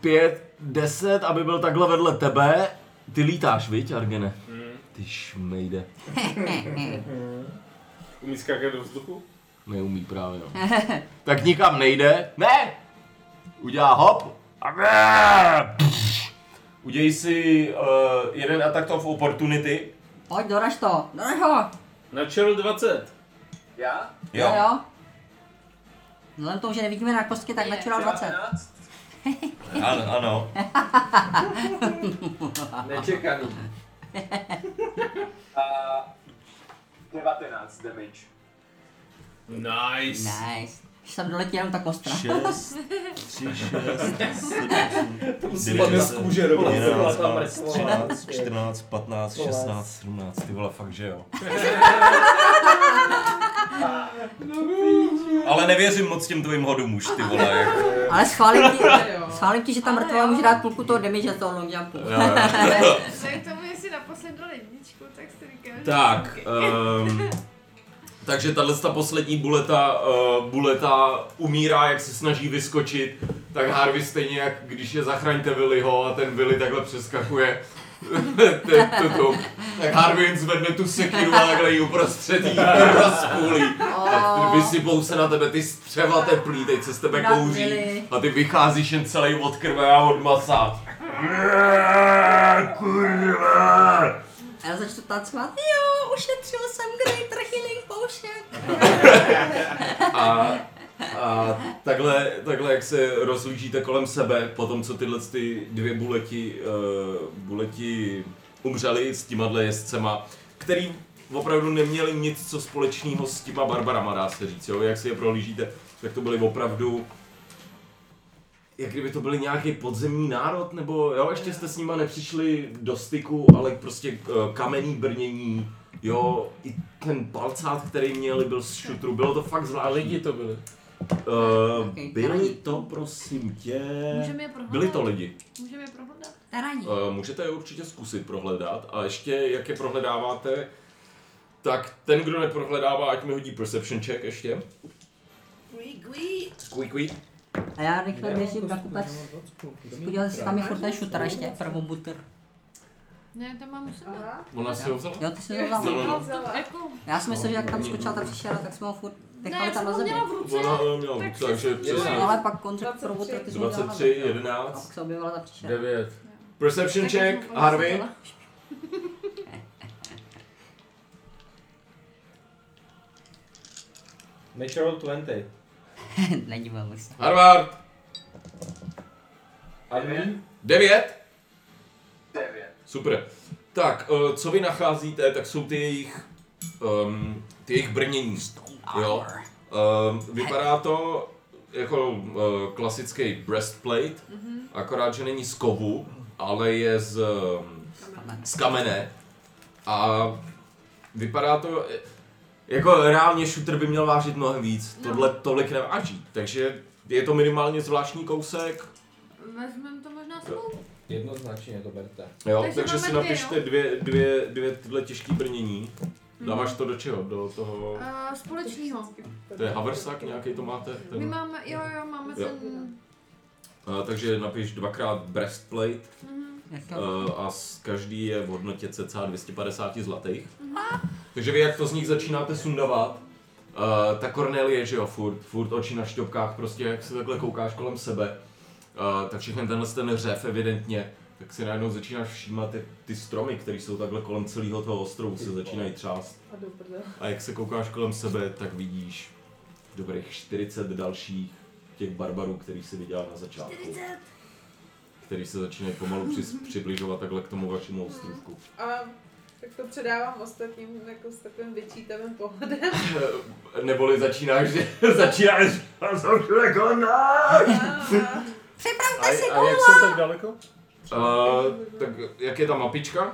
Speaker 11: Pět, deset, aby byl takhle vedle tebe. Ty lítáš, viď, Argene?
Speaker 2: Hmm.
Speaker 11: Ty šmejde.
Speaker 2: Umí skákat do vzduchu?
Speaker 11: Neumí právě, no. Tak nikam nejde. Ne! Udělá hop. A ne!
Speaker 1: Udělej si
Speaker 11: eh,
Speaker 1: uh, jeden attack of opportunity.
Speaker 6: Pojď, doraž to, doraž ho.
Speaker 2: Na čel 20.
Speaker 8: Já?
Speaker 6: Jo, jo. Vzhledem k tomu, že nevidíme na kostky, tak načural 20.
Speaker 8: 19?
Speaker 1: Ano, ano.
Speaker 4: Nečekaný.
Speaker 8: A 19 damage.
Speaker 2: Nice.
Speaker 6: Nice. Když tam doletí jenom ta kostra.
Speaker 11: 6, 3, 6, 7,
Speaker 4: kůže rovnou.
Speaker 11: 11,
Speaker 4: Byla tam
Speaker 11: 12,
Speaker 4: mrtvá.
Speaker 11: 13, 14, 15, 16, 17. Ty vole, fakt, že jo.
Speaker 1: Ale nevěřím moc těm tvým hodům už, ty vole. jako.
Speaker 6: Ale schválím ti,
Speaker 9: Jo.
Speaker 6: schválím ti, že ta mrtvá může dát půlku toho damage z toho long jumpu.
Speaker 5: Tak tomu, jestli naposled dal jedničku, tak si říkám,
Speaker 1: Tak, um, takže tahle ta poslední buleta, uh, buleta umírá, jak se snaží vyskočit, tak Harvey stejně jak když je zachraňte Willyho a ten Willy takhle přeskakuje ten, to, to, tak Harvey jen zvedne tu sekiru a takhle ji uprostřed jí rozpůlí. A Vysypou se na tebe ty střeva teplý, teď se z tebe
Speaker 6: Oh. Na
Speaker 1: kouří
Speaker 6: Willy.
Speaker 1: a ty vycházíš jen celý od krve a od masa. Kurva!
Speaker 6: A já začnu tancovat, jo, ušetřil jsem Greater Healing Potion.
Speaker 1: A, a takhle, takhle, jak se rozlížíte kolem sebe, po tom, co tyhle ty dvě buleti, uh, buleti umřely s těma jezdcema, který opravdu neměli nic co společného s těma barbarama, dá se říct. Jo? Jak si je prohlížíte, tak to byly opravdu jak kdyby to byly nějaký podzemní národ, nebo jo, ještě jste s nima nepřišli do styku, ale prostě eh, kamenný brnění, jo, i ten palcát, který měli, byl z šutru, bylo to fakt
Speaker 2: A
Speaker 1: zvláštní.
Speaker 2: lidi to byly.
Speaker 1: Uh, byli
Speaker 6: Tarani.
Speaker 1: to, prosím tě...
Speaker 5: Můžeme je prohledat?
Speaker 1: Byli to lidi.
Speaker 5: Můžeme je prohledat?
Speaker 6: Taraní.
Speaker 1: Uh, můžete je určitě zkusit prohledat a ještě jak je prohledáváte, tak ten, kdo neprohledává, ať mi hodí perception check ještě.
Speaker 5: Kví, kví.
Speaker 1: Squeaky.
Speaker 6: A já rychle běžím na kupec. Podíval se, tam je furt ten šuter ještě, prvobutr.
Speaker 5: Ne, to mám u sebe.
Speaker 9: Aha.
Speaker 1: Ona si ho vzala?
Speaker 6: Jo, ty jsi to vzal.
Speaker 1: No, no, no.
Speaker 5: To, jako,
Speaker 6: Já si myslím, že jak tam skočila ta příšera, tak jsme ho furt
Speaker 5: ne,
Speaker 6: nechali
Speaker 5: já
Speaker 6: tam
Speaker 5: jsem
Speaker 6: na
Speaker 5: ho
Speaker 6: zemi.
Speaker 5: měla v ruce.
Speaker 1: Ona ho měla,
Speaker 5: tak
Speaker 1: takže
Speaker 5: se
Speaker 1: přesně.
Speaker 5: snižuje.
Speaker 6: Ale pak kontr prvobutr, ty jsi ho vzal.
Speaker 1: 23,
Speaker 6: A
Speaker 1: 11.
Speaker 6: pak se objevila ta příšera.
Speaker 2: 9.
Speaker 1: Perception
Speaker 5: No. Tak jak
Speaker 1: check,
Speaker 5: jsem ho
Speaker 1: Harvey.
Speaker 5: pověděla.
Speaker 4: Natural 20.
Speaker 6: Není velmi se.
Speaker 1: Harvard.
Speaker 4: A my?
Speaker 1: 9.
Speaker 8: 9.
Speaker 1: Super. Tak, eh, co vy nacházíte, tak jsou ty jejich, um, ty jejich brnění. Jo. Um, vypadá to jako uh, klasický breastplate,
Speaker 5: Mhm.
Speaker 1: akorát, že není z kovu, ale je z, ehm, z kamene. A vypadá to, eh, jako reálně shooter by měl vážit mnohem víc,
Speaker 5: No.
Speaker 1: tohle tolik neváží, takže je to minimálně zvláštní kousek.
Speaker 5: Vezmeme to možná sebou.
Speaker 4: Jednoznačně to berte.
Speaker 1: Jo, takže,
Speaker 5: Takže máme
Speaker 1: si
Speaker 5: dvě, no. Mhm.
Speaker 1: napište
Speaker 5: jo?
Speaker 1: dvě, dvě, dvě tyhle těžké brnění. Dáváš to do čeho? Do toho...
Speaker 5: Uh, společného.
Speaker 1: To je haversak nějaký to máte?
Speaker 5: My
Speaker 1: Ten,
Speaker 5: máme, jo, jo, máme
Speaker 1: Jo.
Speaker 5: ten...
Speaker 1: a, takže napiš dvakrát breastplate
Speaker 5: Mhm.
Speaker 1: Eh, a, a z každý je v hodnotě cca 250 zlatých. Takže vy jak to z nich začínáte sundavat, a, ta Cornelie, že jo, furt, furt oči na šťopkách, prostě jak se takhle koukáš kolem sebe, a, tak všechny tenhle ten řev evidentně, tak si najednou začínáš všímat ty, ty stromy, které jsou takhle kolem celého toho ostrovu, se začínají třást.
Speaker 9: A do prdele.
Speaker 1: A jak se koukáš kolem sebe, tak vidíš dobrých 40 dalších těch barbarů, který si viděl na začátku. 40. Který se začínají pomalu při, přibližovat takhle k tomu vašemu ostrůvku.
Speaker 9: A tak to předávám ostatním jako s takovým vyčítavým pohledem.
Speaker 1: Eh, Neboli začínáš, že začínáš, a jsou všude kolem nás!
Speaker 9: A-
Speaker 2: A, a jak jsou tak daleko?
Speaker 1: Uh, tak jak je ta mapička?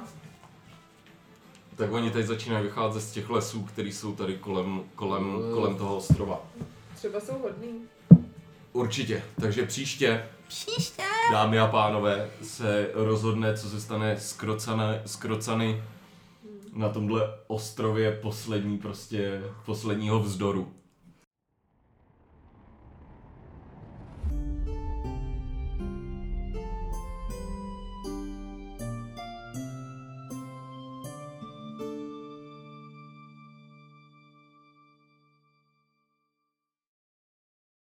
Speaker 1: Tak oni teď začínají vycházet z těch lesů, které jsou tady kolem, kolem, kolem toho ostrova.
Speaker 9: Třeba jsou hodný.
Speaker 1: Určitě, takže příště
Speaker 6: Příště.
Speaker 1: Dámy a pánové, se rozhodne, co se stane s krocany, s krocany na tomhle ostrově poslední prostě, posledního vzdoru.